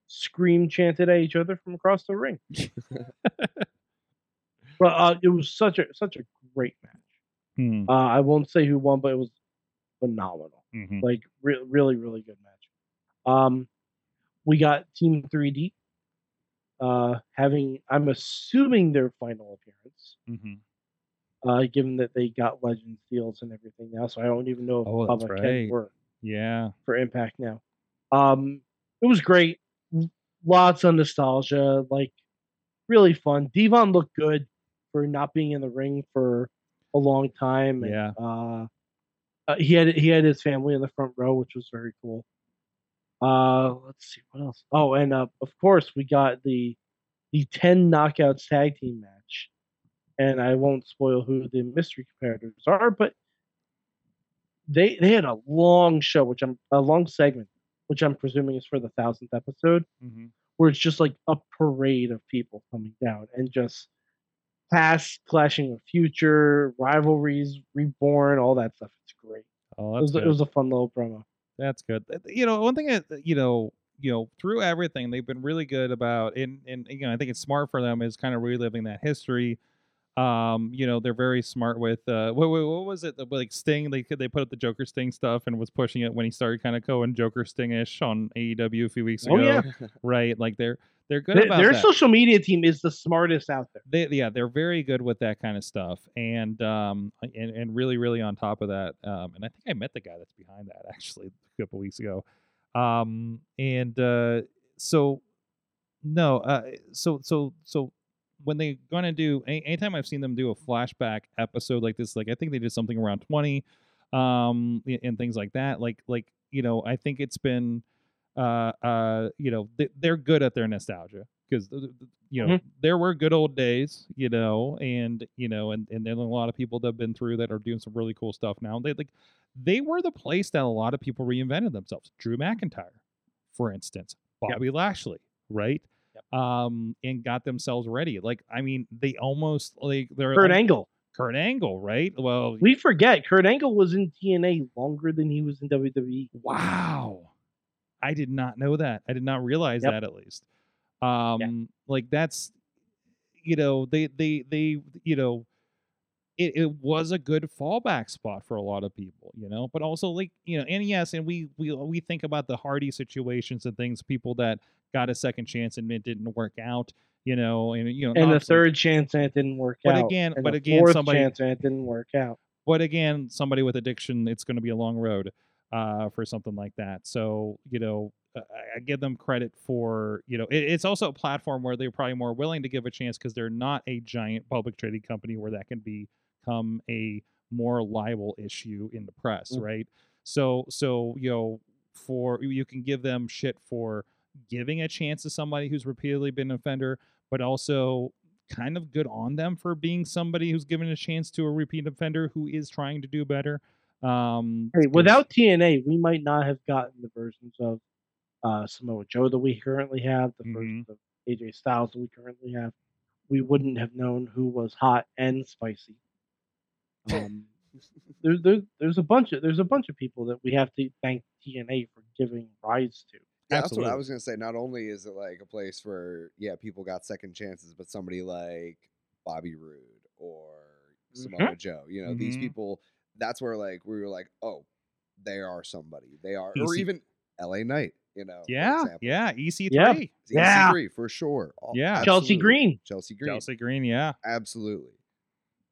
[SPEAKER 3] scream chanted at each other from across
[SPEAKER 2] *laughs*
[SPEAKER 3] the ring. but uh, it was such a such a great match.
[SPEAKER 2] Hmm,
[SPEAKER 3] Uh, I won't say who won, but it was phenomenal.
[SPEAKER 2] mhm.
[SPEAKER 3] like re- really really good match um we got team 3d uh having i'm assuming their final appearance
[SPEAKER 2] Mhm.
[SPEAKER 3] uh given that they got legends deals and everything now so i don't even know if
[SPEAKER 2] Oh, that's
[SPEAKER 3] Bubba Ken
[SPEAKER 2] right.
[SPEAKER 3] were
[SPEAKER 2] yeah.
[SPEAKER 3] for impact now um It was great. Lots of nostalgia. Like really fun. Devon looked good for not being in the ring for a long time. and,
[SPEAKER 2] Yeah.
[SPEAKER 3] Uh, uh, he had he had his family in the front row, which was very cool. Uh, let's see what else. Oh, and uh, of course we got the the ten knockouts tag team match, and I won't spoil who the mystery comparators are, but they they had a long show, which I'm a long segment, which I'm presuming is for the thousandth episode
[SPEAKER 2] Mhm.
[SPEAKER 3] where it's just like a parade of people coming down and just past clashing with future rivalries reborn all that stuff it's great
[SPEAKER 2] Oh,
[SPEAKER 3] it
[SPEAKER 2] that's
[SPEAKER 3] was, it
[SPEAKER 2] good.
[SPEAKER 3] was a fun little promo
[SPEAKER 2] That's good. Th- You know, one thing that you know, you know, through everything they've been really good about, and and you know, I think it's smart for them is kind of reliving that history. Um, you know, they're very smart with uh, what what, what was it? The, like Sting, they could- they put up the Joker Sting stuff and was pushing it when he started kind of going Joker Stingish on AEW a few weeks ago.
[SPEAKER 3] Oh, yeah.
[SPEAKER 2] right. Like they're they're good
[SPEAKER 3] Th-
[SPEAKER 2] about
[SPEAKER 3] their
[SPEAKER 2] that
[SPEAKER 3] social media team is the smartest out there
[SPEAKER 2] they yeah they're very good with that kind of stuff and um and, and really really on top of that um and i think i met the guy that's behind that *laughs* actually a couple weeks ago um and uh so no uh so so so when they're gonna do any, anytime i've seen them do a flashback episode like this like i think they did something around 20 um a- and things like that like like you know i think it's been uh uh you know they, they're good at their nostalgia because you
[SPEAKER 3] Mm-hmm.
[SPEAKER 2] know there were good old days you know and you know and and there are a lot of people that have been through that are doing some really cool stuff now they like they were the place that a lot of people reinvented themselves drew mcintyre for instance
[SPEAKER 3] Yep.
[SPEAKER 2] bobby lashley right um and got themselves ready like i mean they almost like they're
[SPEAKER 3] kurt
[SPEAKER 2] al-
[SPEAKER 3] angle
[SPEAKER 2] Kurt Angle, right? Well,
[SPEAKER 3] we forget kurt angle was in tna longer than he was in E. wwe
[SPEAKER 2] wow. I did not know that. I did not realize
[SPEAKER 3] Yep.
[SPEAKER 2] that at least. Um like that's you know, they they they you know it, it was a good fallback spot for a lot of people, you know, but also like, you know, and yes, and we we we think about the Hardy situations and things, people that got a second chance and it didn't work out, you know, and you know,
[SPEAKER 3] and the
[SPEAKER 2] obviously-
[SPEAKER 3] third chance and it didn't work
[SPEAKER 2] But
[SPEAKER 3] out
[SPEAKER 2] again-
[SPEAKER 3] and
[SPEAKER 2] but
[SPEAKER 3] the
[SPEAKER 2] again,
[SPEAKER 3] fourth
[SPEAKER 2] somebody-
[SPEAKER 3] chance and it didn't work out
[SPEAKER 2] but again, somebody with addiction, it's going to be a long road uh, for something like that. So you know, I, I give them credit for you know, it, it's also a platform where they're probably more willing to give a chance because they're not a giant public traded company where that can become a more liable issue in the press,
[SPEAKER 3] Mm.
[SPEAKER 2] right? So so you know, for you can give them shit for giving a chance to somebody who's repeatedly been an offender, but also kind of good on them for being somebody who's given a chance to a repeat offender who is trying to do better. Um,
[SPEAKER 3] hey
[SPEAKER 2] 'cause-
[SPEAKER 3] without tna we might not have gotten the versions of uh, Samoa Joe that we currently have, the
[SPEAKER 2] Mhm.
[SPEAKER 3] versions of AJ Styles that we currently have, we wouldn't have known who was hot and spicy. Um, there, there, there's a bunch of there's a bunch of people that we have to thank TNA for giving rise to.
[SPEAKER 4] Yeah, that's what I
[SPEAKER 2] Absolutely.
[SPEAKER 4] was gonna say. Not only is it like a place where yeah, people got second chances, but somebody like Bobby Roode or Samoa Joe, you know, these
[SPEAKER 2] Mhm.
[SPEAKER 4] people. That's where like we were like, oh, they are somebody. They are, or
[SPEAKER 2] EC
[SPEAKER 4] even L.A. Knight, you know. for
[SPEAKER 2] yeah,
[SPEAKER 4] example.
[SPEAKER 2] yeah, E EC3,
[SPEAKER 3] Yeah.
[SPEAKER 4] EC3 for sure. All-
[SPEAKER 2] Yeah.
[SPEAKER 3] Chelsea
[SPEAKER 4] absolutely.
[SPEAKER 3] Green.
[SPEAKER 4] Chelsea Green,
[SPEAKER 2] Chelsea Green, yeah.
[SPEAKER 4] absolutely.
[SPEAKER 2] *laughs*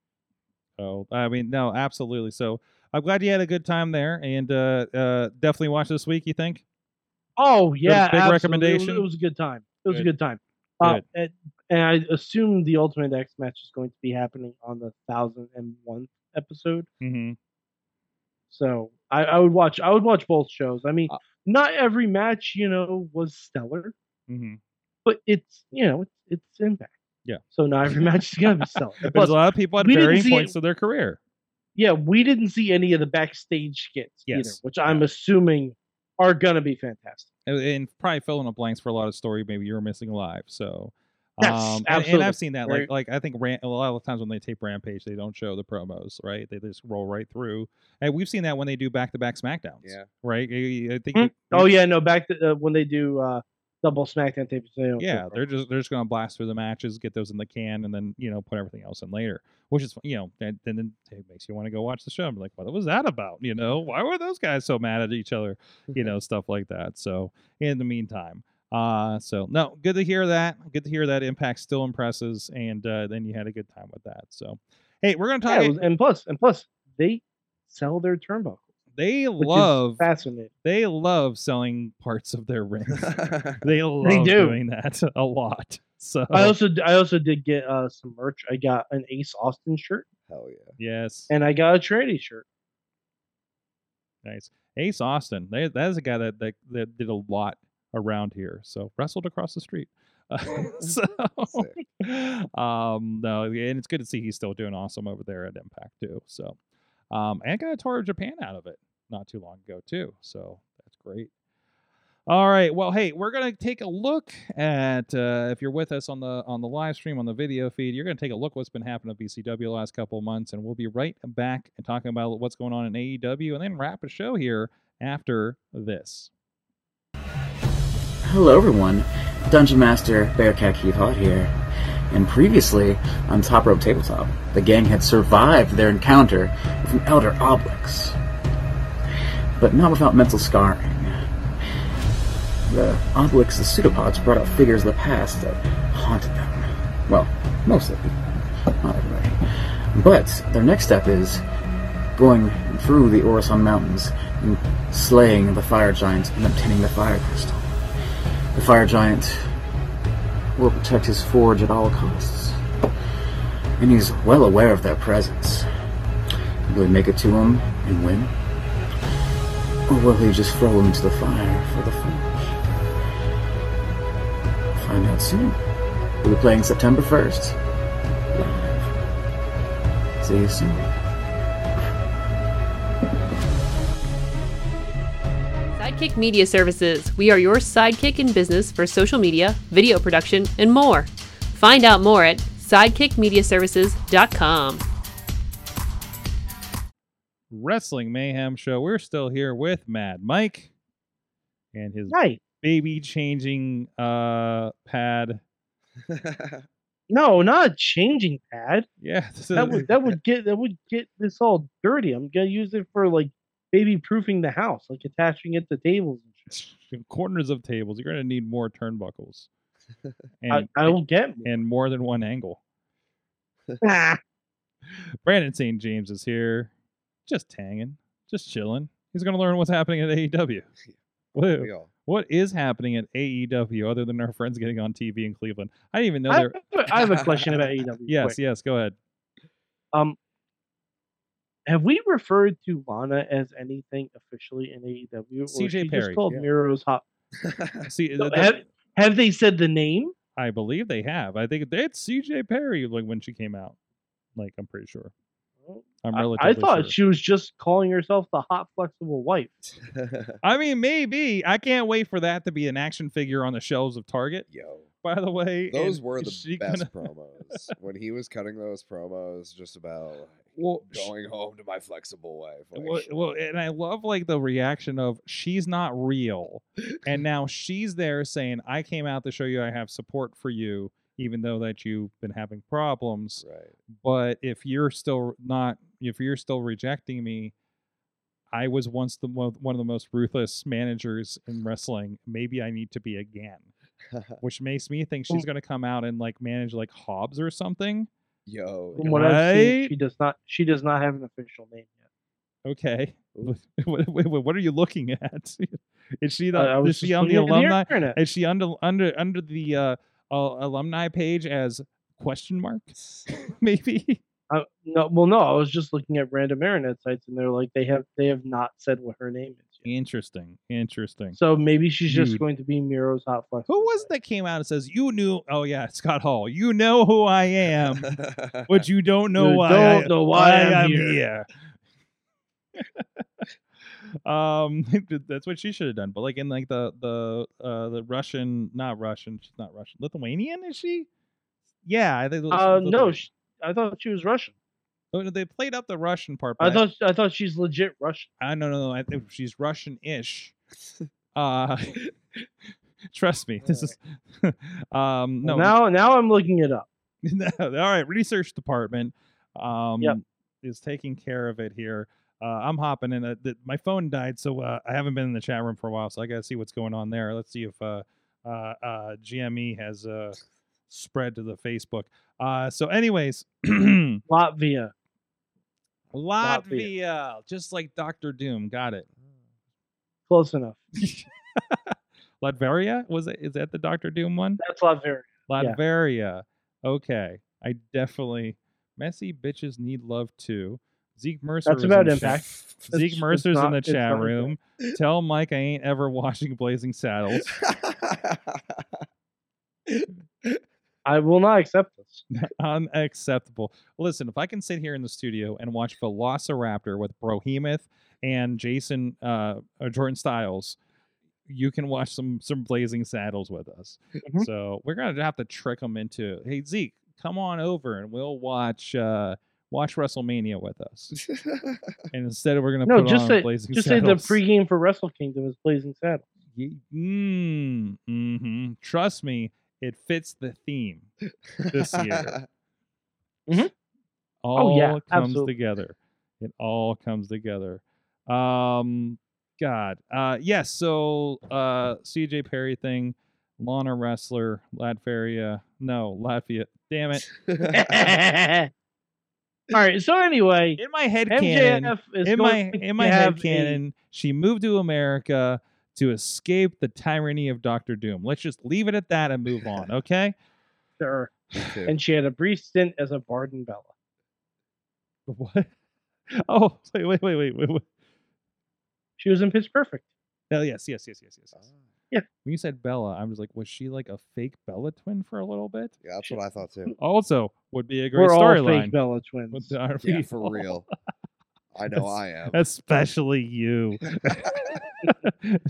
[SPEAKER 2] So I mean, no, absolutely. So I'm glad you had a good time there, and uh, uh, definitely watch this week. You think?
[SPEAKER 3] Oh yeah,
[SPEAKER 2] big
[SPEAKER 3] absolutely. It was,
[SPEAKER 2] recommendation?
[SPEAKER 3] it was a good time. It was
[SPEAKER 2] Good.
[SPEAKER 3] a good time. Uh, and, and I assume the Ultimate X match is going to be happening on the thousand and one episode.
[SPEAKER 2] Mm-hmm.
[SPEAKER 3] So I, I would watch I would watch both shows. I mean,
[SPEAKER 4] Uh,
[SPEAKER 3] not every match, you know, was stellar,
[SPEAKER 2] Mm-hmm.
[SPEAKER 3] but it's you know, it's it's impact.
[SPEAKER 2] Yeah.
[SPEAKER 3] So not every match is
[SPEAKER 2] *laughs*
[SPEAKER 3] gonna be stellar.
[SPEAKER 2] There's
[SPEAKER 3] Plus,
[SPEAKER 2] a lot of people at
[SPEAKER 3] we didn't
[SPEAKER 2] varying
[SPEAKER 3] see
[SPEAKER 2] points
[SPEAKER 3] it-
[SPEAKER 2] of their career.
[SPEAKER 3] yeah, we didn't see any of the backstage skits either,
[SPEAKER 2] Yes,
[SPEAKER 3] which I'm assuming are gonna be fantastic.
[SPEAKER 2] and, and probably fill in the blanks for a lot of story maybe you were missing live. So,
[SPEAKER 3] Yes,
[SPEAKER 2] um, and- And,
[SPEAKER 3] absolutely.
[SPEAKER 2] I've seen that.
[SPEAKER 3] Very-
[SPEAKER 2] Like, like I think Ram- a lot of times when they tape Rampage, they don't show the promos, right? They just roll right through. And we've seen that when they do back to back SmackDowns,
[SPEAKER 4] Yeah.
[SPEAKER 2] right? I I think.
[SPEAKER 3] Hmm?
[SPEAKER 2] you-
[SPEAKER 3] Oh yeah, no, back to uh, when they do uh double SmackDown tapes. They don't do
[SPEAKER 2] yeah, they're
[SPEAKER 3] promos.
[SPEAKER 2] just they're just gonna blast through the matches, get those in the can, and then you know put everything else in later, which is you know and, and then it makes you want to go watch the show. I'm like, what was that about? You know, why were those guys so mad at each other?
[SPEAKER 3] *laughs*
[SPEAKER 2] You know, stuff like that. So in the meantime, uh, so no, good to hear that. Good to hear that Impact still impresses, and uh, then you had a good time with that. So hey, we're gonna
[SPEAKER 3] Yeah,
[SPEAKER 2] talk.
[SPEAKER 3] it was- and plus and plus they sell their turnbuckles.
[SPEAKER 2] They
[SPEAKER 3] which
[SPEAKER 2] love
[SPEAKER 3] is fascinating.
[SPEAKER 2] they love selling parts of
[SPEAKER 3] *laughs*
[SPEAKER 2] their rings. they love
[SPEAKER 3] do.
[SPEAKER 2] doing that *laughs* a lot. So
[SPEAKER 3] I also d- I also did get uh, some merch. I got an Ace Austin shirt
[SPEAKER 4] Hell yeah.
[SPEAKER 2] yes,
[SPEAKER 3] and I got a Trinity shirt.
[SPEAKER 2] nice. Ace Austin, they, that is a guy that, that that did a lot around here. So wrestled across the street. *laughs* Uh, so
[SPEAKER 4] Sick.
[SPEAKER 2] *laughs* um no and it's good to see he's still doing awesome over there at impact too so um and got a tour of japan out of it not too long ago too so that's great all right well hey we're gonna take a look at uh if you're with us on the on the live stream on the video feed you're gonna take a look what's been happening at bcw the last couple of months and we'll be right back and talking about what's going on in aew and then wrap a show here after this
[SPEAKER 5] Hello, everyone. Dungeon Master Bearcat Keith Hot here. And previously on Top Rope Tabletop, the gang had survived their encounter with an Elder Oblix, but not without mental scarring. The Oblix, the pseudopods, brought out figures of the past that haunted them. Well, mostly. Not everybody. But their next step is going through the Orison Mountains and slaying the fire giants and obtaining the fire crystal. The fire giant will protect his forge at all costs. And he's well aware of their presence. Will he make it to him and win? Or will he just throw him to the fire for the forge? Find out soon. We'll be playing September 1st. Live. See you soon.
[SPEAKER 6] Sidekick Media Services. We are your sidekick in business for social media, video production, and more. Find out more at sidekickmediaservices.com.
[SPEAKER 2] wrestling mayhem show we're still here with mad mike and his
[SPEAKER 3] Right?
[SPEAKER 2] baby changing uh pad.
[SPEAKER 4] *laughs*
[SPEAKER 3] No, not a changing
[SPEAKER 2] *laughs*
[SPEAKER 3] pad.
[SPEAKER 2] Yeah, this
[SPEAKER 3] That
[SPEAKER 2] is-
[SPEAKER 3] would that would get that would get this all dirty. I'm gonna use it for like baby proofing the house, like attaching it to tables. and shit.
[SPEAKER 2] corners of tables. You're gonna need more
[SPEAKER 3] *laughs*
[SPEAKER 2] turnbuckles,
[SPEAKER 3] I,
[SPEAKER 2] and
[SPEAKER 3] I will get *laughs* more.
[SPEAKER 2] and more than one angle. *laughs*
[SPEAKER 3] Ah,
[SPEAKER 2] Brandon St. James is here, just hanging, just chilling. He's gonna learn what's happening at AEW.
[SPEAKER 3] *laughs*
[SPEAKER 2] What,
[SPEAKER 4] we all.
[SPEAKER 2] what is happening at AEW other than our friends getting on TV in Cleveland? I didn't even know
[SPEAKER 3] I, have,
[SPEAKER 2] they're.
[SPEAKER 3] a- I have
[SPEAKER 2] *laughs*
[SPEAKER 3] a question about AEW.
[SPEAKER 2] Yes,
[SPEAKER 3] quick.
[SPEAKER 2] yes. Go ahead.
[SPEAKER 3] Um, have we referred to Lana as anything officially in AEW? or is
[SPEAKER 2] CJ
[SPEAKER 3] she
[SPEAKER 2] Perry,
[SPEAKER 3] Just called
[SPEAKER 4] yeah.
[SPEAKER 3] Miro's hot.
[SPEAKER 2] See,
[SPEAKER 3] No,
[SPEAKER 2] that-
[SPEAKER 3] have, have they said the name?
[SPEAKER 2] I believe they have. I think it's CJ Perry. Like when she came out, like I'm pretty sure. I'm
[SPEAKER 3] I-
[SPEAKER 2] relatively.
[SPEAKER 3] I, thought
[SPEAKER 2] sure.
[SPEAKER 3] she was just calling herself the hot flexible wife.
[SPEAKER 2] I mean, maybe. I can't wait for that to be an action figure on the shelves of Target. *laughs*
[SPEAKER 4] *laughs* Yo.
[SPEAKER 2] By the way, and
[SPEAKER 4] Those were the
[SPEAKER 2] she
[SPEAKER 4] best
[SPEAKER 2] gonna-
[SPEAKER 4] promos. When he was cutting those promos, just about
[SPEAKER 2] Well, sh-
[SPEAKER 4] going home to my flexible wife. Like,
[SPEAKER 2] well, well, and I love like the reaction of she's not real,
[SPEAKER 4] *laughs*
[SPEAKER 2] and now she's there saying, "I came out to show you I have support for you, even though that you've been having problems.
[SPEAKER 4] right.
[SPEAKER 2] But if you're still not, if you're still rejecting me." I was once the mo- one of the most ruthless managers in wrestling. Maybe I need to be
[SPEAKER 3] *laughs*
[SPEAKER 2] again. which makes me think she's going to come out and like manage like Hobbs or something.
[SPEAKER 4] Yo.
[SPEAKER 3] From what I've seen,
[SPEAKER 2] Right?
[SPEAKER 3] she does not. She does not have an official name yet.
[SPEAKER 2] Okay,
[SPEAKER 4] Ooh.
[SPEAKER 2] what, *laughs* what- what are you looking at? *laughs* is she the,
[SPEAKER 3] I- I was
[SPEAKER 2] is she
[SPEAKER 3] just
[SPEAKER 2] on the
[SPEAKER 3] looking at
[SPEAKER 2] alumni?
[SPEAKER 3] internet.
[SPEAKER 2] Is she under under under the uh, uh, alumni page as question mark? *laughs* Maybe.
[SPEAKER 3] I- no, well, no. I was just looking at random internet sites, and they're like they have they have not said what her name is. Yet.
[SPEAKER 2] Interesting. Interesting.
[SPEAKER 3] So maybe she's just
[SPEAKER 2] Dude.
[SPEAKER 3] going to be Miro's hot flexible.
[SPEAKER 2] Who was it that came out and says you knew? Oh yeah, *laughs* Scott Hall. You know who I am,
[SPEAKER 4] *laughs*
[SPEAKER 2] but you don't know
[SPEAKER 3] You
[SPEAKER 2] why. I
[SPEAKER 3] don't know why I'm
[SPEAKER 2] here. *laughs* um, that's what she should have done. But like in like the the uh the Russian, not Russian, she's not Russian, Lithuanian is she? Yeah, I think. it was
[SPEAKER 3] Uh, no,
[SPEAKER 2] Lithuanian.
[SPEAKER 3] she, I thought she was Russian.
[SPEAKER 2] Oh, no, they played up the Russian part.
[SPEAKER 3] I
[SPEAKER 2] but
[SPEAKER 3] thought I thought she's legit Russian.
[SPEAKER 2] I no no no. I think she's
[SPEAKER 3] *laughs*
[SPEAKER 2] Russian-ish. Uh, *laughs* trust me, this is. *laughs* um, no,
[SPEAKER 3] Well, now now I'm looking it up.
[SPEAKER 2] No, *laughs* all right, research department um, is taking care of it here. Uh, I'm hopping in. Uh, th- my phone died, so uh, I haven't been in the chat room for a while. So I got to see what's going on there. Let's see if uh, uh, uh, GME has uh, *clears throat* spread to the Facebook. Uh, so, anyways,
[SPEAKER 3] Latvia.
[SPEAKER 2] Latvia, just like Doctor Doom. Got it.
[SPEAKER 3] Close enough.
[SPEAKER 2] Latveria was it? Is that the Doctor Doom one?
[SPEAKER 3] That's Latveria. Yeah.
[SPEAKER 2] Latveria. Okay, I definitely. Messy bitches need love too. Zeke Mercer.
[SPEAKER 3] That's
[SPEAKER 2] is
[SPEAKER 3] about
[SPEAKER 2] in chat-
[SPEAKER 3] impact. It's-
[SPEAKER 2] Zeke
[SPEAKER 3] it's
[SPEAKER 2] Mercer's in
[SPEAKER 3] not-
[SPEAKER 2] the
[SPEAKER 3] it's
[SPEAKER 2] chat
[SPEAKER 3] not impact.
[SPEAKER 2] room. Tell Mike I ain't ever *laughs* watching Blazing Saddles.
[SPEAKER 3] I will not accept this.
[SPEAKER 2] Unacceptable. Listen, if I can sit here in the studio and watch Velociraptor with Brohemoth and Jason uh, uh, Jordan Styles, you can watch some some Blazing Saddles with us.
[SPEAKER 3] Mhm.
[SPEAKER 2] So we're gonna have to trick them into, hey Zeke, come on over and we'll watch uh, watch WrestleMania with us. and instead, we're gonna
[SPEAKER 3] No,
[SPEAKER 2] put
[SPEAKER 3] just
[SPEAKER 2] on
[SPEAKER 3] say-
[SPEAKER 2] Blazing
[SPEAKER 3] Just say the
[SPEAKER 2] Saddles.
[SPEAKER 3] pregame for Wrestle Kingdom is Blazing Saddle.
[SPEAKER 2] Ye- Mm, hmm Trust me, it fits the theme. This
[SPEAKER 3] *laughs*
[SPEAKER 4] *laughs*
[SPEAKER 2] year. All
[SPEAKER 3] Oh, yeah,
[SPEAKER 2] comes
[SPEAKER 3] absolutely.
[SPEAKER 2] together. It all comes together. Um, God, uh, yes. so, uh, CJ Perry thing, Lana wrestler, Latveria, no Latvia. Damn
[SPEAKER 3] *laughs*
[SPEAKER 2] it!
[SPEAKER 3] All right. So anyway,
[SPEAKER 2] In my head canon,
[SPEAKER 3] MJF is
[SPEAKER 2] in my
[SPEAKER 3] going to
[SPEAKER 2] in my
[SPEAKER 3] have
[SPEAKER 2] head
[SPEAKER 3] a-
[SPEAKER 2] canon, she moved to America to escape the tyranny of Doctor Doom. Let's just leave it at that and move
[SPEAKER 3] *laughs*
[SPEAKER 2] on, okay?
[SPEAKER 3] Sure.
[SPEAKER 4] Me too.
[SPEAKER 3] And she had a brief stint as a Bard and Bella.
[SPEAKER 2] What? *laughs* Oh, wait, wait, wait, wait, wait. wait.
[SPEAKER 3] She was in Pitch Perfect.
[SPEAKER 2] Oh, yes, yes, yes, yes, yes. yes.
[SPEAKER 3] Yeah.
[SPEAKER 2] When you said Bella, I was like, was she like a fake Bella twin for a little bit?
[SPEAKER 4] yeah, that's what I
[SPEAKER 3] *laughs*
[SPEAKER 4] thought too.
[SPEAKER 2] Also, would be a great
[SPEAKER 3] We're all fake
[SPEAKER 2] storyline.
[SPEAKER 3] Bella
[SPEAKER 2] With
[SPEAKER 3] twins.
[SPEAKER 2] the RV *laughs*
[SPEAKER 4] Yeah, for
[SPEAKER 2] all-
[SPEAKER 4] real. I know I am.
[SPEAKER 2] Especially
[SPEAKER 3] *laughs*
[SPEAKER 2] you. *laughs*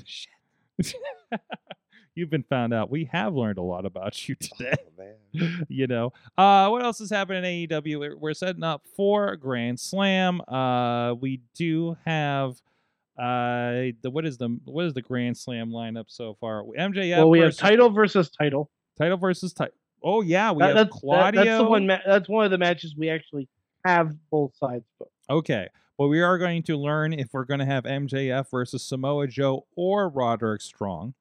[SPEAKER 2] Shit. *laughs* You've been found out. We have learned a lot about you today. *laughs*
[SPEAKER 4] Oh, man.
[SPEAKER 2] you know. Uh, what else is happening in AEW? We're- We're setting up for Grand Slam. Uh, we do have uh the what is the what is the Grand Slam lineup so far? MJF.
[SPEAKER 3] well, we have
[SPEAKER 2] versus-
[SPEAKER 3] title versus title.
[SPEAKER 2] title versus title. Oh yeah, we
[SPEAKER 3] That-
[SPEAKER 2] have
[SPEAKER 3] that's, that-
[SPEAKER 2] Claudio.
[SPEAKER 3] that's the one. Ma- that's one of the matches we actually have both sides. for.
[SPEAKER 2] Okay, but we are going to learn if we're going to have MJF versus Samoa Joe or Roderick Strong.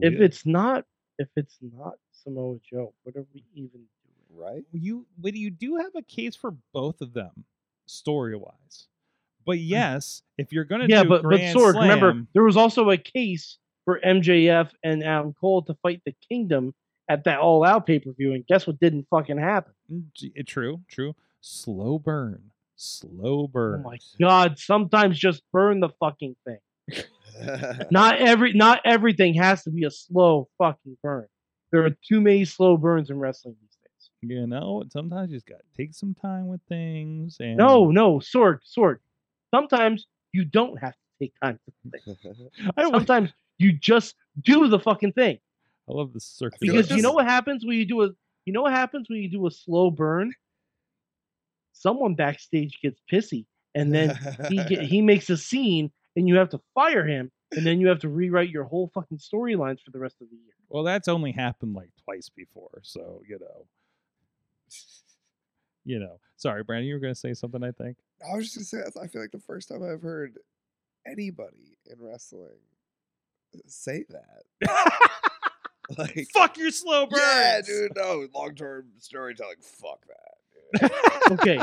[SPEAKER 3] If
[SPEAKER 2] We-
[SPEAKER 3] it's not, if it's not Samoa Joe, what are we even doing?
[SPEAKER 4] Right? *laughs*
[SPEAKER 2] you but you do have a case for both of them story wise. But yes, if you're gonna
[SPEAKER 3] Mm. yeah,
[SPEAKER 2] do
[SPEAKER 3] but
[SPEAKER 2] Grand
[SPEAKER 3] but Sorg, remember
[SPEAKER 2] Slam-
[SPEAKER 3] there was also a case for MJF and Adam Cole to fight the Kingdom at that All Out pay per view, and guess what didn't fucking happen?
[SPEAKER 2] Mm, gee, eh, true, true. Slow burn, slow
[SPEAKER 3] Oh
[SPEAKER 2] burn.
[SPEAKER 3] my god! Sometimes just burn the fucking thing. Not every not everything has to be a slow fucking burn. There are too many slow burns in wrestling these days.
[SPEAKER 2] you know, sometimes you just gotta take some time with things. And
[SPEAKER 3] No, no, Sorg, Sorg. Sometimes you don't have to take time.
[SPEAKER 2] I, *laughs* don't, want-
[SPEAKER 3] Sometimes you just do the fucking thing.
[SPEAKER 2] I love the circuit.
[SPEAKER 4] feel like
[SPEAKER 3] Because you
[SPEAKER 4] this-
[SPEAKER 3] know what happens when you do a you know what happens when you do a slow burn? Someone backstage gets pissy and
[SPEAKER 4] *laughs*
[SPEAKER 3] then he get, he makes a scene and you have to fire him and then you have to rewrite your whole fucking storylines for the rest of the year.
[SPEAKER 2] Well, that's only happened like twice before, so you *laughs* know, you know. Sorry, Brandon, you were gonna say something. I think.
[SPEAKER 4] I was just gonna say that's I feel like the first time I've heard anybody in wrestling say
[SPEAKER 3] *laughs*
[SPEAKER 4] that. like
[SPEAKER 2] Fuck your slow burn.
[SPEAKER 4] *laughs* yeah, dude, no long term storytelling. Fuck that. *laughs* dude.
[SPEAKER 3] Okay.
[SPEAKER 4] Nah,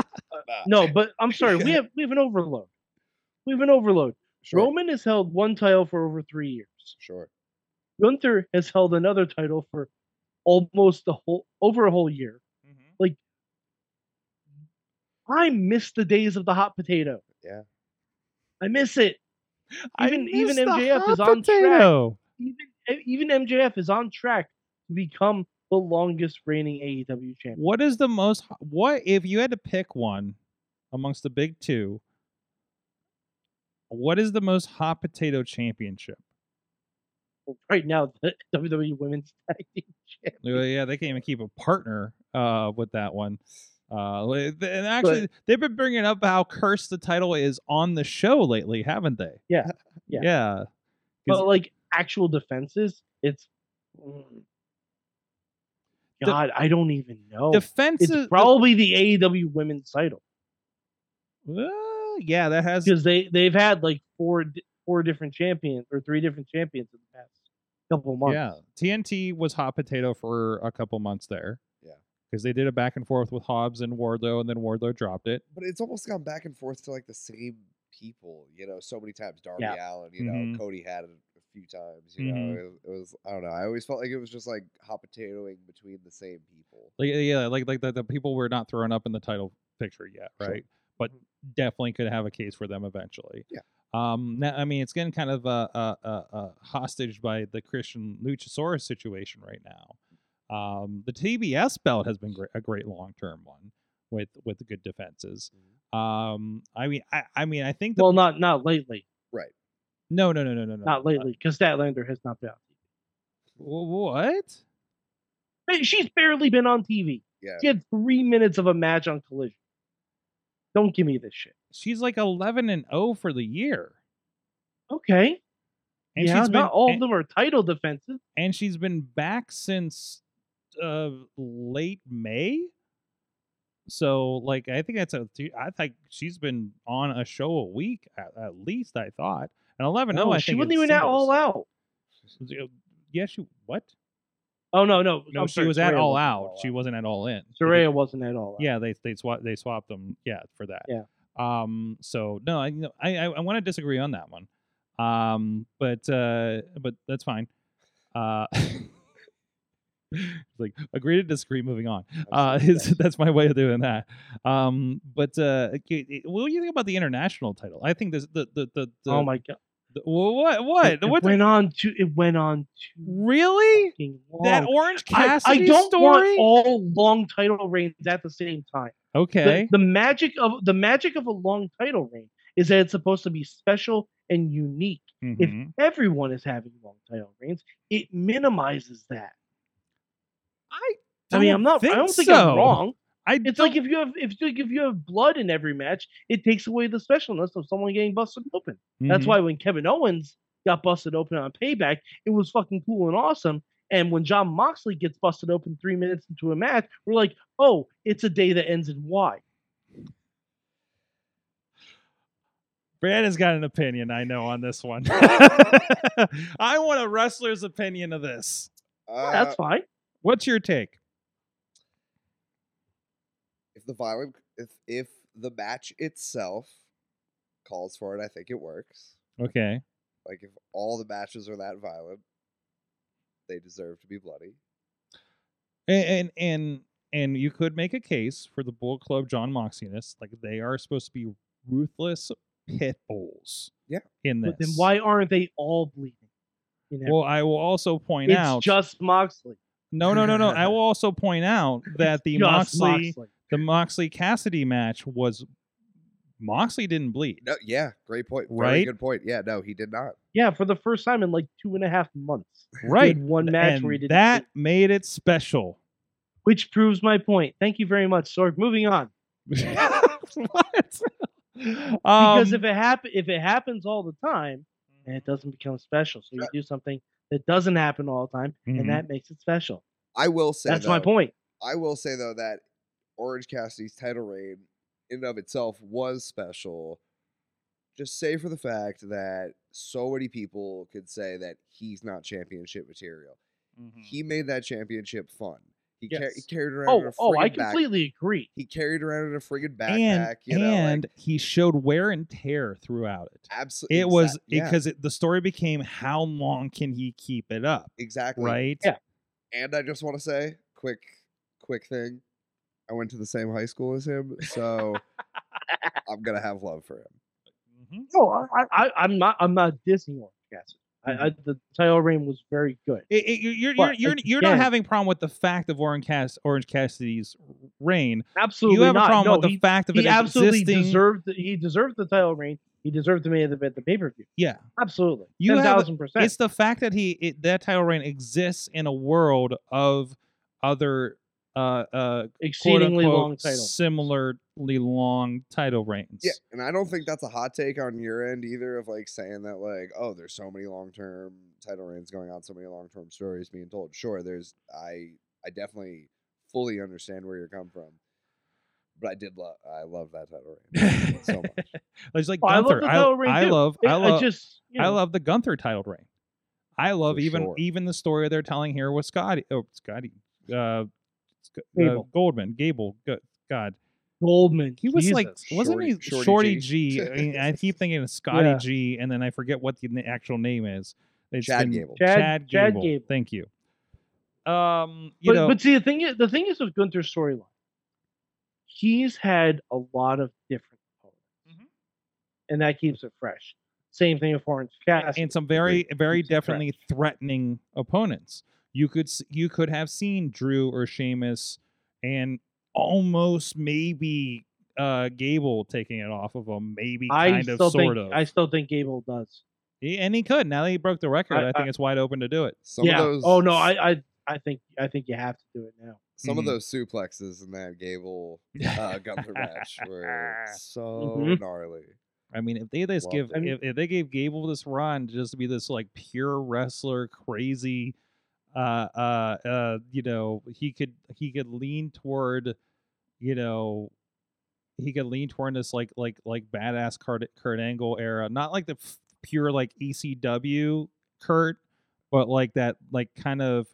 [SPEAKER 4] *laughs*
[SPEAKER 3] No, but I'm sorry, we have we have an overload. We have an overload.
[SPEAKER 4] sure,
[SPEAKER 3] Roman has held one title for over three years.
[SPEAKER 4] sure.
[SPEAKER 3] Gunther has held another title for almost the whole over a whole year. I miss the days of the hot potato.
[SPEAKER 4] Yeah.
[SPEAKER 3] I miss it. Even- even
[SPEAKER 2] miss the
[SPEAKER 3] MJF is
[SPEAKER 2] hot
[SPEAKER 3] on track.
[SPEAKER 2] potato.
[SPEAKER 3] Even e- even MJF is on track to become the longest reigning AEW champion.
[SPEAKER 2] What is the most? What if you had to pick one amongst the big two? What is the most hot potato championship?
[SPEAKER 3] Well, Right now, *laughs* the WWE Women's Tag Team Champion.
[SPEAKER 2] Well, yeah, they can't even keep a partner uh, with that one. Uh, li- th- and actually, they've been bringing up how cursed the title is on the show lately, haven't they?
[SPEAKER 3] Yeah, yeah.
[SPEAKER 2] yeah. 'Cause-
[SPEAKER 3] But like actual defenses, it's mm.
[SPEAKER 2] The-
[SPEAKER 3] God, I don't even know.
[SPEAKER 2] Defenses,
[SPEAKER 3] Oh, it's probably the AEW Women's title
[SPEAKER 2] Uh, yeah, that has
[SPEAKER 3] because they they've had like four di- four different champions or three different champions in the past couple months.
[SPEAKER 2] Yeah, TNT was hot potato for a couple months there.
[SPEAKER 4] Yeah.
[SPEAKER 2] because they did a back and forth with Hobbs and Wardlow, and then Wardlow dropped it.
[SPEAKER 4] But it's almost gone back and forth to like the same people, you know, so many times. Darby
[SPEAKER 3] Yeah.
[SPEAKER 4] Allen, you know,
[SPEAKER 2] Mhm.
[SPEAKER 4] Cody had it a few times, you know.
[SPEAKER 2] Mhm.
[SPEAKER 4] It, it was I don't know. I always felt like it was just like hot potatoing between the same people.
[SPEAKER 2] Like uh, yeah, like like the, the people were not thrown up in the title picture yet,
[SPEAKER 4] Sure.
[SPEAKER 2] right? But
[SPEAKER 3] Mm-hmm.
[SPEAKER 2] definitely could have a case for them eventually.
[SPEAKER 4] Yeah.
[SPEAKER 2] Um. Now, I mean, it's getting kind of uh, uh, uh, uh hostage by the Christian Luchasaurus situation right now. Um. The TBS belt has been gre- a great long term one with with good defenses. Um. I mean, I I mean, I think the
[SPEAKER 3] Mm-hmm. Well, not not lately,
[SPEAKER 2] no no no no no no
[SPEAKER 3] not
[SPEAKER 2] no,
[SPEAKER 3] lately, because Statlander has not been. on TV.
[SPEAKER 2] Wh- What?
[SPEAKER 3] Hey, She's barely been on TV.
[SPEAKER 4] Yeah.
[SPEAKER 3] She had three minutes of a match on Collision. Don't give me this shit.
[SPEAKER 2] She's like eleven and zero for the year.
[SPEAKER 3] Okay.
[SPEAKER 2] And
[SPEAKER 3] yeah,
[SPEAKER 2] she's been,
[SPEAKER 3] not all
[SPEAKER 2] and-
[SPEAKER 3] of them are title defenses.
[SPEAKER 2] and she's been back since uh late May. So like I think that's a two- I think she's been on a show a week at, at least I thought. And 11
[SPEAKER 3] No,
[SPEAKER 2] I
[SPEAKER 3] Oh, she
[SPEAKER 2] think
[SPEAKER 3] wasn't
[SPEAKER 2] is
[SPEAKER 3] even at all
[SPEAKER 2] singles.
[SPEAKER 3] out.
[SPEAKER 2] Uh, Yeah, she what?
[SPEAKER 3] Oh no, no,
[SPEAKER 2] No,
[SPEAKER 3] I'm
[SPEAKER 2] she
[SPEAKER 3] sorry,
[SPEAKER 2] was at
[SPEAKER 3] Soraya
[SPEAKER 2] all
[SPEAKER 3] wasn't
[SPEAKER 2] out. She wasn't at all in. They did-
[SPEAKER 3] Soraya wasn't at all out.
[SPEAKER 2] Yeah, they they swap they swapped them. Yeah, for that.
[SPEAKER 3] Yeah.
[SPEAKER 2] Um. So no, I no, I I, I want to disagree on that one. Um. But uh. But that's fine. Uh. *laughs* like agree to disagree. Moving on. *laughs* Uh.
[SPEAKER 4] Absolutely.
[SPEAKER 2] Is, that's my way of doing that. Um. But uh. okay, it- What do you think about the international title? I think this the the the. the
[SPEAKER 3] oh my god.
[SPEAKER 2] the- wha- what what
[SPEAKER 3] It, it
[SPEAKER 2] what? the-
[SPEAKER 3] went on to it went on too
[SPEAKER 2] really?
[SPEAKER 3] fucking long.
[SPEAKER 2] That Orange
[SPEAKER 3] I,
[SPEAKER 2] Cassidy
[SPEAKER 3] I don't
[SPEAKER 2] story.
[SPEAKER 3] want all long title reigns at the same time. The-
[SPEAKER 2] okay.
[SPEAKER 3] The, magic of the magic of a long title reign is that it's supposed to be special and unique. if-
[SPEAKER 2] Mhm.
[SPEAKER 3] Everyone is having long title reigns. It minimizes that.
[SPEAKER 2] I.
[SPEAKER 3] I mean,
[SPEAKER 2] don't
[SPEAKER 3] I'm not. I don't think
[SPEAKER 2] so.
[SPEAKER 3] I'm wrong.
[SPEAKER 2] I
[SPEAKER 3] It's like if you have if you if you have blood in every match, it takes away the specialness of someone getting busted open. That's
[SPEAKER 2] Mhm.
[SPEAKER 3] why when Kevin Owens got busted open on Payback, it was fucking cool and awesome. And when John Moxley gets busted open three minutes into a match, we're like, oh, it's a day that ends in Y.
[SPEAKER 2] Brandon's got an opinion, I know, on this *laughs* one. I want a wrestler's opinion of this.
[SPEAKER 4] Uh,
[SPEAKER 3] That's fine.
[SPEAKER 2] What's your take?
[SPEAKER 4] if the violent if if the match itself calls for it, I think it works.
[SPEAKER 2] Okay.
[SPEAKER 4] Like if all the matches are that violent, they deserve to be bloody.
[SPEAKER 2] And and and, and you could make a case for the Bull Club John Moxiness. Like they are supposed to be ruthless pit bulls.
[SPEAKER 4] Yeah.
[SPEAKER 2] In this.
[SPEAKER 3] But then why aren't they all bleeding? You know,
[SPEAKER 2] Well, I will also point
[SPEAKER 3] it's
[SPEAKER 2] out
[SPEAKER 3] just Moxley.
[SPEAKER 2] No, no, no, no. *laughs* I will also point out that the
[SPEAKER 3] Just
[SPEAKER 2] Moxley, the Moxley Cassidy match was Moxley didn't bleed.
[SPEAKER 4] *laughs* No, yeah, great point. Very
[SPEAKER 2] Right?
[SPEAKER 4] good point. Yeah, no, he did not.
[SPEAKER 3] Yeah, for the first time in like two and a half months. he had
[SPEAKER 2] Right.
[SPEAKER 3] one match
[SPEAKER 2] and
[SPEAKER 3] where he didn't
[SPEAKER 2] that
[SPEAKER 3] bleed,
[SPEAKER 2] made it special.
[SPEAKER 3] which proves my point. Thank you very much, Sorg. Moving on.
[SPEAKER 2] *laughs* what?
[SPEAKER 3] *laughs* Because
[SPEAKER 2] Um,
[SPEAKER 3] if it happen if it happens all the time, and it doesn't become special. So you do something that doesn't happen all the time,
[SPEAKER 2] Mhm.
[SPEAKER 3] and that makes it special.
[SPEAKER 4] I will say
[SPEAKER 3] That's my
[SPEAKER 4] though-
[SPEAKER 3] point.
[SPEAKER 4] I will say though that Orange Cassidy's title reign in and of itself was special. Just say for the fact that so many people could say that he's not championship material. He made that championship fun. He, car- he
[SPEAKER 2] Yes.
[SPEAKER 4] carried around. in
[SPEAKER 3] Oh,
[SPEAKER 4] a
[SPEAKER 3] oh, I
[SPEAKER 4] friggin' back-
[SPEAKER 3] completely agree.
[SPEAKER 4] He carried around in a friggin' backpack.
[SPEAKER 2] and
[SPEAKER 4] you know,
[SPEAKER 2] and he showed wear and tear throughout it.
[SPEAKER 4] absolutely.
[SPEAKER 2] It was
[SPEAKER 4] yeah,
[SPEAKER 2] because it the story became how long can he keep it up,
[SPEAKER 4] exactly
[SPEAKER 2] right?
[SPEAKER 3] Yeah.
[SPEAKER 4] And I just want to say, quick, quick thing. I went to the same high school as him, so
[SPEAKER 3] *laughs*
[SPEAKER 4] I'm gonna have love for him.
[SPEAKER 2] Mhm.
[SPEAKER 3] No, I, I, I'm not. I'm not dissing Orange Cassidy. I, I, the title reign was very good.
[SPEAKER 2] It- it- you're you're, you're,
[SPEAKER 3] But
[SPEAKER 2] you're, you're not
[SPEAKER 3] again-
[SPEAKER 2] having a problem with the fact of Orange, Cass, Orange Cassidy's reign.
[SPEAKER 3] Absolutely
[SPEAKER 2] you have
[SPEAKER 3] not.
[SPEAKER 2] a problem
[SPEAKER 3] no,
[SPEAKER 2] with the
[SPEAKER 3] he,
[SPEAKER 2] fact of
[SPEAKER 3] he
[SPEAKER 2] it
[SPEAKER 3] absolutely
[SPEAKER 2] existing.
[SPEAKER 3] deserved. The, he deserved the title reign. He deserved to be at the, at the pay per view.
[SPEAKER 2] Yeah.
[SPEAKER 3] absolutely.
[SPEAKER 2] You
[SPEAKER 3] Ten
[SPEAKER 2] have a-
[SPEAKER 3] thousand percent.
[SPEAKER 2] It's the fact that he it, that title reign exists in a world of other uh, uh, quote
[SPEAKER 3] Exceedingly
[SPEAKER 2] unquote,
[SPEAKER 3] long title.
[SPEAKER 2] similarly long title reigns. *laughs*
[SPEAKER 4] Yeah, and I don't think that's a hot take on your end either of like saying that like, oh, there's so many long term title reigns going on, so many long term stories being told. Sure, there's I I definitely fully understand where you're coming from. But I did love I love that title
[SPEAKER 3] *laughs*
[SPEAKER 4] reign so much.
[SPEAKER 2] It's like
[SPEAKER 3] Oh, I love
[SPEAKER 2] Gunther.
[SPEAKER 3] the
[SPEAKER 2] I,
[SPEAKER 3] title reign
[SPEAKER 2] I
[SPEAKER 3] too.
[SPEAKER 2] love I
[SPEAKER 3] I,
[SPEAKER 2] love
[SPEAKER 3] just. You know,
[SPEAKER 2] I love the Gunther title reign. I love
[SPEAKER 4] For
[SPEAKER 2] even
[SPEAKER 4] sure.
[SPEAKER 2] even the story they're telling here with Scotty. Oh, Scotty. Uh, It's go- uh,
[SPEAKER 3] Gable.
[SPEAKER 2] Goldman, Gable, go- God,
[SPEAKER 3] Goldman.
[SPEAKER 2] he was like,
[SPEAKER 3] Jesus.
[SPEAKER 2] wasn't
[SPEAKER 4] Shorty-
[SPEAKER 2] he
[SPEAKER 4] Shorty
[SPEAKER 2] Shorty
[SPEAKER 4] G.
[SPEAKER 2] G? I mean, I keep thinking of Scotty
[SPEAKER 3] Yeah.
[SPEAKER 2] G, and then I forget what the n- actual name is. It's
[SPEAKER 4] Chad
[SPEAKER 2] been-
[SPEAKER 4] Gable.
[SPEAKER 3] Chad-
[SPEAKER 2] Chad,
[SPEAKER 3] Chad
[SPEAKER 2] Gable.
[SPEAKER 3] Gable.
[SPEAKER 2] Thank you. Um, you
[SPEAKER 3] but,
[SPEAKER 2] know,
[SPEAKER 3] but see the thing is the thing is with Gunther's storyline, he's had a lot of different opponents,
[SPEAKER 2] Mhm.
[SPEAKER 3] and that keeps it fresh. Same thing with Orange Cassidy.
[SPEAKER 2] and some very, very
[SPEAKER 3] Keeps it fresh.
[SPEAKER 2] definitely threatening opponents. You could, s- you could have seen Drew or Sheamus, and almost maybe uh Gable taking it off of him, maybe
[SPEAKER 3] I
[SPEAKER 2] kind of,
[SPEAKER 3] still
[SPEAKER 2] sort of.
[SPEAKER 3] think I still think Gable does.
[SPEAKER 2] He- and he could. Now that he broke the record, I,
[SPEAKER 3] I-
[SPEAKER 2] think it's wide open to do it.
[SPEAKER 4] Some
[SPEAKER 3] yeah.
[SPEAKER 4] of those
[SPEAKER 3] oh no, I, Mm-hmm. I I think I think you have to do it now.
[SPEAKER 4] some
[SPEAKER 2] Mhm.
[SPEAKER 4] of those suplexes in that Gable uh, Gunther match were
[SPEAKER 2] *laughs*
[SPEAKER 4] so
[SPEAKER 2] Mm-hmm.
[SPEAKER 3] Mhm.
[SPEAKER 4] gnarly.
[SPEAKER 2] I mean, if they just
[SPEAKER 4] Loved
[SPEAKER 2] give
[SPEAKER 3] it. I mean-
[SPEAKER 2] if, if they gave Gable this run to just be this like pure wrestler, crazy, uh, uh, uh, you know, he could he could lean toward, you know, he could lean toward this like like like badass Kurt Kurt Angle era, not like the f- pure like ECW Kurt, but like that like kind of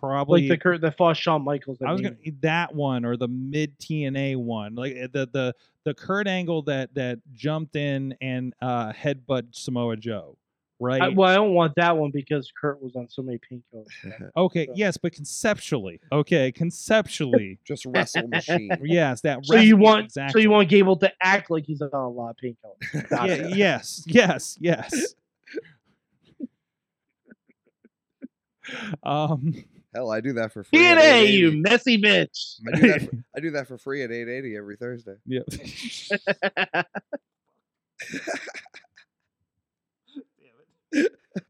[SPEAKER 2] probably
[SPEAKER 3] Like the Kurt that fought Shawn Michaels.
[SPEAKER 2] I was
[SPEAKER 3] mean.
[SPEAKER 2] gonna that one or the mid TNA one, like uh, the the the Kurt Angle that that jumped in and uh headbutt Samoa Joe, right?
[SPEAKER 3] I, well, I don't want that one because Kurt was on so many
[SPEAKER 2] *sighs*
[SPEAKER 3] painkillers.
[SPEAKER 2] okay,
[SPEAKER 3] so-
[SPEAKER 2] yes, but conceptually, okay, conceptually, *laughs*
[SPEAKER 4] Just wrestle machine.
[SPEAKER 2] yes, that.
[SPEAKER 3] So
[SPEAKER 2] ref-
[SPEAKER 3] you
[SPEAKER 2] yeah,
[SPEAKER 3] want
[SPEAKER 2] exactly.
[SPEAKER 3] so you want Gable to act like he's on a lot of painkillers. Got
[SPEAKER 2] Yeah,
[SPEAKER 3] it.
[SPEAKER 2] yes, yes,
[SPEAKER 3] *laughs*
[SPEAKER 2] yes. um,
[SPEAKER 4] *laughs*
[SPEAKER 2] *laughs*
[SPEAKER 4] Hell, I do that for free. at
[SPEAKER 3] TNA, you
[SPEAKER 4] 880.
[SPEAKER 3] messy bitch.
[SPEAKER 4] I do, that for,
[SPEAKER 2] *laughs*
[SPEAKER 4] I do that for free at 880 every Thursday.
[SPEAKER 2] yeah. *laughs*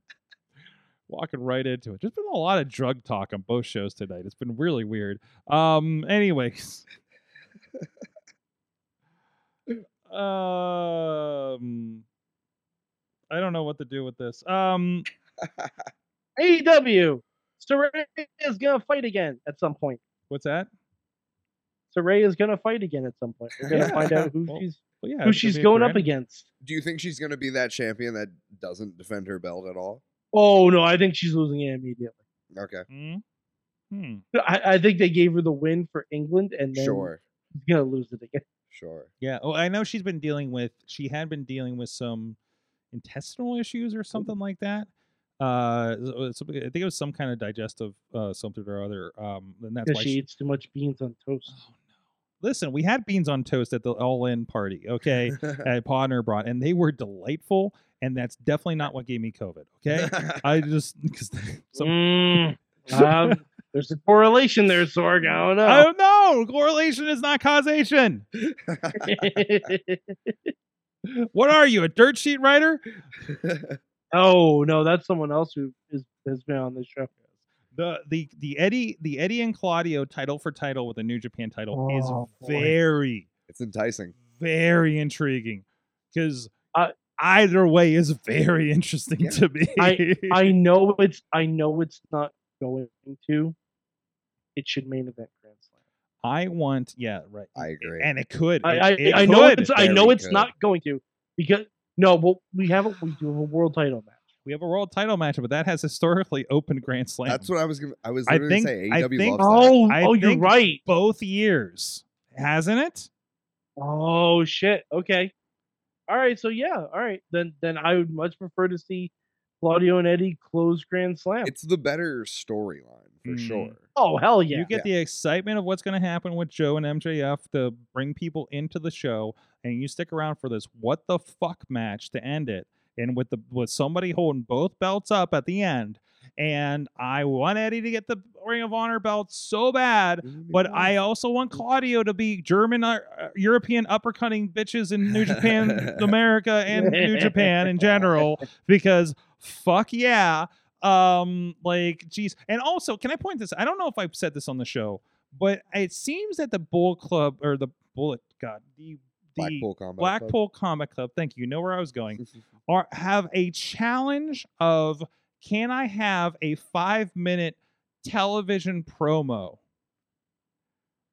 [SPEAKER 3] *laughs*
[SPEAKER 2] walking right into it. Just been a lot of drug talk on both shows tonight. It's been really weird. Um, anyways. *laughs* um I don't know what to do with this. Um
[SPEAKER 3] AEW. Soraya E is gonna fight again at some point.
[SPEAKER 2] what's that?
[SPEAKER 3] Soraya is gonna fight again at some point. We're gonna find out who
[SPEAKER 2] *laughs* Well,
[SPEAKER 3] she's
[SPEAKER 2] Well, yeah,
[SPEAKER 3] who
[SPEAKER 2] it's gonna
[SPEAKER 3] she's
[SPEAKER 2] be a
[SPEAKER 3] going up
[SPEAKER 2] grand-
[SPEAKER 3] against.
[SPEAKER 4] Do you think she's going to be that champion that doesn't defend her belt at all?
[SPEAKER 3] Oh no, I think she's losing it immediately.
[SPEAKER 4] Okay,
[SPEAKER 2] Hmm? Hmm.
[SPEAKER 3] I, I think they gave her the win for England, and then
[SPEAKER 4] sure,
[SPEAKER 3] she's gonna lose it again.
[SPEAKER 4] sure. *laughs*
[SPEAKER 2] Yeah. Oh, I know she's been dealing with. She had been dealing with some intestinal issues or something like that. Uh, s- uh, some- I think it was some kind of digestive uh, something or other. Um, and that's
[SPEAKER 3] Because
[SPEAKER 2] why
[SPEAKER 3] she
[SPEAKER 2] she. Oh,
[SPEAKER 3] eats too much beans on toast.
[SPEAKER 2] Listen, we had beans on toast at the All In party. *laughs*
[SPEAKER 3] *laughs*
[SPEAKER 2] Okay, at Podner brought, and they were delightful. And that's definitely not what gave me COVID.
[SPEAKER 3] *laughs*
[SPEAKER 2] Okay, I just *laughs* because some. *laughs*
[SPEAKER 3] Mm, um, there's a correlation there, Sorg. I don't
[SPEAKER 2] I
[SPEAKER 3] know.
[SPEAKER 2] don't know. Correlation is not causation.
[SPEAKER 3] *laughs*
[SPEAKER 2] What are you, a dirt sheet writer?
[SPEAKER 3] oh no, that's someone else who is, has been on this show.
[SPEAKER 2] the the the Eddie the Eddie and Claudio title for title with the New Japan title
[SPEAKER 3] Oh,
[SPEAKER 2] is
[SPEAKER 3] boy.
[SPEAKER 2] very
[SPEAKER 4] *laughs* it's enticing.
[SPEAKER 2] very intriguing because
[SPEAKER 3] I-
[SPEAKER 2] either way is very *laughs* interesting
[SPEAKER 4] Yeah.
[SPEAKER 2] to me.
[SPEAKER 3] I know it's I know it's not going to. It should main event Grand Slam.
[SPEAKER 2] *laughs* I want yeah right
[SPEAKER 4] I agree.
[SPEAKER 2] and it could it-
[SPEAKER 3] I I,
[SPEAKER 2] it
[SPEAKER 3] I know
[SPEAKER 2] could.
[SPEAKER 3] it's I
[SPEAKER 4] Very
[SPEAKER 3] know it's
[SPEAKER 4] good.
[SPEAKER 3] not going to because no, well we have a, we do have a world title match.
[SPEAKER 2] we have a world title match but that has historically opened Grand Slam
[SPEAKER 4] That's what I was. Gonna, I was
[SPEAKER 2] I
[SPEAKER 4] literally
[SPEAKER 2] think-
[SPEAKER 4] gonna say
[SPEAKER 2] I
[SPEAKER 4] AEW
[SPEAKER 2] think-
[SPEAKER 4] loves that.
[SPEAKER 3] Oh
[SPEAKER 2] I
[SPEAKER 3] oh you're
[SPEAKER 2] think-
[SPEAKER 3] right.
[SPEAKER 2] both years hasn't it?
[SPEAKER 3] Oh shit. Okay. All right. So yeah. All right. Then then I would much prefer to see Claudio and Eddie close Grand Slam.
[SPEAKER 4] It's the better storyline for
[SPEAKER 2] Mm.
[SPEAKER 4] sure.
[SPEAKER 3] oh hell yeah.
[SPEAKER 2] You get the excitement of what's going to happen with Joe and MJF to bring people into the show, and you stick around for this what the fuck match to end it, and with the with somebody holding both belts up at the end. And I want Eddie to get the Ring of Honor belt so bad, but I also want Claudio to be German, uh, uh, European uppercutting bitches in New Japan, America, and New Japan
[SPEAKER 3] *laughs*
[SPEAKER 2] in general because fuck yeah um like geez and also can i point this i don't know if i've said this on the show but it seems that the bull club or the bullet god the the
[SPEAKER 4] Blackpool combat. Club.
[SPEAKER 2] blackpool comic club thank you you know where i was
[SPEAKER 4] *laughs*
[SPEAKER 2] going are have a challenge of can i have a five minute television promo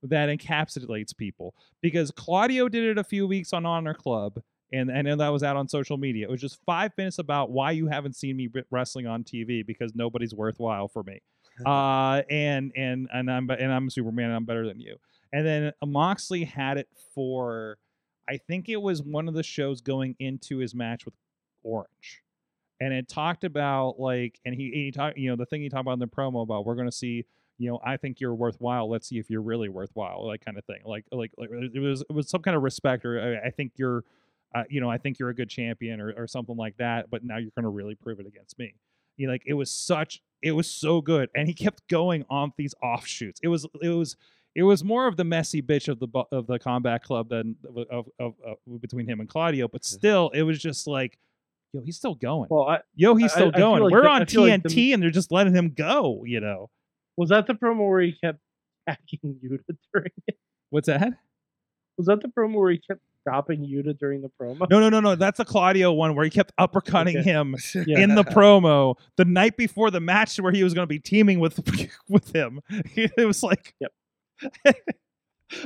[SPEAKER 2] that encapsulates people because claudio did it a few weeks on honor club and I know that was out on social media. It was
[SPEAKER 4] *laughs*
[SPEAKER 2] just five minutes about why you haven't seen me wrestling on TV because nobody's worthwhile for me. uh, and and and I'm be- and I'm Superman and I'm better than you. And then Moxley had it for, I think it was one of the shows going into his match with Orange, and it talked about like, and he and he talked, you know, the thing he talked about in the promo about we're going to see, you know, I think you're worthwhile. Let's see if you're really worthwhile, like kind of thing. Like like like it was it was some kind of respect or I, I think you're. Uh, you know, I think you're a good champion or, or something like that, but now you're going to really prove it against me you know, like it was such it was so good and he kept going on these offshoots it was it was it was more of the messy bitch of the bu- of the combat club than of of, of, of between him and claudio but still it was just like yo he's still going
[SPEAKER 3] Well, I,
[SPEAKER 2] yo he's
[SPEAKER 3] I-
[SPEAKER 2] still
[SPEAKER 3] I feel
[SPEAKER 2] going
[SPEAKER 3] like
[SPEAKER 2] we're
[SPEAKER 3] the-
[SPEAKER 2] on
[SPEAKER 3] I feel like
[SPEAKER 2] tnt
[SPEAKER 3] the-
[SPEAKER 2] and they're just letting him go you know
[SPEAKER 3] was that the promo where he kept attacking Yuta during?
[SPEAKER 2] what's that
[SPEAKER 3] Was that the promo where he kept stopping Yuta during the promo?
[SPEAKER 2] no no no no that's a claudio one where he kept uppercutting
[SPEAKER 3] Okay.
[SPEAKER 2] him
[SPEAKER 3] Yeah.
[SPEAKER 4] *laughs*
[SPEAKER 2] in the promo the night before the match where he was going to be teaming with *laughs* with him. *laughs* It was like, *laughs*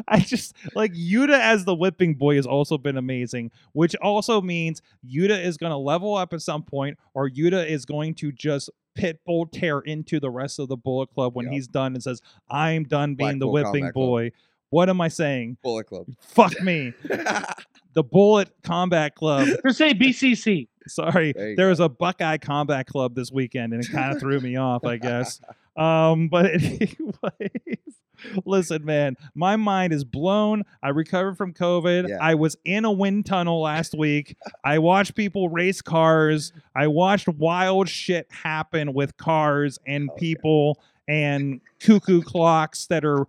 [SPEAKER 2] I just like Yuta as the whipping boy has also been amazing, which also means Yuta is going to level up at some point, or Yuta is going to just pitbull tear into the rest of the Bullet Club when
[SPEAKER 4] Yep.
[SPEAKER 2] he's done and says, "I'm done being the
[SPEAKER 4] Blackpool
[SPEAKER 2] whipping
[SPEAKER 4] Combat Club.
[SPEAKER 2] boy." What am I saying?
[SPEAKER 4] Bullet Club.
[SPEAKER 2] Fuck me. *laughs* The Bullet Combat Club
[SPEAKER 3] Just say BCC.
[SPEAKER 2] Sorry,
[SPEAKER 4] There
[SPEAKER 2] there,
[SPEAKER 4] you
[SPEAKER 2] was a Buckeye Combat Club this weekend, and it kind of threw
[SPEAKER 4] *laughs*
[SPEAKER 2] me off, I guess. Um, but *laughs* anyways, listen, man, my mind is blown. I recovered from COVID.
[SPEAKER 4] Yeah.
[SPEAKER 2] I was in a wind tunnel last week. I watched people race cars. I watched wild shit happen with cars and
[SPEAKER 4] Hell Oh, yeah.
[SPEAKER 2] people and cuckoo clocks that are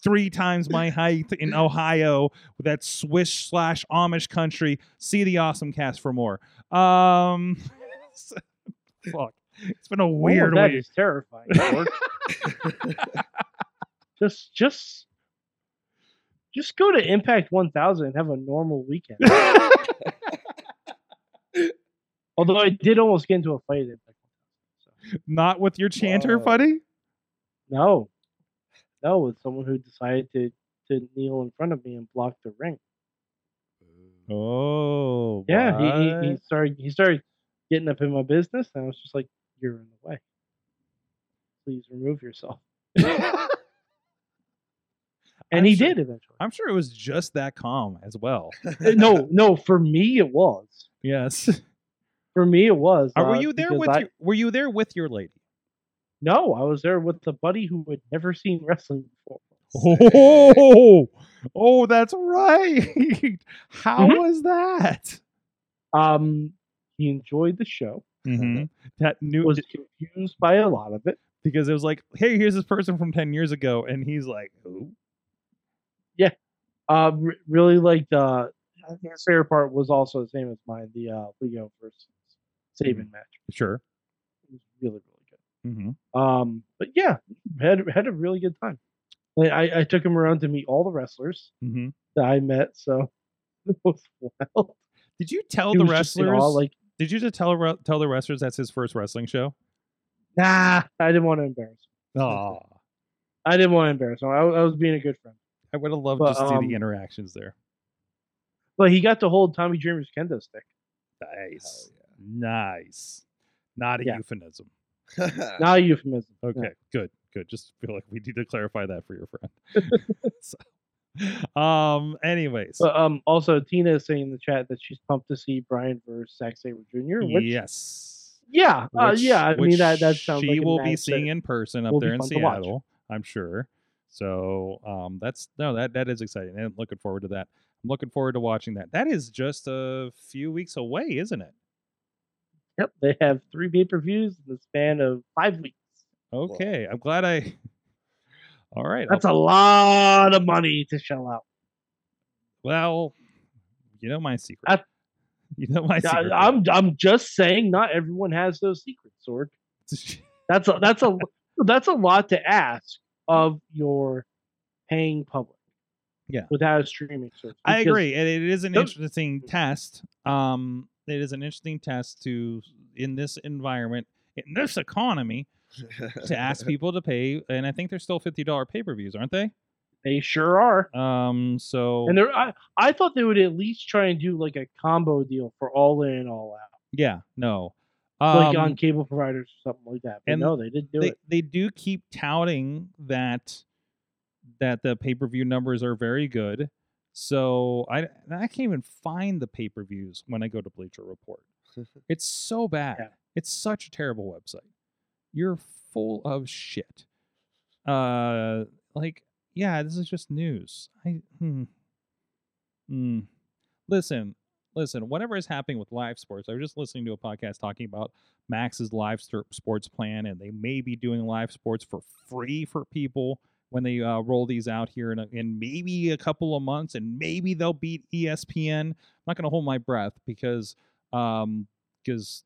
[SPEAKER 2] three times my height in Ohio, that Swiss slash Amish country. See the awesome cast for more. Um, *laughs* fuck, it's been a weird
[SPEAKER 3] All of that
[SPEAKER 2] week.
[SPEAKER 3] is terrifying. George. *laughs* just, just, just go to Impact 1000 and have a normal weekend. *laughs* Although I did almost get into a fight. At Impact.
[SPEAKER 2] Not with your chanter,
[SPEAKER 4] Whoa.
[SPEAKER 2] buddy.
[SPEAKER 3] No, no, with someone who decided to to kneel in front of me and block the ring.
[SPEAKER 2] Oh,
[SPEAKER 3] Yeah, he, he, he started he started getting up in my business, and I was just like, "You're in the way. Please remove *laughs* yourself." and
[SPEAKER 2] I'm
[SPEAKER 3] he
[SPEAKER 2] sure-
[SPEAKER 3] did eventually.
[SPEAKER 2] I'm sure it was just that calm as well.
[SPEAKER 3] Uh, *laughs* no, no. For me, it was. *laughs*
[SPEAKER 2] Yes.
[SPEAKER 3] For me, it was.
[SPEAKER 2] Are, were
[SPEAKER 3] uh,
[SPEAKER 2] you there
[SPEAKER 3] because
[SPEAKER 2] with
[SPEAKER 3] I,
[SPEAKER 2] your, Were you there with your
[SPEAKER 3] *laughs*
[SPEAKER 2] lady?
[SPEAKER 3] No, I was there with a buddy who had never seen wrestling before.
[SPEAKER 2] Oh, *laughs* oh, that's right. How was that?
[SPEAKER 3] Um, he enjoyed the show.
[SPEAKER 2] Mhm. That new
[SPEAKER 3] Mm-hmm. Was confused by a lot of it.
[SPEAKER 2] because it was like, hey, here's this person from ten years ago, and he's like, "Oh, who?
[SPEAKER 3] Uh, re- really liked. Uh, I think his favorite part was also the same as mine. The uh, Leo versus Saban match.
[SPEAKER 2] sure.
[SPEAKER 3] It was really, really good.
[SPEAKER 2] Mm-hmm.
[SPEAKER 3] Um, but yeah, had had a really good time. And I, I took him around to meet all the wrestlers
[SPEAKER 2] Mm-hmm.
[SPEAKER 3] that I met. So *laughs* it was wild.
[SPEAKER 2] Did you tell
[SPEAKER 3] He
[SPEAKER 2] the
[SPEAKER 3] was just in awe,
[SPEAKER 2] wrestlers?
[SPEAKER 3] like,
[SPEAKER 2] did you just tell re- tell the wrestlers that's his first wrestling show?
[SPEAKER 3] nah, I didn't want to embarrass. Him.
[SPEAKER 2] Oh,
[SPEAKER 3] I didn't want to embarrass him. I, I was being a good friend.
[SPEAKER 2] I would have loved
[SPEAKER 3] But,
[SPEAKER 2] to see
[SPEAKER 3] um,
[SPEAKER 2] the interactions there.
[SPEAKER 3] But he got to hold Tommy Dreamer's kendo stick.
[SPEAKER 2] Nice, nice. Not a
[SPEAKER 3] Yeah.
[SPEAKER 2] euphemism.
[SPEAKER 4] *laughs*
[SPEAKER 3] Not a euphemism. no.
[SPEAKER 2] Okay, good, good. Just feel like we need to clarify that for your friend.
[SPEAKER 3] *laughs*
[SPEAKER 2] *laughs* so, um. Anyways,
[SPEAKER 3] But um, also Tina is saying in the chat that she's pumped to see Brian versus Zack Saber Jr. Which,
[SPEAKER 2] yes.
[SPEAKER 3] yeah, uh,
[SPEAKER 2] which-
[SPEAKER 3] yeah. I
[SPEAKER 2] which
[SPEAKER 3] mean that that sounds.
[SPEAKER 2] she
[SPEAKER 3] like a
[SPEAKER 2] will be
[SPEAKER 3] match that-
[SPEAKER 2] seeing in person up
[SPEAKER 3] will be
[SPEAKER 2] there in
[SPEAKER 3] fun to watch.
[SPEAKER 2] Seattle, I'm sure. So um, that's no, that that is exciting, and I'm looking forward to that. I'm looking forward to watching that. That is just a few weeks away, isn't it?
[SPEAKER 3] Yep, they have three pay per views in the span of five weeks.
[SPEAKER 2] Okay, I'm glad I. *laughs* All right, I'll-
[SPEAKER 3] That's a lot of money to shell out.
[SPEAKER 2] well, you know my secret.
[SPEAKER 3] I-
[SPEAKER 2] *laughs* you know my
[SPEAKER 3] I,
[SPEAKER 2] secret.
[SPEAKER 3] I'm I'm just saying, not everyone has those secrets, Sorg. That's a that's a *laughs* that's a lot to ask of your paying public.
[SPEAKER 2] Yeah.
[SPEAKER 3] without a streaming service.
[SPEAKER 2] *laughs* I
[SPEAKER 3] because-
[SPEAKER 2] agree. and it is an
[SPEAKER 3] those-
[SPEAKER 2] interesting test. Um, it is an interesting test to in this environment, in this economy, to
[SPEAKER 3] *laughs*
[SPEAKER 2] ask people to pay, and I think they're still fifty dollar pay per views, aren't they?
[SPEAKER 3] They sure are.
[SPEAKER 2] Um, so
[SPEAKER 3] And there, I, I thought they would at least try and do like a combo deal for all in and all out.
[SPEAKER 2] yeah, no,
[SPEAKER 3] like
[SPEAKER 2] Um,
[SPEAKER 3] on cable providers or something like that. But
[SPEAKER 2] and
[SPEAKER 3] no, they didn't do
[SPEAKER 2] they,
[SPEAKER 3] it.
[SPEAKER 2] they do keep touting that that the pay-per-view numbers are very good. So I and I can't even find the pay-per-views when I go to Bleacher
[SPEAKER 3] *laughs*
[SPEAKER 2] Report. It's so bad.
[SPEAKER 3] Yeah.
[SPEAKER 2] It's such a terrible website. You're full of shit. Uh like yeah, this is just news. I hmm. Hmm. Listen, listen, whatever is happening with live sports, I was just listening to a podcast talking about Max's live st- sports plan, and they may be doing live sports for free for people when they uh, roll these out here in, a, in maybe a couple of months, and maybe they'll beat E ESPN. I'm not going to hold my breath because um because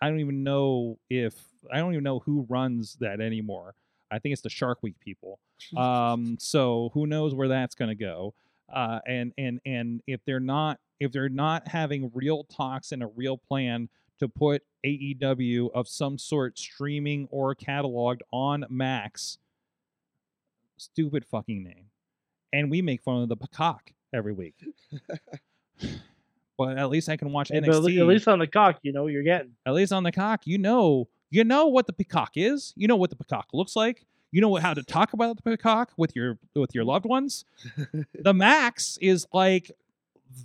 [SPEAKER 2] I don't even know if I don't even know who runs that anymore. I think it's the Shark Week
[SPEAKER 3] *laughs*
[SPEAKER 2] people. Um, so who knows where that's going to go? Uh, and and and if they're not if they're not having real talks and a real plan to put AEW of some sort streaming or cataloged on Max. Stupid fucking name. And we make fun of the peacock every
[SPEAKER 3] *laughs*
[SPEAKER 2] week. *sighs* but at least I can watch
[SPEAKER 3] Hey,
[SPEAKER 2] NXT.
[SPEAKER 3] but at le- at least on the cock, you know what you're getting.
[SPEAKER 2] at least on the cock, you know, you know what the peacock is. You know what the peacock looks like. You know what-
[SPEAKER 3] *laughs*
[SPEAKER 2] how to talk about the peacock with your with your loved ones. the Max is like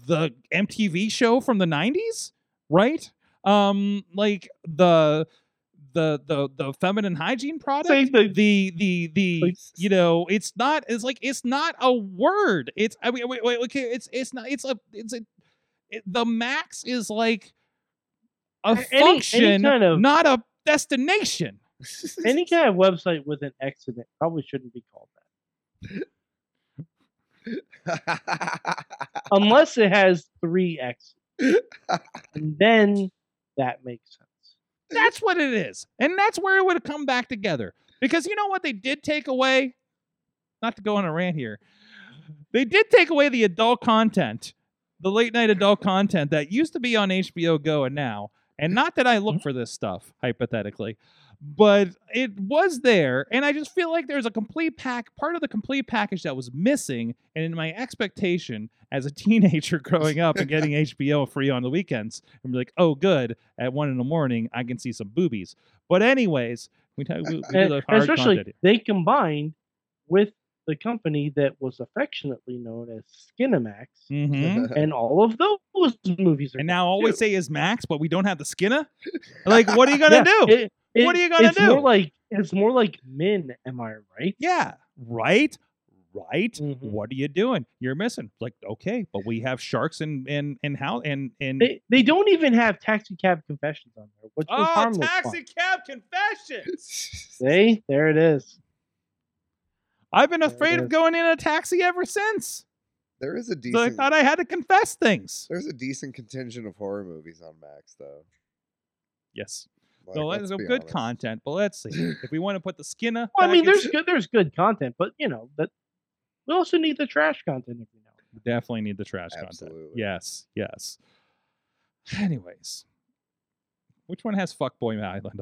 [SPEAKER 2] the MTV show from the '90s, right? Um, like the the the the feminine hygiene product.
[SPEAKER 3] Same thing.
[SPEAKER 2] The the the
[SPEAKER 3] Like-
[SPEAKER 2] you know, it's not. It's like it's not a word. It's I mean, wait, wait, okay. It's it's not. It's a it's a. It, the Max is like a
[SPEAKER 3] A- any- any
[SPEAKER 2] function,
[SPEAKER 3] kind of-
[SPEAKER 2] not a destination.
[SPEAKER 3] Any kind of website with an X in it probably shouldn't be called that, unless it has three X's. and then that makes sense.
[SPEAKER 2] That's what it is. And that's where it would have come back together. Because you know what they did take away? Not to go on a rant here. They did take away the adult content, the late night adult content that used to be on HBO Go and now. And not that I look for this stuff, hypothetically, but it was there. And I just feel like there's a complete pack, part of the complete package that was missing. And in my expectation as a *laughs* teenager growing up and getting HBO free on the weekends, I'm like, oh, good at one in the morning, I can see some boobies. But anyways, we talk. We, we do
[SPEAKER 3] And-
[SPEAKER 2] the hard
[SPEAKER 3] and Eh, especially
[SPEAKER 2] content.
[SPEAKER 3] they combined with the company that was affectionately known as Skinamax,
[SPEAKER 2] Mhm.
[SPEAKER 4] *laughs*
[SPEAKER 3] and all of those movies are
[SPEAKER 2] And now all we say is Max, but we don't have the Skinner. Like, what are you gonna
[SPEAKER 3] *laughs* Yeah,
[SPEAKER 2] do?
[SPEAKER 3] it-
[SPEAKER 2] What
[SPEAKER 3] it-
[SPEAKER 2] are you gonna
[SPEAKER 3] it's More
[SPEAKER 2] do?
[SPEAKER 3] like it's more like men, am I right?
[SPEAKER 2] yeah, right, right.
[SPEAKER 3] Mhm.
[SPEAKER 2] What are you doing? You're missing. Like, okay, but we have sharks and and and how and and
[SPEAKER 3] They, they don't even have taxi cab confessions on there, which was
[SPEAKER 2] oh,
[SPEAKER 3] harmless. fun.
[SPEAKER 2] taxi cab confessions.
[SPEAKER 3] See, there it is.
[SPEAKER 2] I've been
[SPEAKER 3] There it
[SPEAKER 2] afraid of
[SPEAKER 3] is.
[SPEAKER 2] going in a taxi ever since.
[SPEAKER 4] there is
[SPEAKER 2] So
[SPEAKER 4] a
[SPEAKER 2] I
[SPEAKER 4] decent
[SPEAKER 2] thought I had to confess things.
[SPEAKER 4] there's a decent contingent of horror movies on Max though.
[SPEAKER 2] Yes.
[SPEAKER 4] Like,
[SPEAKER 2] So
[SPEAKER 4] let's
[SPEAKER 2] that's some
[SPEAKER 4] be
[SPEAKER 2] good
[SPEAKER 4] honest.
[SPEAKER 2] content, but let's see if we want to put the Skinner.
[SPEAKER 3] Well, *laughs* I mean,
[SPEAKER 2] back in-
[SPEAKER 3] there's good, there's good content, but you know, that we also need the trash content every now. and
[SPEAKER 2] definitely need the trash content.
[SPEAKER 4] Absolutely.
[SPEAKER 2] Yes, yes. *sighs* Anyways, which one has fuckboy island?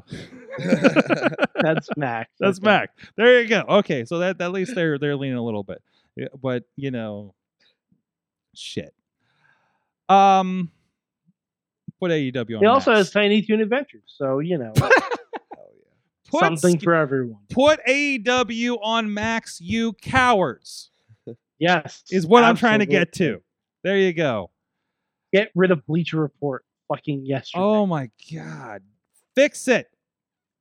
[SPEAKER 3] then. That's Max.
[SPEAKER 2] *laughs*
[SPEAKER 3] I
[SPEAKER 2] That's
[SPEAKER 3] think.
[SPEAKER 2] Mac. There you go. Okay, so that at least they're they're leaning a little bit, Yeah, but you know, shit. Um, put AEW on.
[SPEAKER 3] It also
[SPEAKER 2] Oh,
[SPEAKER 3] has
[SPEAKER 2] Max.
[SPEAKER 3] Tiny Toon Adventures, so
[SPEAKER 2] *laughs*
[SPEAKER 3] you know,
[SPEAKER 4] Hell yeah.
[SPEAKER 2] put
[SPEAKER 3] something
[SPEAKER 2] Sk-
[SPEAKER 3] for everyone.
[SPEAKER 2] put AEW on Max. You cowards
[SPEAKER 3] Yes,
[SPEAKER 2] is what I'm trying to
[SPEAKER 3] absolutely.
[SPEAKER 2] get to. There you go.
[SPEAKER 3] Get rid of Bleacher Report. Fucking yesterday.
[SPEAKER 2] Oh my god. Fix it.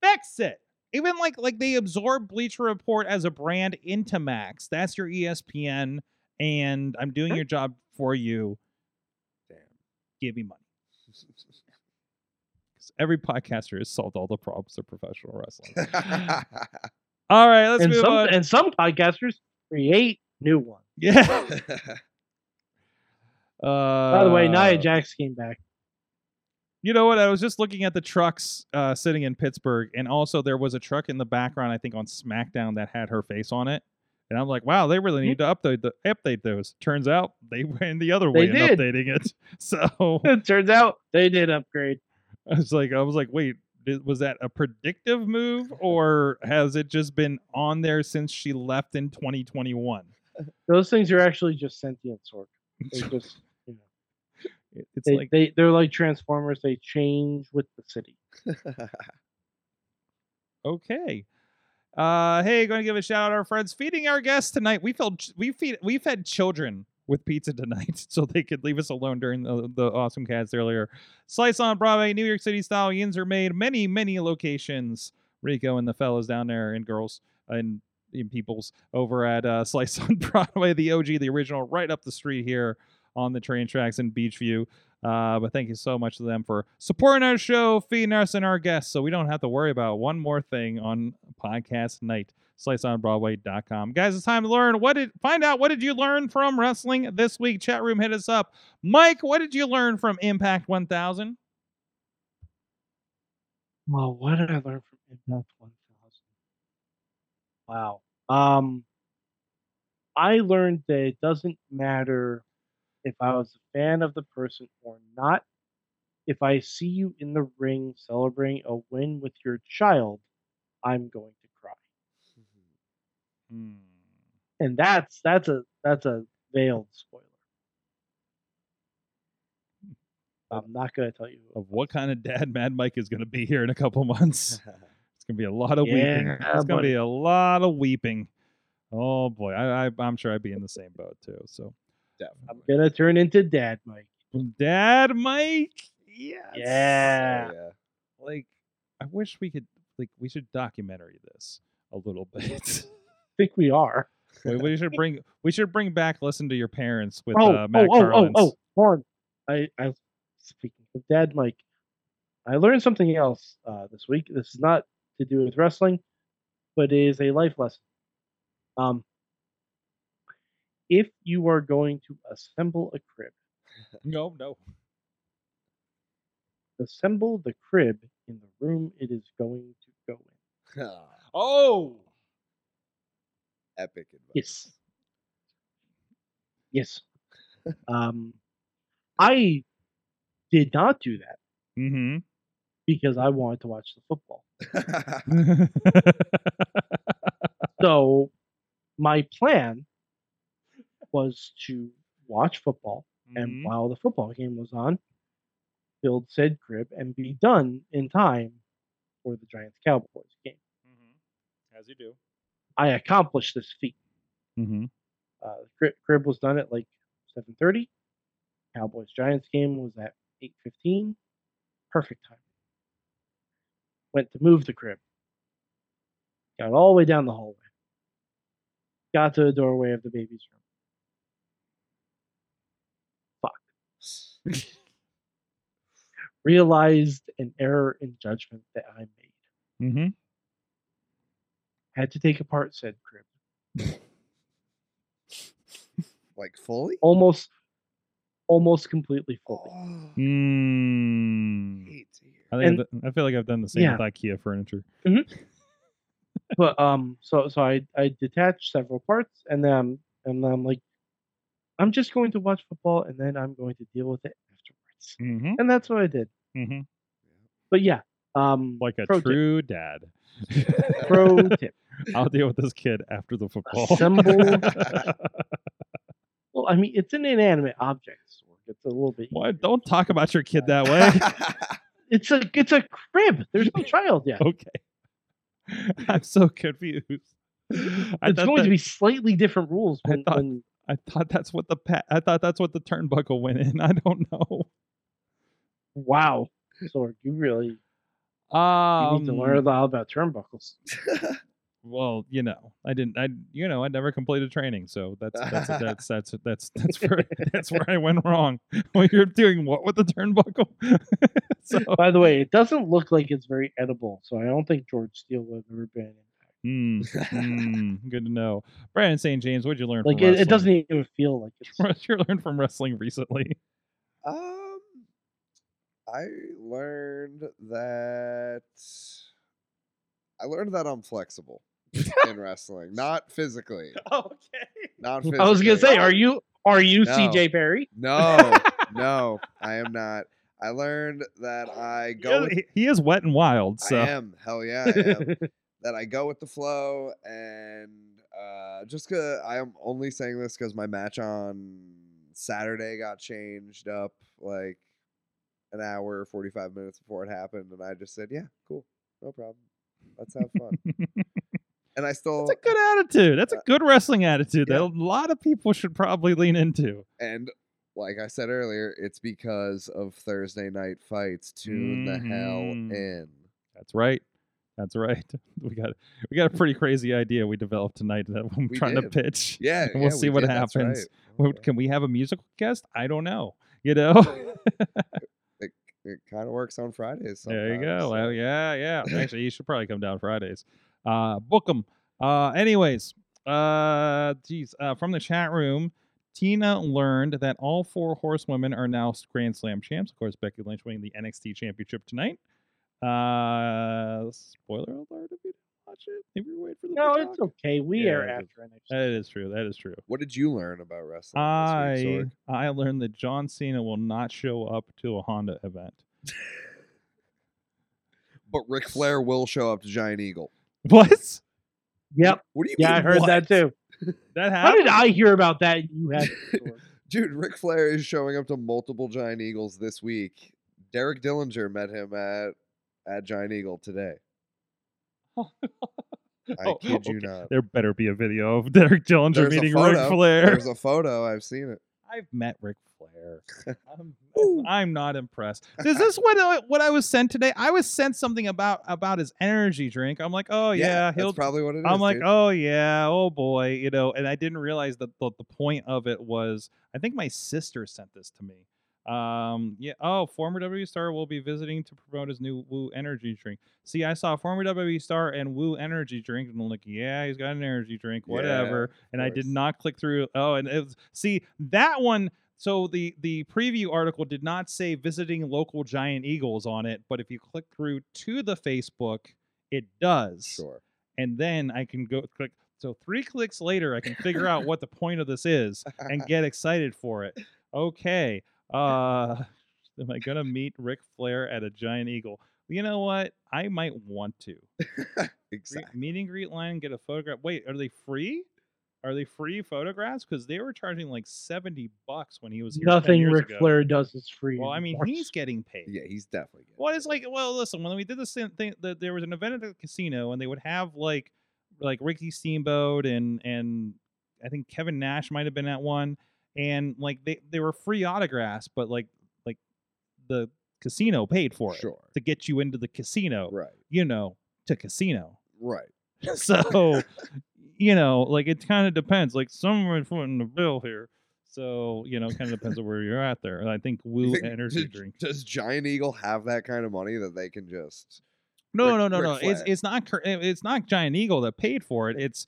[SPEAKER 2] Fix it. Even like like they absorb Bleacher Report as a brand into Max. That's your E ESPN and I'm doing your job for you.
[SPEAKER 4] Damn.
[SPEAKER 2] Give me money. *laughs* Cuz every podcaster has solved all the problems of professional wrestling. *laughs*
[SPEAKER 4] *laughs*
[SPEAKER 2] all right, let's
[SPEAKER 3] and
[SPEAKER 2] move
[SPEAKER 3] some
[SPEAKER 2] on.
[SPEAKER 3] and some podcasters create new ones.
[SPEAKER 2] Yeah. Uh,
[SPEAKER 3] By the way, Nia Jax came back. *laughs*
[SPEAKER 2] You know what? I was just looking at the trucks uh, sitting in Pittsburgh, and also there was a truck in the background, I think on SmackDown, that had her face on it. And I'm like, wow, they really need to update the, update those. Turns out they *laughs* went the other way
[SPEAKER 3] They
[SPEAKER 2] in
[SPEAKER 3] did.
[SPEAKER 2] updating it. *laughs* So
[SPEAKER 3] It turns out they did upgrade.
[SPEAKER 2] I was like, I was like, wait, di- was that a predictive move, or has it just been on there since she left in 2021?
[SPEAKER 3] Those things are actually just sentient Sork.
[SPEAKER 2] *laughs*
[SPEAKER 3] They
[SPEAKER 2] It-
[SPEAKER 3] just you know,
[SPEAKER 2] It's
[SPEAKER 3] they,
[SPEAKER 2] like
[SPEAKER 3] they they're like Transformers. They change with the city.
[SPEAKER 2] Okay. Uh, hey, going to give a shout out to our friends feeding our guests tonight. We felt we feed we fed children with pizza tonight, *laughs* so they could leave us alone during the, the awesome cats earlier. Slice on Broadway, New York City style. Yins are made many many locations. Rico and the fellas down there and girls and, and peoples over at uh, *laughs* Slice on Broadway, the OG, the original, right up the street here on the train tracks in Beachview. Uh, but thank you so much to them for supporting our show, feeding us and our guests, so we don't have to worry about one more thing on podcast night. SliceOnBroadway.com. Guys, it's time to learn what did find out what did you learn from wrestling this week. Chat room, hit us up. Mike, what did you learn from Impact 1000?
[SPEAKER 3] Well, what did I learn from Impact 1000? Wow. Um, I learned that it doesn't matter if I was a fan of the person or not. If I see you in the ring celebrating a win with your child, I'm going to cry.
[SPEAKER 2] Hmm.
[SPEAKER 3] And that's that's a that's a veiled spoiler. I'm not going to tell you.
[SPEAKER 2] Of what kind of dad *laughs* Mad Mike is going to be here in a couple *laughs*
[SPEAKER 3] *laughs*
[SPEAKER 2] months? It's gonna be a lot of weeping.
[SPEAKER 3] Yeah,
[SPEAKER 2] It's gonna
[SPEAKER 3] buddy.
[SPEAKER 2] be a lot of weeping. Oh boy, I, I, I'm sure I'd be in the same boat too. So,
[SPEAKER 3] I'm going to turn into dad, Mike.
[SPEAKER 2] Dad, Mike, yes,
[SPEAKER 3] Yeah.
[SPEAKER 2] Like, I wish we could. Like, we should documentary this a little *laughs*
[SPEAKER 3] *laughs*
[SPEAKER 2] bit.
[SPEAKER 3] I think we are.
[SPEAKER 2] we, we should bring. We should bring back. Listen to your parents with
[SPEAKER 3] oh,
[SPEAKER 2] uh, Matt
[SPEAKER 3] oh, oh, oh,
[SPEAKER 2] Carlin's.
[SPEAKER 3] oh, Horn. I, I, speaking of Dad Mike, I learned something else uh, this week. This is not to do with wrestling, but it is a life lesson. Um, if you are going to assemble a crib,
[SPEAKER 2] No, no.
[SPEAKER 3] assemble the crib in the room it is going to go in.
[SPEAKER 4] *laughs*
[SPEAKER 2] Oh,
[SPEAKER 4] Epic advice.
[SPEAKER 3] Yes. Yes. um, I did not do that
[SPEAKER 2] mm-hmm.
[SPEAKER 3] because I wanted to watch the football.
[SPEAKER 2] Mm-hmm.
[SPEAKER 3] so my plan was to watch football
[SPEAKER 2] Mm-hmm.
[SPEAKER 3] and while the football game was on build said crib and be done in time for the giants cowboys game Mm-hmm.
[SPEAKER 2] as you do.
[SPEAKER 3] i accomplished this feat
[SPEAKER 2] Mm-hmm.
[SPEAKER 3] uh, the cri- crib was done at like 7.30 cowboys giants game was at 8.15 perfect time went to move the crib got all the way down the hallway got to the doorway of the baby's room fuck realized an error in judgment that i made
[SPEAKER 2] Mm-hmm.
[SPEAKER 3] had to take apart said crib
[SPEAKER 4] *laughs* Like fully?
[SPEAKER 3] almost almost completely fully
[SPEAKER 4] Oh,
[SPEAKER 2] Mm.
[SPEAKER 4] hate to hear.
[SPEAKER 2] I think I've
[SPEAKER 3] And-
[SPEAKER 2] done- I feel like I've done the same
[SPEAKER 3] Yeah.
[SPEAKER 2] with IKEA furniture.
[SPEAKER 3] but um so so i i detach several parts and then I'm, and then i'm like i'm just going to watch football and then i'm going to deal with it afterwards
[SPEAKER 2] Mm-hmm.
[SPEAKER 3] and that's what i did
[SPEAKER 2] Mm-hmm.
[SPEAKER 3] but yeah um
[SPEAKER 2] Like a
[SPEAKER 3] pro
[SPEAKER 2] true dad.
[SPEAKER 3] tip, pro tip
[SPEAKER 2] *laughs* I'll deal with this kid after the football. *laughs*
[SPEAKER 3] assemble well i mean it's an inanimate object so it's a little bit
[SPEAKER 2] what?
[SPEAKER 3] easier.
[SPEAKER 2] Don't talk about your kid
[SPEAKER 3] *laughs*
[SPEAKER 2] that way.
[SPEAKER 3] it's a it's a crib there's
[SPEAKER 2] *laughs*
[SPEAKER 3] no child yet
[SPEAKER 2] okay. I'm so confused. I
[SPEAKER 3] it's
[SPEAKER 2] thought
[SPEAKER 3] going
[SPEAKER 2] that-
[SPEAKER 3] to be slightly different rules
[SPEAKER 2] I
[SPEAKER 3] when,
[SPEAKER 2] thought-
[SPEAKER 3] when
[SPEAKER 2] I thought that's what the pa- I thought that's what the turnbuckle went in. *laughs* I don't know.
[SPEAKER 3] wow so you really you
[SPEAKER 2] Um,
[SPEAKER 3] need to learn a lot about turnbuckles
[SPEAKER 2] Well, you know, I didn't. I you know, I never completed training, so that's
[SPEAKER 3] *laughs*
[SPEAKER 2] that's that's that's that's that's *laughs* where that's where I went wrong. *laughs* Well, you're doing what with the turnbuckle? *laughs* so,
[SPEAKER 3] By the way, it doesn't look like it's very edible, so I don't think George Steele would have ever been. in fact.
[SPEAKER 2] mm, *laughs* mm, good to know. Brandon St. James, what'd you learn?
[SPEAKER 3] Like
[SPEAKER 2] from
[SPEAKER 3] it, it
[SPEAKER 2] wrestling?
[SPEAKER 3] doesn't even feel like it's.
[SPEAKER 2] *laughs*
[SPEAKER 3] *laughs*
[SPEAKER 2] What'd you learn from wrestling recently?
[SPEAKER 4] Um, I learned that I learned that I'm flexible in wrestling, not physically,
[SPEAKER 2] Oh, Okay.
[SPEAKER 4] not physically.
[SPEAKER 3] I was gonna say, are you are you
[SPEAKER 4] No.
[SPEAKER 3] CJ Perry? *laughs*
[SPEAKER 4] No, no, I am not. I learned that I go. with,
[SPEAKER 2] He, he is wet and wild, so
[SPEAKER 4] I am. Hell yeah, I am.
[SPEAKER 3] *laughs*
[SPEAKER 4] that I go with the flow and uh, just cause I'm only saying this because my match on Saturday got changed up. Like an hour, forty five minutes before it happened, and I just said, "Yeah, cool, no problem, let's have
[SPEAKER 3] *laughs*
[SPEAKER 4] fun." and I still
[SPEAKER 2] That's a good attitude. That's a
[SPEAKER 4] uh,
[SPEAKER 2] good wrestling attitude that
[SPEAKER 4] yeah.
[SPEAKER 2] a lot of people should probably lean into.
[SPEAKER 4] and like I said earlier, it's because of Thursday night fights. Tune the hell
[SPEAKER 2] Mhm.
[SPEAKER 4] in.
[SPEAKER 2] That's right. That's right. *laughs* We got we got a pretty crazy idea we developed tonight that I'm
[SPEAKER 4] We
[SPEAKER 2] trying to
[SPEAKER 4] did.
[SPEAKER 2] pitch.
[SPEAKER 4] Yeah,
[SPEAKER 2] *laughs* We'll
[SPEAKER 4] yeah,
[SPEAKER 2] see
[SPEAKER 4] we
[SPEAKER 2] what
[SPEAKER 4] did, that's
[SPEAKER 2] happens.
[SPEAKER 4] right.
[SPEAKER 2] Well,
[SPEAKER 4] Okay.
[SPEAKER 2] Can we have a musical guest? I don't know. You
[SPEAKER 4] *laughs*
[SPEAKER 2] know. *laughs*
[SPEAKER 4] It, it kind of works on Fridays.
[SPEAKER 2] There you
[SPEAKER 4] sometimes,
[SPEAKER 2] go.
[SPEAKER 4] so-
[SPEAKER 2] Well, yeah,
[SPEAKER 3] *clears throat*
[SPEAKER 2] yeah. Actually, you should probably come down Fridays. Uh, book them. Uh, anyways, uh, geez, uh, from the chat room, Tina learned that all four horsewomen are now Grand Slam champs. Of course, Becky Lynch winning the NXT championship tonight. Uh, spoiler alert if you didn't watch it. If you're waiting for the
[SPEAKER 3] No,
[SPEAKER 2] big
[SPEAKER 3] it's
[SPEAKER 2] talk.
[SPEAKER 3] okay. We
[SPEAKER 2] Yeah,
[SPEAKER 3] are
[SPEAKER 2] I did.
[SPEAKER 3] after an
[SPEAKER 2] That is true. That is true.
[SPEAKER 4] What did you learn about wrestling? this
[SPEAKER 2] I
[SPEAKER 4] week,
[SPEAKER 2] I learned that John Cena will not show up to a Honda event. *laughs*
[SPEAKER 4] Sorg? but Ric Flair will show up to Giant Eagle.
[SPEAKER 2] What?
[SPEAKER 3] Yep.
[SPEAKER 4] What do you
[SPEAKER 3] Yeah, I
[SPEAKER 4] mean,
[SPEAKER 3] heard
[SPEAKER 4] what?
[SPEAKER 3] that too.
[SPEAKER 2] That happened.
[SPEAKER 3] How did I hear about that? and You
[SPEAKER 4] *laughs*
[SPEAKER 3] had
[SPEAKER 4] Dude, Ric Flair is showing up to multiple Giant Eagles this week. Derek Dillinger met him at at Giant
[SPEAKER 2] *laughs*
[SPEAKER 4] Eagle today. I
[SPEAKER 2] Oh,
[SPEAKER 4] kid you
[SPEAKER 2] okay.
[SPEAKER 4] not.
[SPEAKER 2] There better be a video of *laughs* Derek Dillinger
[SPEAKER 4] There's a
[SPEAKER 2] meeting Ric
[SPEAKER 4] photo.
[SPEAKER 2] Flair.
[SPEAKER 4] There's a photo. I've seen it.
[SPEAKER 2] *laughs* I've met Ric
[SPEAKER 4] *laughs*
[SPEAKER 2] Flair. I'm, I'm not impressed. Is this what I, what I was sent today? I was sent something about about his energy drink. I'm like, oh yeah, he'll.
[SPEAKER 4] that's probably what it is.
[SPEAKER 2] I'm like,
[SPEAKER 4] dude.
[SPEAKER 2] oh yeah, oh boy, you know. And I didn't realize that the, the point of it was. I think my sister sent this to me. Um, yeah. Oh, former WWE star will be visiting to promote his new Woo Energy drink. See, I saw former WWE star and Woo Energy drink, and I'm like, yeah, he's got an energy drink,
[SPEAKER 4] Yeah.
[SPEAKER 2] whatever and I did
[SPEAKER 4] course.
[SPEAKER 2] not click through. Oh, and it was, see that one. So the the preview article did not say visiting local giant eagles on it, but if you click through to the Facebook, it does.
[SPEAKER 4] Sure.
[SPEAKER 2] And then I can go click. So three clicks later, I can figure out what the point of this is
[SPEAKER 4] *laughs*
[SPEAKER 2] and get excited for it. Okay. Uh, *laughs* am I gonna meet Ric Flair at a giant eagle? You know what? I might want to. Greet-
[SPEAKER 4] exactly.
[SPEAKER 2] meet and greet line, get a photograph. Wait, are they free? Are they free photographs? Because they were charging like seventy bucks when he was here. 10
[SPEAKER 3] nothing
[SPEAKER 2] years
[SPEAKER 3] Ric
[SPEAKER 2] ago.
[SPEAKER 3] Flair does is free.
[SPEAKER 2] Well, I mean,
[SPEAKER 3] anymore.
[SPEAKER 2] he's getting paid.
[SPEAKER 4] Yeah, he's definitely. Good.
[SPEAKER 2] What is like? Well, listen. When we did the same thing, that there was an event at the casino, and they would have like, like Ricky Steamboat and and I think Kevin Nash might have been at one, and like they they were free autographs, but like like the casino paid for it
[SPEAKER 4] Sure.
[SPEAKER 2] to get you into the casino,
[SPEAKER 4] Right.
[SPEAKER 2] you know, to
[SPEAKER 4] *laughs*
[SPEAKER 2] casino. *laughs*
[SPEAKER 4] Right.
[SPEAKER 2] so you know like it kind of depends like somewhere footing the bill here so you know kind of depends on where you're at there and i think
[SPEAKER 4] You
[SPEAKER 2] woo
[SPEAKER 4] think-
[SPEAKER 2] energy
[SPEAKER 4] *laughs* does,
[SPEAKER 2] drink
[SPEAKER 4] Does Giant Eagle have that kind of money that they can just?
[SPEAKER 2] no
[SPEAKER 4] Ric-
[SPEAKER 2] no no
[SPEAKER 4] Ric
[SPEAKER 2] no it's
[SPEAKER 4] Flair.
[SPEAKER 2] it's not cur- it- it's not giant eagle that paid for it it's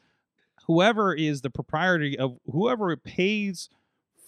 [SPEAKER 2] whoever is the proprietor of whoever pays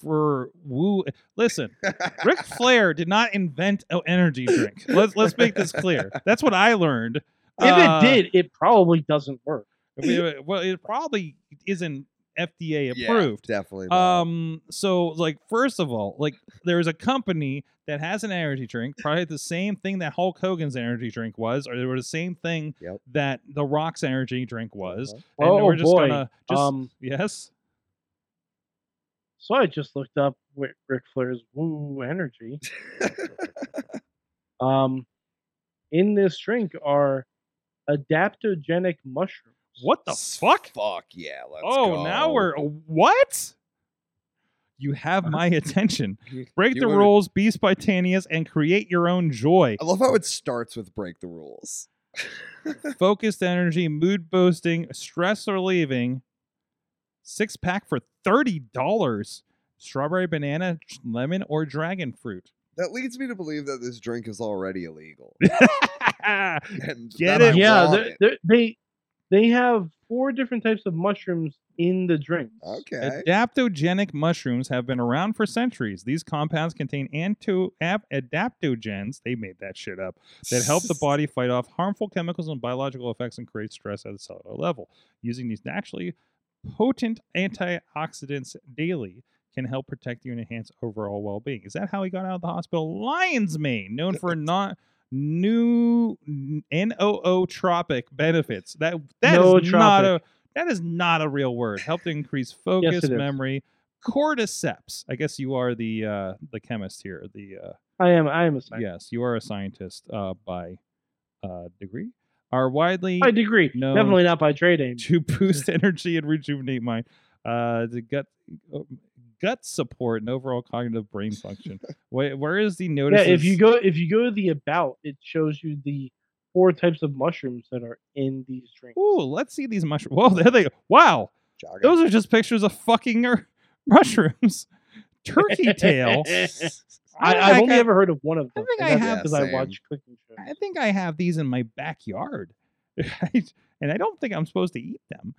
[SPEAKER 2] for woo listen
[SPEAKER 3] *laughs*
[SPEAKER 2] Ric Flair did not invent an energy drink. Let's let's make this clear. That's what I learned.
[SPEAKER 3] if
[SPEAKER 2] Uh,
[SPEAKER 3] it did, it probably doesn't work.
[SPEAKER 2] we- well, it probably isn't FDA
[SPEAKER 4] Yeah,
[SPEAKER 2] approved.
[SPEAKER 4] *laughs* definitely. not.
[SPEAKER 2] Um. So, like, first of all, like, there is a company that has an energy drink, probably the same thing that Hulk Hogan's energy drink was, or they were the same thing
[SPEAKER 4] Yep. Uh-huh.
[SPEAKER 2] that The Rock's energy drink was. And
[SPEAKER 3] Oh
[SPEAKER 2] we're just
[SPEAKER 3] boy.
[SPEAKER 2] gonna just
[SPEAKER 3] um,
[SPEAKER 2] yes.
[SPEAKER 3] so I just looked up Wi- Ric Flair's woo energy. Um, in this drink are adaptogenic mushrooms.
[SPEAKER 2] What the fuck?
[SPEAKER 4] Fuck yeah. Let's
[SPEAKER 2] Oh, now
[SPEAKER 4] go.
[SPEAKER 2] we're what? You have my
[SPEAKER 4] *laughs*
[SPEAKER 2] attention.
[SPEAKER 4] You-
[SPEAKER 2] Break
[SPEAKER 4] you
[SPEAKER 2] the
[SPEAKER 4] wanna-
[SPEAKER 2] rules, be spontaneous, and create your own joy.
[SPEAKER 4] I love how it starts with break the rules.
[SPEAKER 2] focused energy, mood boosting, stress relieving. Six pack for thirty dollars. Strawberry, banana, ch- lemon, or dragon fruit.
[SPEAKER 4] That leads me to believe that this drink is
[SPEAKER 2] *laughs*
[SPEAKER 4] already illegal. And
[SPEAKER 2] Get
[SPEAKER 4] that I
[SPEAKER 2] it?
[SPEAKER 3] yeah,
[SPEAKER 4] want
[SPEAKER 3] they're- they're- they they have four different types of mushrooms in the drink.
[SPEAKER 4] Okay.
[SPEAKER 2] Adaptogenic mushrooms have been around for centuries. These compounds contain anto- ap- adaptogens. They made that shit up. that help
[SPEAKER 3] *laughs*
[SPEAKER 4] *laughs*
[SPEAKER 2] the body fight off harmful chemicals and biological effects and create stress at a cellular level. Using these naturally potent antioxidants daily can help protect you and enhance overall well-being. Is that how he got out of the hospital? Lion's mane, known for
[SPEAKER 3] *laughs*
[SPEAKER 2] not new nootropic benefits. That that is not a that is not a real word. Help to increase focus,
[SPEAKER 3] it is.
[SPEAKER 2] memory. Cordyceps. I guess you are the uh, the chemist here. The uh,
[SPEAKER 3] I am. I am a scientist.
[SPEAKER 2] Yes, you are a scientist uh, by uh, degree. Are widely *laughs*
[SPEAKER 3] By degree,
[SPEAKER 2] No.
[SPEAKER 3] definitely not by trade aim.
[SPEAKER 2] to boost energy and rejuvenate mind. Uh, the gut gut support and overall cognitive brain
[SPEAKER 3] *laughs*
[SPEAKER 2] function. Where, where is the notice?
[SPEAKER 3] Yeah, if you go if you go to the about, it shows you the four types of mushrooms that are in these drinks.
[SPEAKER 2] Ooh, let's see these mushrooms. Whoa, *laughs* there they go. Wow,
[SPEAKER 4] Jogger.
[SPEAKER 2] those are just pictures of fucking er- *laughs* mushrooms. Turkey tail.
[SPEAKER 3] *laughs* I,
[SPEAKER 2] don't
[SPEAKER 3] I've
[SPEAKER 2] think
[SPEAKER 3] only
[SPEAKER 2] I-
[SPEAKER 3] ever heard of one of
[SPEAKER 2] I
[SPEAKER 3] them.
[SPEAKER 2] think
[SPEAKER 3] and
[SPEAKER 2] I
[SPEAKER 3] that's
[SPEAKER 2] have-
[SPEAKER 3] because
[SPEAKER 4] Yeah,
[SPEAKER 3] I
[SPEAKER 4] same.
[SPEAKER 3] watch cooking shows.
[SPEAKER 2] I think I have these in my backyard, *laughs* right? and I don't think I'm supposed to eat them.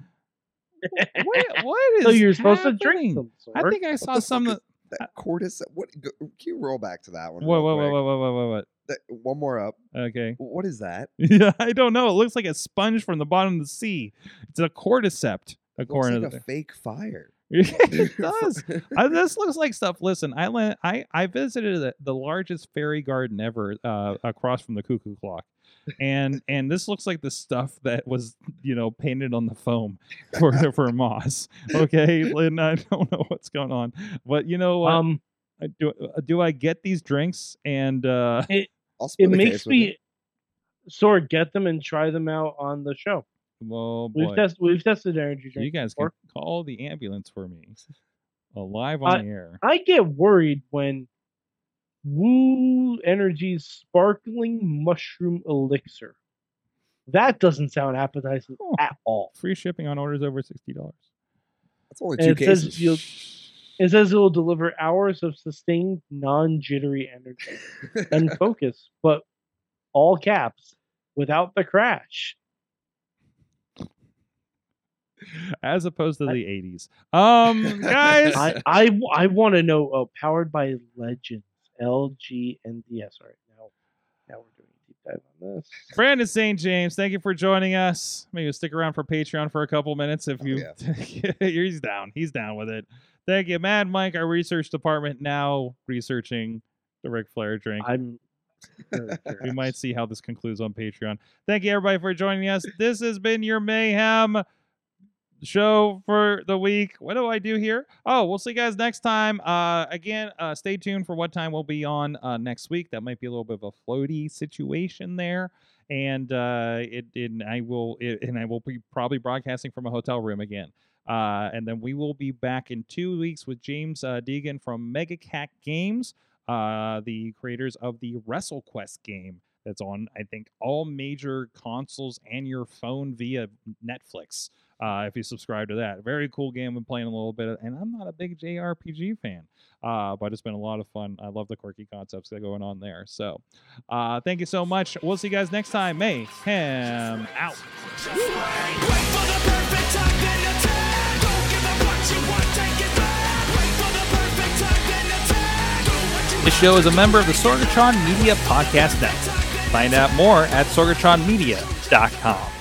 [SPEAKER 2] Wh- What, what is?
[SPEAKER 3] So you're supposed to
[SPEAKER 2] happening?
[SPEAKER 3] drink them.
[SPEAKER 2] I
[SPEAKER 3] sir.
[SPEAKER 2] think I
[SPEAKER 4] What
[SPEAKER 2] saw
[SPEAKER 4] the fuck
[SPEAKER 2] some.
[SPEAKER 4] is
[SPEAKER 2] That,
[SPEAKER 4] that cortis. What? Go, can you roll back to that one?
[SPEAKER 2] whoa,
[SPEAKER 4] real
[SPEAKER 2] whoa, whoa,
[SPEAKER 4] quick?
[SPEAKER 2] whoa, whoa, whoa, whoa,
[SPEAKER 4] That- one more up.
[SPEAKER 2] whoa! Okay. *laughs*
[SPEAKER 4] What is that?
[SPEAKER 2] Yeah, I don't know. It looks like a sponge from the bottom of the sea. It's a cordyceps,
[SPEAKER 4] Looks
[SPEAKER 2] according
[SPEAKER 4] like a
[SPEAKER 2] to
[SPEAKER 3] *laughs*
[SPEAKER 4] fake fire. *laughs*
[SPEAKER 2] the. *laughs* it does. I, this looks like stuff. Listen, I le- I I visited the, the largest fairy garden ever uh, across from the cuckoo clock,
[SPEAKER 4] *laughs*
[SPEAKER 2] and and this looks like the stuff that was you know painted on the foam for
[SPEAKER 4] *laughs*
[SPEAKER 2] for moss. Okay, and I don't know what's going on, but you know what?
[SPEAKER 3] um,
[SPEAKER 2] I do uh, do I get these drinks and uh,
[SPEAKER 4] I'll split
[SPEAKER 3] it
[SPEAKER 4] a
[SPEAKER 3] makes
[SPEAKER 4] case with you.
[SPEAKER 3] me. Sort get them and try them out on the show.
[SPEAKER 2] well, boy.
[SPEAKER 3] We've tested. We've tested energy drinks.
[SPEAKER 2] you guys
[SPEAKER 3] before.
[SPEAKER 2] can call the ambulance for me. Alive on the air.
[SPEAKER 3] I get worried when Woo Energy's sparkling mushroom elixir. That doesn't sound appetizing
[SPEAKER 2] Oh.
[SPEAKER 3] at all.
[SPEAKER 2] Free shipping on orders over sixty dollars.
[SPEAKER 4] That's only
[SPEAKER 3] And
[SPEAKER 4] two
[SPEAKER 3] it says
[SPEAKER 4] cases.
[SPEAKER 3] you'll- It says it will deliver hours of sustained, non-jittery energy and focus, but all caps without the crash.
[SPEAKER 2] As opposed to the eighties.
[SPEAKER 3] *laughs*
[SPEAKER 2] Um guys
[SPEAKER 3] I I, I want to know. Oh, powered by Legends, LG and DS. All right, now now we're doing a deep dive on this.
[SPEAKER 2] Brandon St. James, thank you for joining us. Maybe stick around for Patreon for a couple minutes if
[SPEAKER 4] Oh,
[SPEAKER 2] you *laughs* he's down. He's down with it. Thank you. Mad Mike, our research department now researching the Ric Flair drink. *laughs*
[SPEAKER 3] I'm. very curious.
[SPEAKER 2] we might see how this concludes on Patreon. Thank you everybody for joining us. This has been your mayhem show for the week. What do I do here? Oh, we'll see you guys next time. Uh, again, uh, stay tuned for what time we'll be on uh, next week. That might be a little bit of a floaty situation there, and uh, it, and I will it, and I will be probably broadcasting from a hotel room again. Uh, and then we will be back in two weeks with James uh, Deegan from Mega Cat Games uh, the creators of the WrestleQuest game that's on, I think, all major consoles and your phone via Netflix. Uh, if you subscribe to that, very cool game. Been playing a little bit, of- and I'm not a big JRPG fan, uh, but it's been a lot of fun. I love the quirky concepts that are going on there. So, uh, thank you so much. We'll see you guys next time. Mayhem out.
[SPEAKER 1] The
[SPEAKER 2] This show is a member of the Sorgatron Media Podcast Network. Find out more at sorgatronmedia.com.